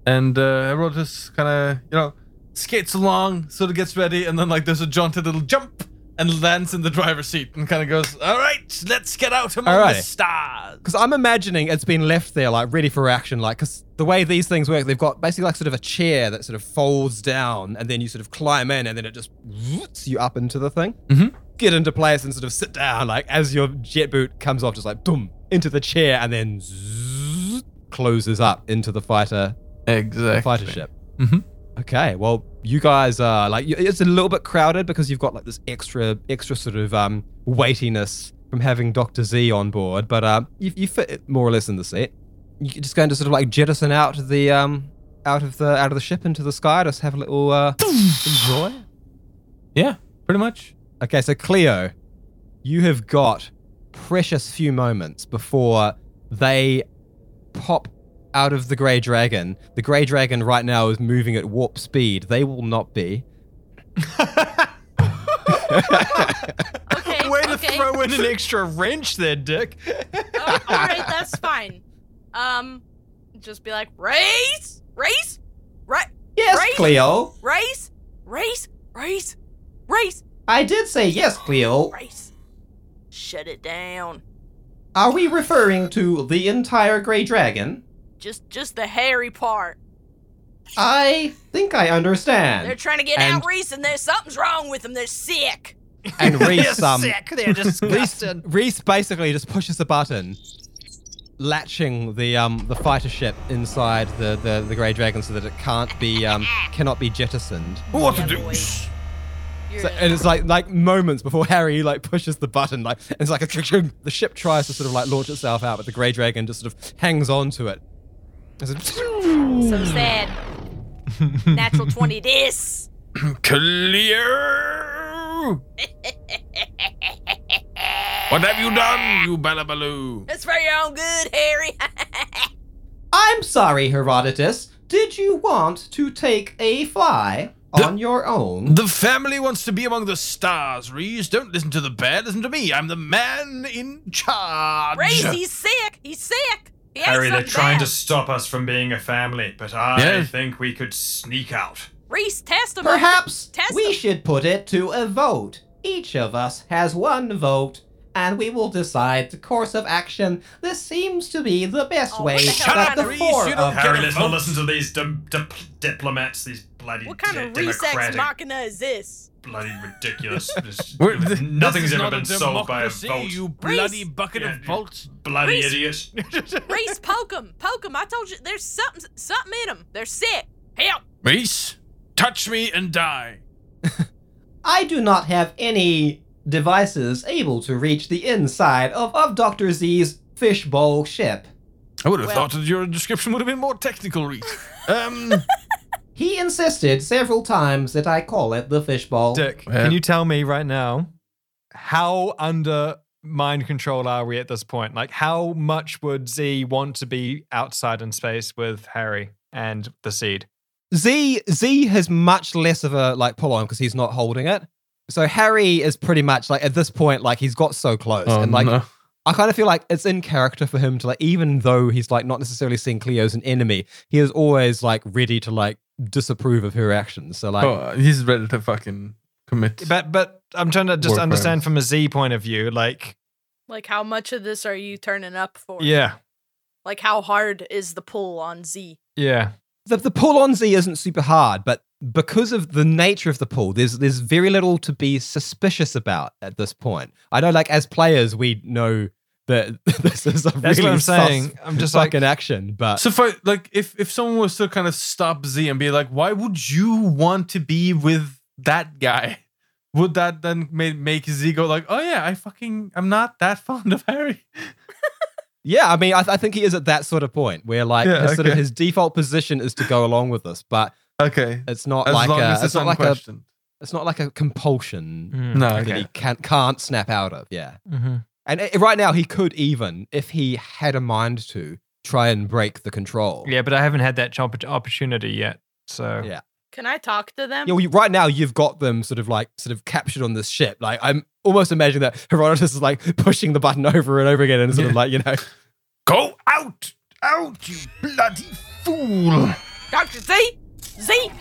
and uh, Herodotus kind of you know skates along, sort of gets ready, and then like there's a jaunty little jump, and lands in the driver's seat and kind of goes, "All right, let's get out among the
Alrighty.
stars."
Because I'm imagining it's been left there, like ready for action. Like, because the way these things work, they've got basically like sort of a chair that sort of folds down, and then you sort of climb in, and then it just zoots you up into the thing,
Mhm.
get into place, and sort of sit down. Like as your jet boot comes off, just like boom into the chair, and then zzz, closes up into the fighter
Exactly.
fighter ship.
Mhm.
Okay, well, you guys are like y- it's a little bit crowded because you've got like this extra extra sort of um weightiness from having Doctor Z on board, but um you, you fit it more or less in the seat. You're just going to sort of like jettison out of the um out of the out of the ship into the sky, just have a little uh enjoy.
Yeah, pretty much.
Okay, so Cleo, you have got precious few moments before they pop out of the Grey Dragon. The Grey Dragon right now is moving at warp speed. They will not be.
Okay.
Way to
okay.
throw in an extra wrench there, Dick.
Oh, all right, that's fine. Um, just be like race, race, right,
Yes,
Right?
Cleo.
race, race, race, race,
I did say yes, Cleo.
race. Shut it down.
Are we referring to the entire Grey Dragon?
Just, just the hairy part.
I think I
They're
understand.
trying to get
and-
out Reese, and there's something's wrong with them. They're sick.
And Reese, um,
They're disgusted.
Reese basically just pushes the button, latching the um the fighter ship inside the the, the Grey Dragon so that it can't be um cannot be jettisoned.
what
Yeah,
to do?
boy. You're
So, and it's like like moments before Harry like pushes the button, like and it's like a ching. the ship tries to sort of like launch itself out, but the Grey Dragon just sort of hangs on to it. It's a-
so sad. Natural twenty. This.
Clear! what have you done, you Balabaloo?
It's for your own good, Harry.
I'm sorry, Herodotus. Did you want to take a fly on your own?
The family wants to be among the stars, Reese. Don't listen to the bear, listen to me. I'm the man in charge.
Reese, he's sick. He's sick. He ate
Harry, they're
something
trying
bad.
to stop us from being a family, but I
Yeah.
think we could sneak out.
Reese, test him.
Perhaps
Test
we
them.
should put it to a vote. Each of us has one vote, and we will decide the course of action. This seems to be the best
Oh,
way
what the hell
that
kind
the
of reason?
four
You
of
don't-
Harry,
a
let's not
vote.
listen to these dim- dip- diplomats, these bloody
What kind of
de-
Reese ex
democratic,
machina is this?
bloody ridiculous. this-
We're- th-
Nothing's
this is
ever
not a
been solved by a
democracy,
vote.
You bloody bucket
Yeah,
of
you-
bolts.
bloody
Reese-
idiot.
Reese, poke him. Poke him. I told you there's something something in him. They're sick. Help.
Reese, touch me and die.
I do not have any devices able to reach the inside of, of Dr. Z's fishbowl ship.
I would have
Well-
thought that your description would have been more technical, Reese. Um,
He insisted several times that I call it the fishbowl.
Dick,
Yeah.
can you tell me right now how under mind control are we at this point? Like, how much would Z want to be outside in space with Harry and the seed?
Z Z has much less of a like pull on because he's not holding it. So Harry is pretty much like at this point like he's got so close
Oh,
and like I kind of feel like it's in character for him to like even though he's like not necessarily seeing Cleo as an enemy, he is always like ready to like disapprove of her actions. So like
Oh, he's ready to fucking commit.
But but I'm trying to just
Warframes.
understand from a Z point of view, like
Like how much of this are you turning up for?
yeah,
Like how hard is the pull on Z?
yeah.
the, the pull on Z isn't super hard, but because of the nature of the pull, there's there's very little to be suspicious about at this point. I know, like as players, we know that this is a
That's
really
what I'm
sus
saying. I'm just like,
fucking action, but
Uh, So if I, like if if someone was to kind of stop Z and be like, why would you want to be with that guy? Would that then make, make Z go like, oh yeah, I fucking I'm not that fond of Harry.
yeah, I mean, I, th- I think he is at that sort of point where like
Yeah,
his, sort of
okay.
his default position is to go along with this, but
Okay.
it's not
As
like
long
a,
as
it's
it's
not like a
unquestioned.
it's not like a compulsion
no,
that
okay.
he can't can't snap out of. Yeah.
Mm-hmm.
And i right now, he could even, if he had a mind to, try and break the control.
Yeah, but I haven't had that chop- opportunity yet. So
Yeah.
Can I talk to them?
Yeah, well, you, right now you've got them sort of like sort of captured on this ship. Like I'm almost imagining that Herodotus is like pushing the button over and over again, and sort of like you know,
Go out! Out, you bloody fool!
Dr. Z? Z?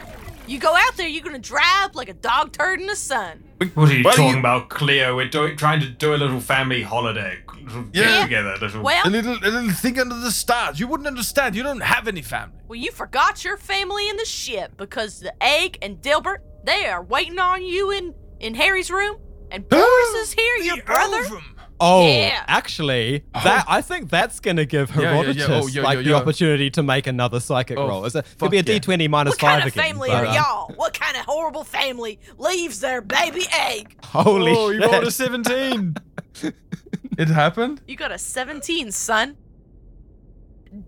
You go out there, you're gonna dry up like a dog turd in the sun.
What are you
Well,
talking
you-
about, Cleo? We're do- trying to do a little family holiday. Little
Yeah.
Get together. Little.
Well,
A little, a little thing under the stars. You wouldn't understand. You don't have any family.
well, you forgot your family in the ship because the egg and Dilbert they are waiting on you in in Harry's room, and Boris is here, your brother.
Elvrum.
Oh,
Yeah.
actually, that I think that's gonna give
yeah, yeah. Oh,
Herodotus
yeah,
like
yeah,
the
yeah.
opportunity to make another psychic
Oh,
roll. Is it
fuck
could be a
yeah.
D twenty minus
What kind
five
of
again?
family
but,
are
uh,
y'all? What kind of horrible family leaves their baby egg?
Holy
oh, you rolled a
shit!
seventeen. it happened.
You got a 17, son.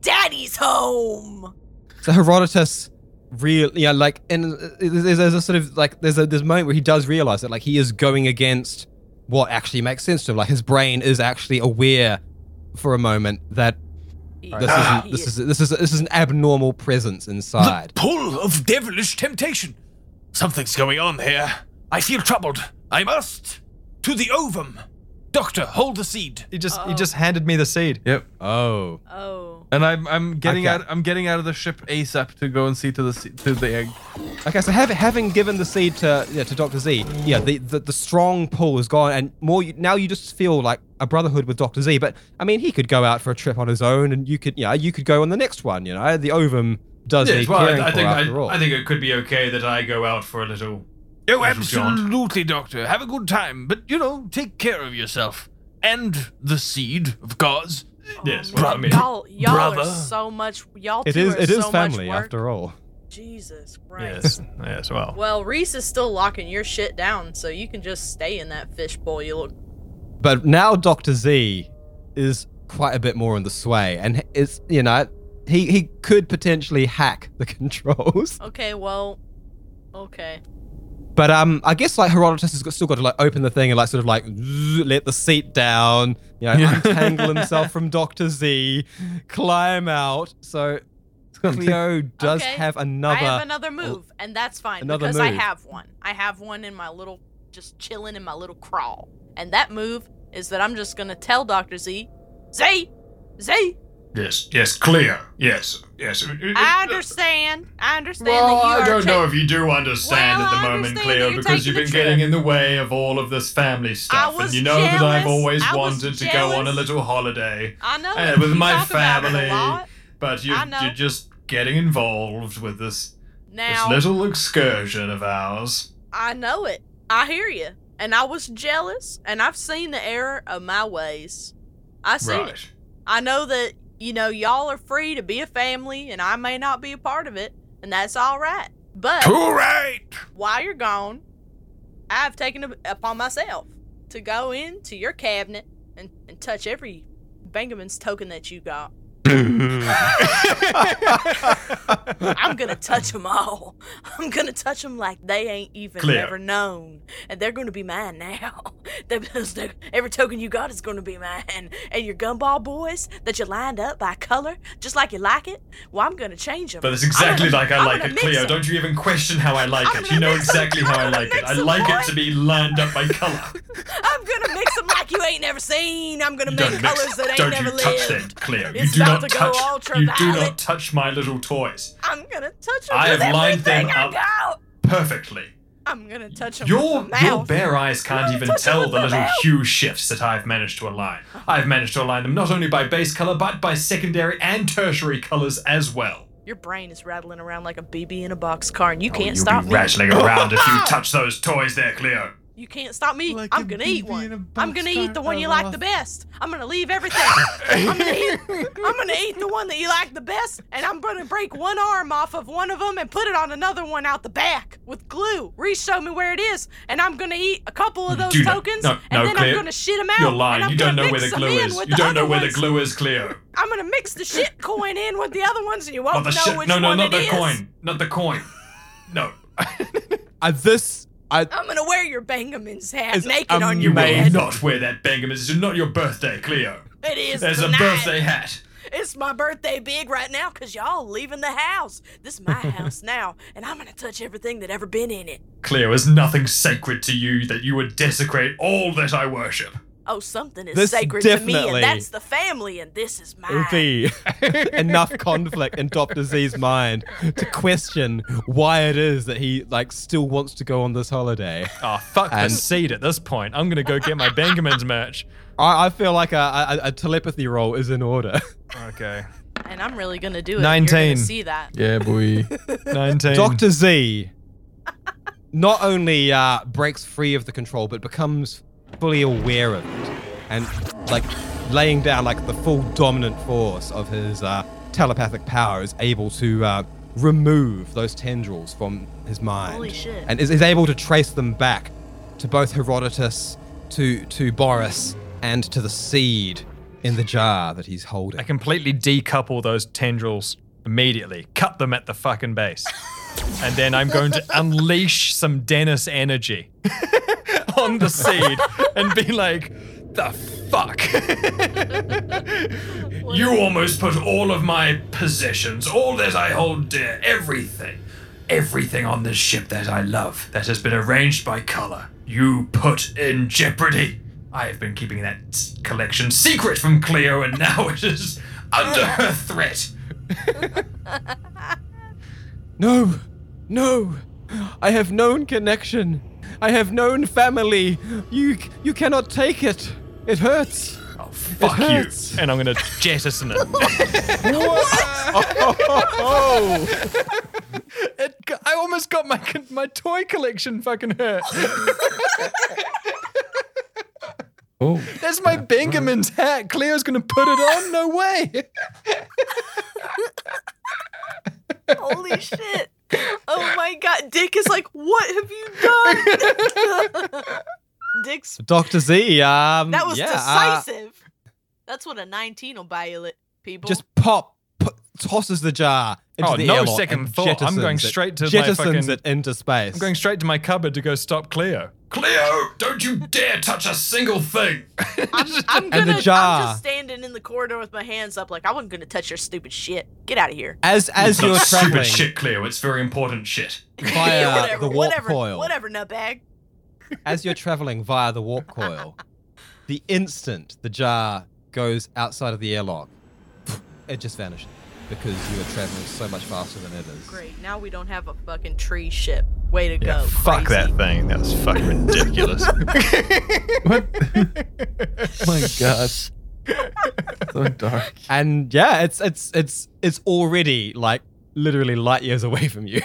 Daddy's home.
So Herodotus, real, yeah, like, and uh, there's, there's a sort of like there's a there's a moment where he does realize that like he is going against what actually makes sense to him. Like his brain is actually aware for a moment that this
Ah.
isn't, this is this is this is an abnormal presence inside.
Pull of devilish temptation. Something's going on here. I feel troubled. I must to the ovum. Doctor, hold the seed.
He just he just handed me the seed.
Yep.
Oh,
Oh.
And I'm I'm getting
Okay.
out I'm getting out of the ship ASAP to go and see to the se- to the egg.
Okay, so have, having given the seed to yeah, to Doctor Z, yeah, the, the, the strong pull is gone, and more you, now you just feel like a brotherhood with Doctor Z. But I mean, he could go out for a trip on his own, and you could yeah, you could go on the next one. You know, the ovum does
Yes,
need
well,
caring
I, I
for
think
after
I,
all.
I think it could be okay that I go out for a little.
Oh,
Little jaunt.
absolutely, Doctor. Have a good time, but you know, take care of yourself and the seed, of course.
Yes, well, I
Bro-
mean,
y'all, y'all are
brother.
so much. Y'all
it
two
is
are
it is
so
family
much work.
after all.
Jesus Christ.
yes, yes. Well,
Well, Reese is still locking your shit down, so you can just stay in that fishbowl. You look.
But now Doctor Z is quite a bit more in the sway, and it's you know he he could potentially hack the controls.
Okay, well, okay.
But um, I guess like Herodotus has got, still got to like open the thing and like sort of like zzz, let the seat down, you know, untangle himself from Doctor Z, climb out. So Cleo does
Okay,
have
I
another.
have another move, and that's fine
oh, another
because I
move.
have one. I have one in my little, just chilling in my little crawl, and that move is that I'm just gonna tell Doctor Z, Z, Z.
yes, yes, clear. Yes, yes.
I understand. I understand
Well,
that you
I
are.
don't
ta-
know if you do understand
Well,
at
I
the moment,
understand that
Cleo,
you're
because
taking
you've
the
been
trip.
getting in the way of all of this family stuff, and
was
you know that I've
jealous.
always
I was
wanted to go on a
jealous.
little holiday,
I know.
uh,
that
with
you
my
talk about it a
family.
lot.
but you're,
I know.
you're just getting involved with this
Now,
this little excursion of ours.
I know it. I hear you. And I was jealous, and I've seen the error of my ways. I seen it.
Right.
I know that, you know, y'all are free to be a family and I may not be a part of it, and that's all right. But
All right.
while you're gone, I've taken it upon myself to go into your cabinet and, and touch every Benjamin's token that you got. I'm gonna touch them all. I'm gonna touch them like they ain't even
Clear.
ever known, and they're gonna be mine now. They're- because they're- every token you got is gonna be mine, and your gumball boys that you lined up by color, just like you like it. Well, I'm gonna change them.
But it's exactly like I
I'm
like
gonna
it,
mix
Cleo.
it.
Don't you even question how I like
I'm
it.
gonna
You know
mix 'em.
exactly how I
I'm gonna
like it. I
mix 'em,
like it
boy.
to be lined up by color.
I'm gonna mix them like you ain't never seen. I'm gonna
You
make
don't mix.
colors that ain't
don't
never
you
lived.
touch them, Cleo. You
It's
do
about
not
to go
touch. You
ultraviolet.
do not touch my little toys.
I'm gonna touch them.
I
with
have lined
everything
them
I
up.
got.
Perfectly.
I'm gonna touch them.
Your
with my
your
mouth.
bare eyes can't
No,
even
touch 'em
tell
with
the
my
little
mouth.
hue shifts that I've managed to align. I've managed to align them not only by base color but by secondary and tertiary colors as well.
Your brain is rattling around like a BB in a box car, and you
Oh, You'll
can't
be
stop me.
rattling around if you touch those toys there, Cleo.
You can't stop me.
Like
I'm
a
gonna
BB
eat
in a
one.
box
I'm gonna eat the
car
one you like the best. I'm gonna leave everything. I'm gonna eat. I'm gonna eat the one that you like the best, and I'm gonna break one arm off of one of them and put it on another one out the back with glue. Reese show me where it is, and I'm gonna eat a couple of those
do not-
tokens,
no, no,
and then
Claire,
I'm gonna shit them out.
You're
and
lying.
I'm
You don't
gonna
know where the
mix 'em
glue
in
is.
with the
You don't know
other
where the
ones.
glue is, Cleo.
I'm gonna mix the shit coin in with the other ones, and you
Not
won't
the
know
shit.
Oh, which
No, no,
one
not
it
the
is.
coin. Not the coin. No.
Uh, this I
I'm gonna wear your Bengamin's hat
It's
naked on your
You will
head.
not wear that Bengham. It's not your birthday, Cleo.
It is
There's a
tonight.
birthday hat.
It's my birthday big right now because y'all leaving the house. This is my house now, and I'm gonna touch everything that ever been in it.
Cleo, is nothing sacred to you that you would desecrate all that I worship.
oh, something is
This
sacred to me,
definitely-
and that's the family, and this is mine.
be enough conflict in Dr. Z's mind to question why it is that he like still wants to go on this holiday.
Oh, fuck
And-
the seed at this point. I'm going to go get my Benjamin's merch.
I, I feel like a, a, a telepathy role is in order.
Okay.
and I'm really gonna do it.
19.
You're gonna see that?
Yeah, boy.
19.
Dr. Z not only uh, breaks free of the control, but becomes fully aware of it and like laying down like the full dominant force of his uh, telepathic power is able to uh, remove those tendrils from his mind.
Holy shit.
And is, is able to trace them back to both Herodotus, to, to Boris, and to the seed in the jar that he's holding.
I completely decouple those tendrils immediately, cut them at the fucking base. and then I'm going to unleash some Dennis energy on the seed and be like, the fuck. you almost put all of my possessions, all that I hold dear, everything, everything on this ship that I love, that has been arranged by color, you put in jeopardy. I have been keeping that s- collection secret from Cleo, and now it is under her threat.
No, no. I have known connection. I have known family. You you cannot take it. It hurts.
Oh, fuck
hurts.
you. And I'm gonna jettison it.
Oh,
it g- I almost got my con- my toy collection fucking hurt.
Oh,
That's my Benjamin's hat. Cleo's gonna put it on? No way.
Holy shit! Oh my god, Dick is like, what have you done? Dick's
Doctor Z. Um,
that was
yeah, uh,
decisive. That's what a 19 will buy you, li- people.
just pop, pu- tosses the jar into
Oh,
the
no
airlock
second
and
thought. I'm
jettisons
going
it-
straight to my
jettisons
fucking-
it into space.
I'm going straight to my cupboard to go stop Cleo. Cleo, don't you dare touch a single thing.
I'm,
the
I'm gonna, I'm
jar.
just standing in the corridor with my hands up, like I wasn't gonna touch your stupid shit. Get out of here.
as as you're traveling
Cleo. It's very important shit.
via
whatever,
the warp
whatever,
coil,
whatever, nutbag.
as you're traveling via the warp coil, the instant the jar goes outside of the airlock, it just vanishes because you are traveling so much faster than it is.
Great. Now we don't have a fucking tree ship. Way to go.
fuck
crazy.
that thing. That was fucking ridiculous.
my God. so dark.
And yeah, it's it's it's it's already like literally light years away from you.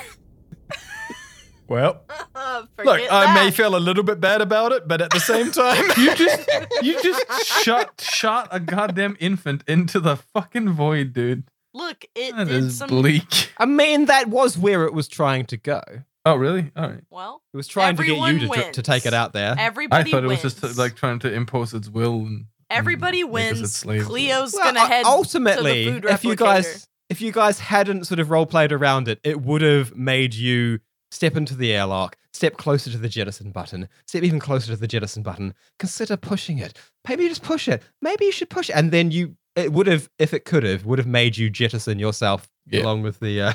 well,
Uh, Forget
look, I may
that.
feel a little bit bad about it, but at the same time,
You just you just shot shot a goddamn infant into the fucking void, dude.
Look, it
That
did
is
some.
bleak.
I mean, that was where it was trying to go.
Oh, really? All right.
well,
It was trying
Everyone
to get you to, dr- to
wins.
take it out there.
everybody
I thought it was
wins.
just uh,
mm,
like trying to impose its will. And,
everybody
Mm, make us its
wins.
slaves.
Cleo's
Well,
gonna
u-
head
ultimately,
to the food
if you
replicator.
guys if you guys hadn't sort of role played around it, it would have made you step into the airlock, step closer to the jettison button, step even closer to the jettison button. Consider pushing it. Maybe you just push it. Maybe you should push it, and then you it would have if it could have would have made you jettison yourself
Yeah.
along with the. Uh,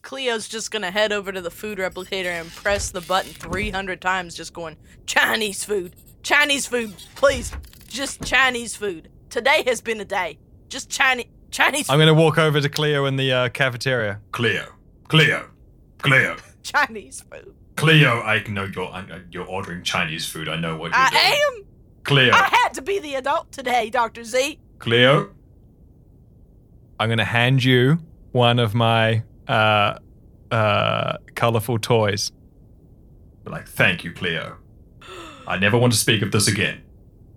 Cleo's just gonna head over to the food replicator and press the button 300 times, just going, Chinese food, Chinese food, please, just Chinese food. Today has been a day. Just Chinese, Chinese,
I'm gonna walk over to Cleo in the uh, cafeteria. Cleo, Cleo, Cleo,
Chinese food.
Cleo. I know you're I- you're ordering Chinese food. I know what you're doing.
I am.
Cleo,
Uh, I had to be the adult today, Doctor Z.
Cleo. I'm gonna hand you one of my uh, uh, colorful toys. Like, thank you, Cleo. I never want to speak of this again.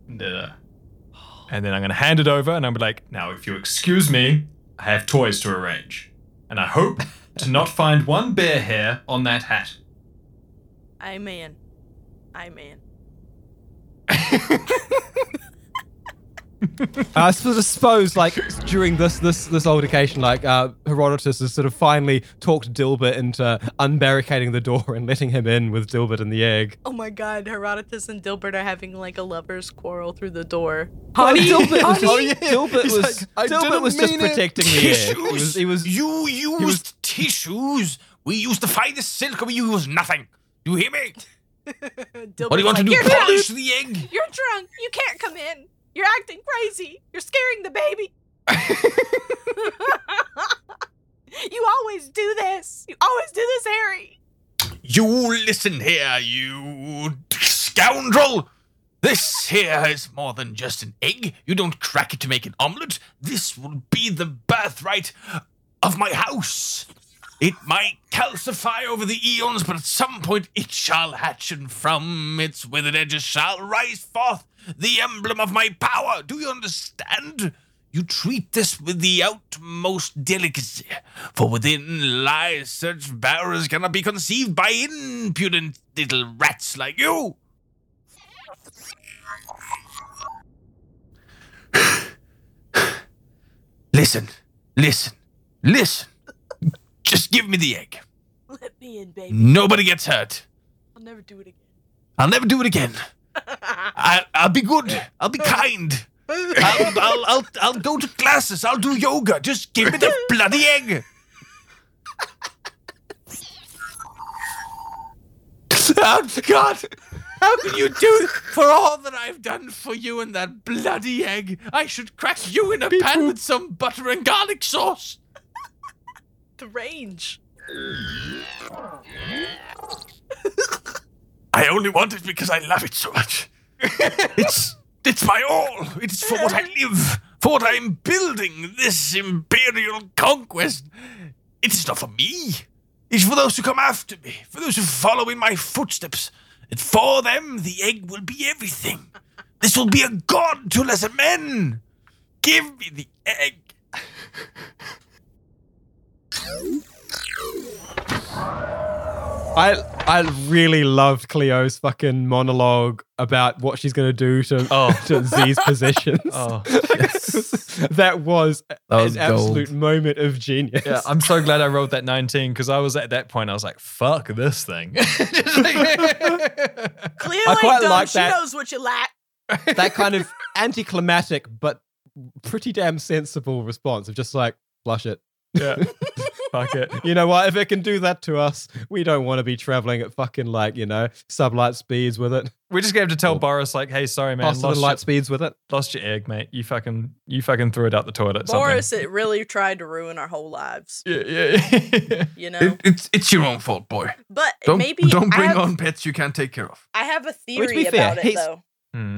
And then I'm gonna hand it over, and I'm like, now, if you excuse me, I have toys to arrange, and I hope to not find one bear hair on that hat.
Amen. Amen.
Uh, I sort of suppose, like during this this this altercation, like uh, Herodotus has sort of finally talked Dilbert into unbarricading the door and letting him in with Dilbert and the egg.
Oh my God, Herodotus and Dilbert are having like a lovers' quarrel through the door.
Well, Dilbert was,
honey.
Dilbert
He's
was,
like, "I
Dilbert
didn't
was just
mean it."
protecting the egg. He was,
tissues.
he was
you used tissues. We used the finest silk. We used nothing. You hear me?
Dilbert's
What do you want to
like,
do?
You're
Polish
drunk.
the egg?
You're drunk. You can't come in. You're acting crazy. You're scaring the baby. you always do this. You always do this, Harry.
You listen here, you scoundrel! This here is more than just an egg. You don't crack it to make an omelette. This will be the birthright of my house. It might calcify over the eons, but at some point it shall hatch, and from its withered edges shall rise forth the emblem of my power. Do you understand? You treat this with the utmost delicacy, for within lies such barrows cannot be conceived by impudent little rats like you. listen, listen, listen. Just give me the egg.
Let me in, baby.
Nobody gets hurt.
I'll never do it again.
I'll never do it again. I, I'll be good. I'll be kind. I'll, I'll, I'll, I'll go to classes. I'll do yoga. Just give me the bloody egg.
Oh, God! How can you do for all that I've done for you and that bloody egg? I should crack you in a pan with some butter and garlic sauce.
The range.
I only want it because I love it so much. it's it's my all. It's for what I live, for what I'm building. This imperial conquest. It is not for me. It's for those who come after me, for those who follow in my footsteps. And for them, the egg will be everything. This will be a god to lesser men. Give me the egg.
I I really loved Cleo's fucking monologue about what she's gonna do to, to Z's positions. that was,
Oh. was
an absolute
gold.
moment of genius.
Yeah, I'm so glad I wrote that 19 because I was at that point. I was like, "Fuck this thing." Just like-
Cleo
I
ain't
quite
dumb.
like
she
that.
knows what you lack.
that kind of anticlimactic but pretty damn sensible response of just like flush it.
yeah, fuck it.
You know what? If it can do that to us, we don't want to be traveling at fucking like you know sublight speeds with it,
We're just gonna have to tell Boris, like, "Hey, sorry, man,
faster
lost
than light
your,
speeds with it.
lost your egg, mate. You fucking, you fucking threw it out the toilet." something."
Boris, it really tried to ruin our whole lives.
Yeah, yeah. yeah.
You know,
It, it's it's your own fault, boy.
but
Don't
maybe
don't bring
I, have,
on pets you can't take care of.
I have a
be
theory
fair,
about it
he's-
though.
Hmm.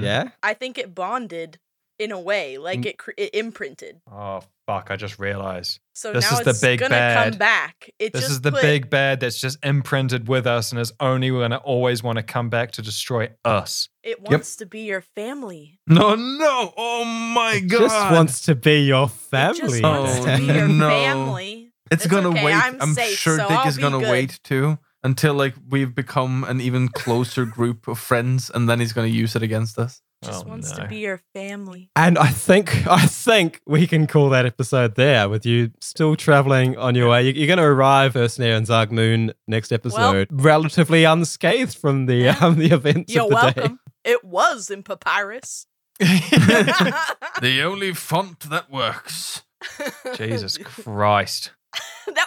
Yeah,
I think it bonded in a way, like it cr- it imprinted.
Oh fuck! I just realized.
So
This
now
is the
it's
big
gonna
bad.
come back. It
This
just
is the
put-
big bad that's just imprinted with us and is only going to always want to come back to destroy us.
It wants to be your family.
No, no. Oh my
It
god.
just wants to be your
It just
family.
wants to be your
no.
family.
It's,
It's
gonna
okay,
wait.
I'm
I'm,
safe,
sure
so
Dick
I'll
is
be
gonna
good.
wait too until like we've become an even closer group of friends, and then he's gonna use it against us.
Just
Oh,
wants
no.
to be your family.
And I think I think we can call that episode there. With you still traveling on your way, You- you're going to arrive, Ersnir and Zargmoon, next episode, relatively unscathed from the
Yeah.
um, the events
You're
of the
welcome. It was in papyrus. that
The only font that works.
Jesus Christ.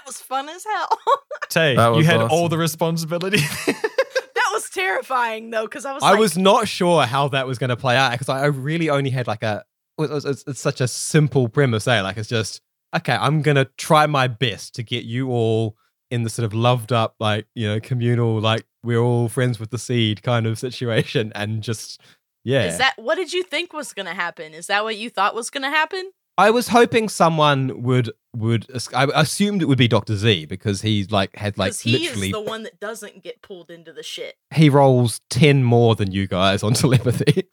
was fun as hell.
Tay,
That
you
was
had all
awesome.
the responsibility.
that was terrifying though, because I was
day. I
like,
was not sure how that was going to play out because I I really only had like a it was- it's, it's such a simple premise, eh? Like it's just okay. I'm going to try my best to get you all in the sort of loved up, like you know, communal, like we're all friends with the seed kind of situation, and just yeah.
is that what did you think was gonna happen? Is that what you thought was gonna happen?
I was hoping someone would would I assumed it would be Doctor Z because he like had like
Because he is
literally
the one that doesn't get pulled into the shit.
he rolls ten more than you guys on telepathy.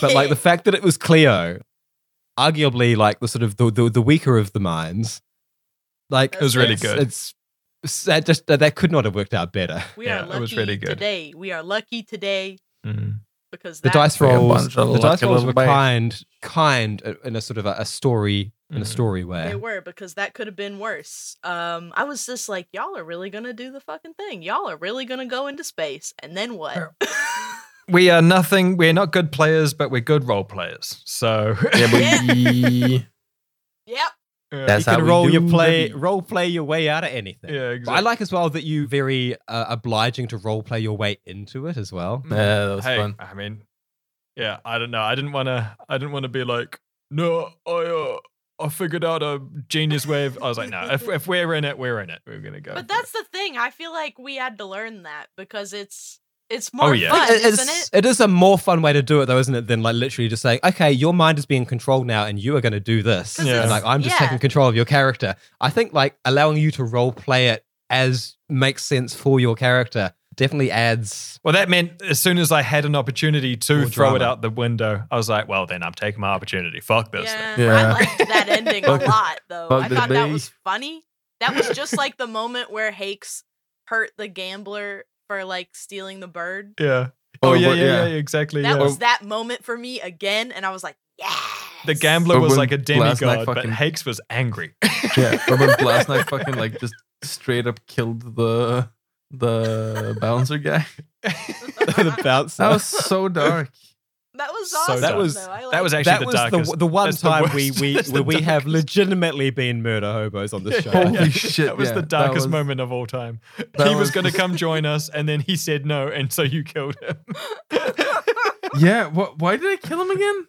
but like the fact that it was Cleo, arguably like the sort of the the, the weaker of the minds, like
It was really
it's-
good.
It's, it's that just that, that could not have worked out better.
we
yeah,
are lucky
it was really good.
today. We are lucky today
Mm.
because
The
that
dice
like a
rolls,
bunch of
the dice
lucky
rolls
little
were
babes.
kind, kind in a sort of a, a story in a
Mm.
Mhm.
story way.
They were because that could have been worse. Um, I was just like, y'all are really gonna do the fucking thing. Y'all are really gonna go into space, and then what?
We are nothing. We're not good players, but we're good role players. So
Yeah.
we
yep.
you
That's
can
how we
roll
do
your play,
baby.
role play your way out of anything.
Yeah,
But I like as well that you very uh, obliging to role play your way into it as well.
Yeah, that was
Mm. hey,
fun.
I mean, yeah, I don't know. I didn't want to. I didn't want to be like, no, I, uh, I figured out a genius way. Of, I was like, no, if, if we're in it, we're in it. We're gonna go.
But
for it."
that's the thing. I feel like we had to learn that because it's it's
Oh,
more
yeah.
fun,
It is-
isn't it?
it is a more fun way to do it though, isn't it? Than like literally just saying, okay, your mind is being controlled now, and you are going to do this.
'Cause
Yeah.
And, like I'm just
yeah.
taking control of your character. I think like allowing you to role play it as makes sense for your character definitely adds.
Well, that meant as soon as I had an opportunity to
More
throw it
drama.
out the window, I was like, well, then I'm taking my opportunity. Fuck this. thing.
Yeah,
Yeah.
I liked that ending a
Fuck it.
lot, though.
Fuck
I
the
thought that
bee.
was funny. That was just like the moment where Hakes hurt the gambler for like stealing the bird.
Yeah.
Or
Oh, yeah,
what-
yeah, yeah,
yeah.
yeah, exactly.
That
yeah.
was that moment for me again, and I was like, yes.
the gambler
Oh,
Or
was
when
like a
Blast Knight
demigod, but
fucking-
Hakes was angry.
Yeah, or when Blast Knight fucking like just straight up killed the the bouncer guy.
the bounce.
That was so dark.
That was
So
awesome.
that was-
though. I
That
liked
was
it.
actually
that
the
was
darkest.
the, the one
That's the
time we
worst.
we
That's
where
the
we have
darkest.
legitimately been murder hobos on this show.
Yeah,
Holy
yeah.
shit,
That was
yeah,
the
that
darkest
was-
moment of all time.
that
He was
was
going to
just-
come join us, and then he said no, and so you killed him.
Yeah. What? Why did I kill him again?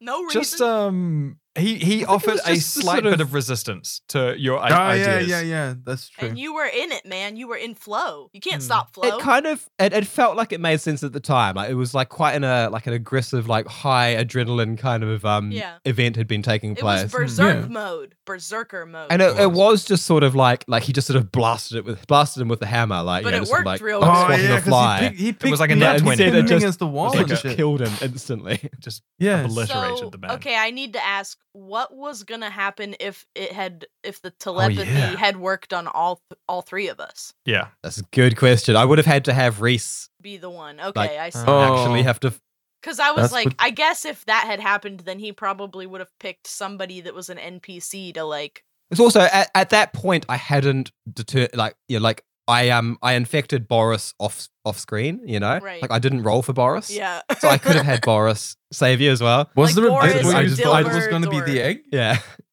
no reason.
just um, he he offered
was
a
just the
slight
sort of-
bit of resistance to your i-
Ah, yeah,
ideas.
yeah, yeah. That's true.
and you were in it, man. You were in flow. You can't
Hmm.
stop flow.
It kind of it, it felt like it made sense at the time. Like it was like quite an uh, like an aggressive, like high adrenaline kind of um
Yeah.
event had been taking
it
place.
was berserk
Yeah.
mode, berserker mode.
and it, it was just sort of like like he just sort of blasted it with blasted him with the hammer, like
But
you know,
it
just sort of, like
worked real
like
Oh,
swatting a
'cause
fly.
He picked, he picked
was like a
me
nat
up and
20.
hit me
It just-
against the wall.
Like,
and
just
just
shit.
killed him instantly.
Just
Yeah.
obliterated
so,
the man.
Okay, I need to ask what was going to happen if it had if
Oh,
the telepathy
yeah.
had worked on all all three of us.
Yeah.
That's a good question. I would have had to have Reese
Be the one. Okay,
Like,
I see.
Oh.
actually have to
Cuz I was
that's
like
what-
I guess if that had happened then he probably would have picked somebody that was an NPC to like
It's also at, at that point I hadn't deter like you know, like I um I infected Boris off off screen, you know?
Right.
Like I didn't roll for Boris.
yeah.
So I could have had Boris save you as well.
Was
Like
there a bit
Boris
where
or
you thought it was
Dilbert
going to be the
or-
egg?
Yeah.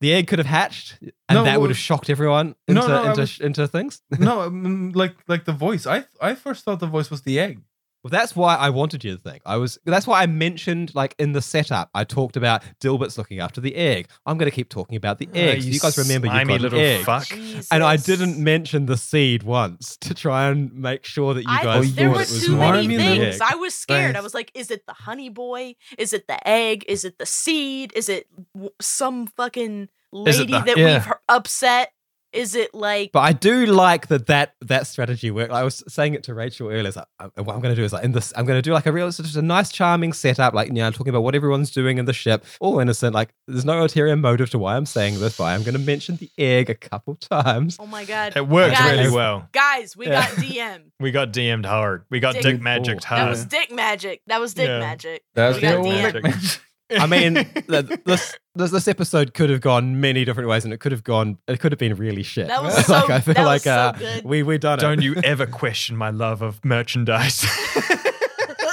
The egg could have hatched and
No,
that
well-
would have shocked everyone into
No, no, I
into,
was-
into things.
no, um, like like the voice. I I first thought the voice was the egg.
Well, that's why I wanted you to think. I was that's why I mentioned like in the setup I talked about Dilbert's looking after the egg. I'm going to keep talking about
Uh,
the egg. so you guys remember you've
slimy
got an
little
egg.
fuck.
And I
Jesus.
didn't mention the seed once to try and make sure that you
I,
guys
there
thought
were
it was
too many
Marmy little
things. I was scared. I
things.
was like, is it the honey boy? Is it the egg? Is it the seed? Is it w- some fucking
Is it
lady
the-
that
yeah.
we've hu- upset? Is it like
But I do like that that that strategy worked. I was saying it to Rachel earlier. It's like, I- what I'm going to do is like in this, I'm going to do like a real, it's just a nice, charming setup. Like you know, talking about what everyone's doing in the ship, all innocent. Like there's no ulterior motive to why I'm saying this, but I'm going to mention the egg a couple times.
Oh my god.
It worked
Guys.
really well.
Guys, we
Yeah.
got DM.
We got DM'd hard. We got
Dick-
dick, magicked
That
hard.
was dick magic. That was dick
Uh, Yeah.
magic.
That's
We got
the old
the
egg.
magic.
I mean, th- this, this this episode could have gone many different ways, and it could have gone, it could have been really shit.
That was so- that was so good.
we we done it.
Don't you ever question my love of merchandise.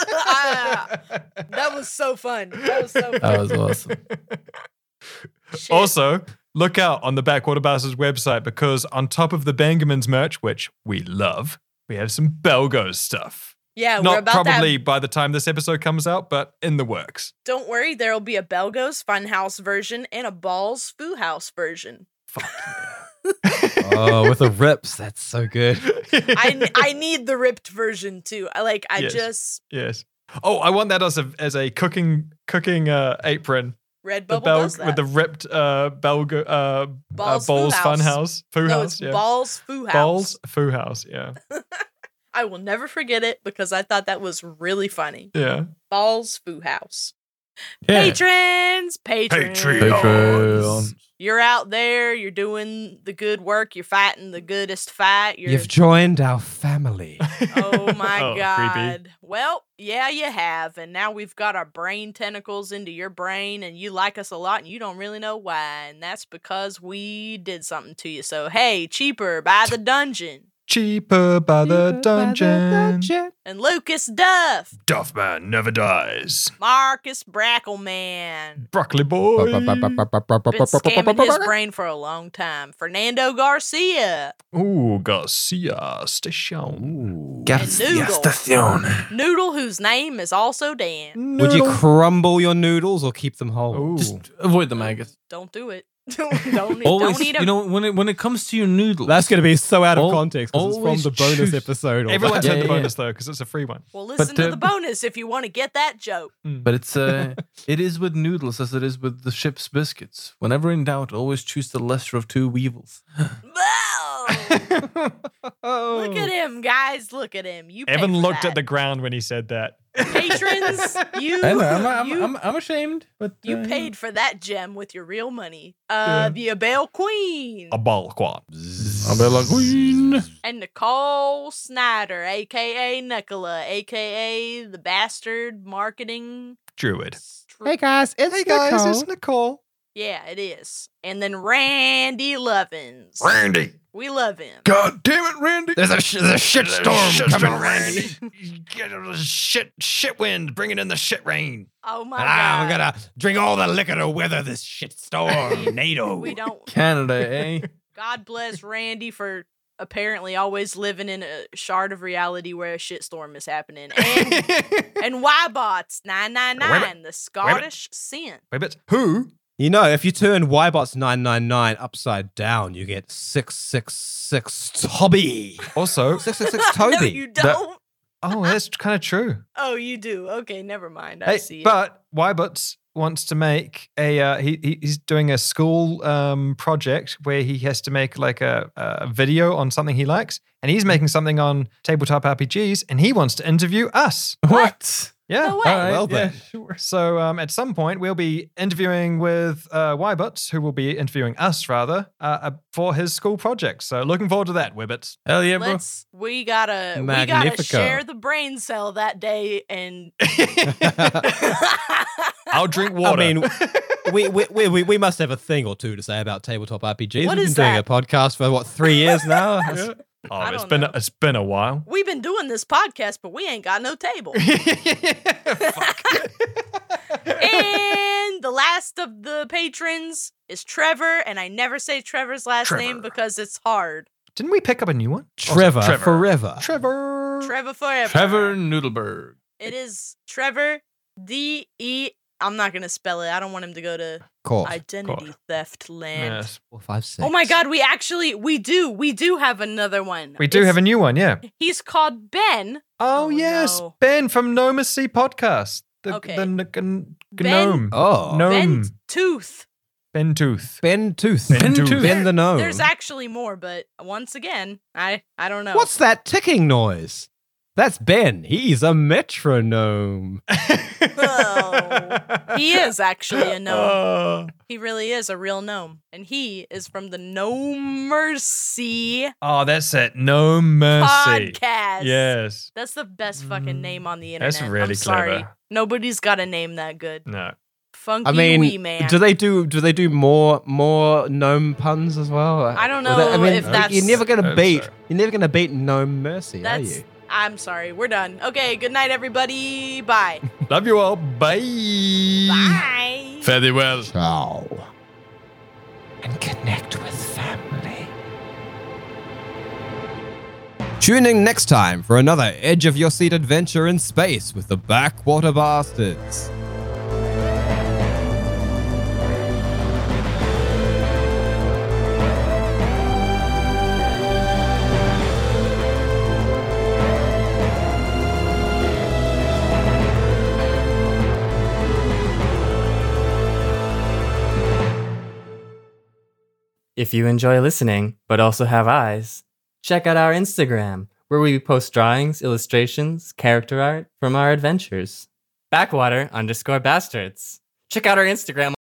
Ah, that was so fun. That was so fun.
That was awesome.
Shit.
Also, look out on the Backwater Bastards website because on top of the Bangerman's merch, which we love, we have some Belgos stuff.
yeah, Oh, we're
Not
about to have-
probably by the time this episode comes out, but in the works.
Don't worry, there'll be a Belgos Funhouse version and a Balls Foo House version.
oh, with the rips, that's so good.
I I need the ripped version too. I like I
Yes.
just
yes. Oh, I want that as a as a cooking cooking uh, apron.
red
The
bubble
Bel-
does that.
with the ripped uh, Belgo uh,
Balls
uh,
Foo
balls
House.
funhouse foo
no,
house
it's
yeah.
balls foo house.
balls foo house yeah
I will never forget it because I thought that was really funny.
yeah.
Balls foo house.
Yeah.
Patrons, patrons,
Patreon.
You're out there. You're doing the good work. You're fighting the goodest fight. You're
You've joined our family.
Oh my
Oh, creepy.
god. Well, yeah, you have. And now we've got our brain tentacles into your brain and you like us a lot and you don't really know why. And that's because we did something to you. So, hey, cheaper, buy the dungeon.
Cheaper by the dungeon.
And Lucas Duff,
Duffman never dies.
Marcus Brackleman.
Broccoli boy.
Been scamming his brain for a long time. Fernando Garcia.
Ooh, Garcia Station.
Gas- And noodles. Noodle, whose name is also Dan.
Would you crumble your noodles or keep them whole?
Just avoid the maggots.
Don't do it. don't, don't,
Always,
don't eat
you
him.
know, when it when it comes to your noodles,
That's going to be so out of
Al-
context because it's
always
from the bonus
choose-
episode. or-
Everyone's
Yeah,
heard the
yeah, yeah.
bonus though, because it's a free one.
well, listen to
uh,
the bonus if you want to get that joke.
but it's uh, it is with noodles as it is with the ship's biscuits. Whenever in doubt, always choose the lesser of two evils.
Wow. Look at him, guys. Look at him. You
Evan
pay for
looked at the
that.
ground when he said that.
patrons. You,
I know, I'm, I'm,
you,
I'm, I'm ashamed, but
you
uh,
paid for that gem with your real money. Uh, The Abel Queen
A ball quad.
and Nicole Snyder, aka Nicola, aka the bastard marketing.
Druid.
str-
guys, it's
Hey guys, it's Nicole.
yeah, it is. And then Randy Lovins.
Randy.
We love him.
God damn it, Randy. There's a, sh- there's a shit storm coming,
Randy.
Get a shit, shit wind, bringing in the shit rain.
Oh my
Ah,
god.
we're gonna drink all the liquor to weather this shit storm. NATO.
We don't.
Canada, eh?
God bless Randy for apparently always living in a shard of reality where a shitstorm is happening. And and Ybots nine nine
Wait a minute.
nine, the Scottish scent.
Wait
Who? You know, if you turn Ybots 999 upside down, you get 666 Toby.
Also,
666
no,
Toby.
you don't.
oh, that's kind of true.
Oh, you do. Okay, never mind. I
Hey,
see. it.
but Wybuts wants to make a uh, he he- he's doing a school um, project where he has to make like a, a video on something he likes, and he's making something on tabletop RPGs, and he wants to interview us.
What?
Yeah.
No way.
All right,
Well
yeah,
then.
sure.
So um, at some point we'll be interviewing with uh, Wybuts, who will be interviewing us rather uh, uh, for his school project. So looking forward to that, Wybuts.
Hell yeah, bro.
Let's. We gotta. We gotta
Magnifico.
share the brain cell that day, and
I'll drink
I
water.
mean, we, we, we, we, we must have a thing or two to say about tabletop RPGs.
What
We've
is
been doing
that?
a podcast for, what, three years now? That's-
oh,
I
it's
don't
been
know.
a, it's been a while.
we've been doing this podcast, but we ain't got no table. and the last of the patrons is Trevor, and I never say Trevor's last name
Trevor.
because it's hard.
Didn't we pick up a new one?
Trevor,
Trevor.
forever.
Trevor.
Trevor forever.
Trevor Noodleberg.
It is Trevor D E. I'm not gonna spell it. I don't want him to go to
Court.
identity theft land.
Yes.
Four, five, six.
Oh my god, we actually we do we do have another one.
We do
It's-
have a new one, yeah.
He's called Ben.
Oh,
Oh,
yes,
no.
Ben from Nomacy podcast. The
Okay.
the, n- gn-
Ben-
gnome.
Oh.
Gnome.
Ben Tooth.
Ben Tooth.
Ben Tooth.
Ben Tooth.
Ben the gnome.
There's actually more, but once again, I I don't know.
What's that ticking noise? That's Ben. He's a metronome.
Oh. he is actually a gnome.
Oh.
He really is a real gnome, and he is from the No Mercy
Oh, that's it. No mercy.
podcast.
Yes.
That's the best fucking name
Mm.
on the internet.
That's really
I'm sorry.
clever.
Nobody's got a name that good.
No.
Funky
I mean,
wee man.
do they do do they do more more gnome puns as well?
I don't
Or
know if that's-
you're never gonna
Hope
beat
so.
you're never gonna beat gnome mercy, are
That's.
you?
I'm sorry. We're done. Okay. Good night, everybody. Bye.
Love you all. Bye.
Bye.
Fare thee well.
And connect with family.
Tune in next time for another edge of your seat adventure in space with the backwater bastards.
If you enjoy listening, but also have eyes, check out our Instagram, where we post drawings, illustrations, character art from our adventures. Backwater underscore bastards. Check out our Instagram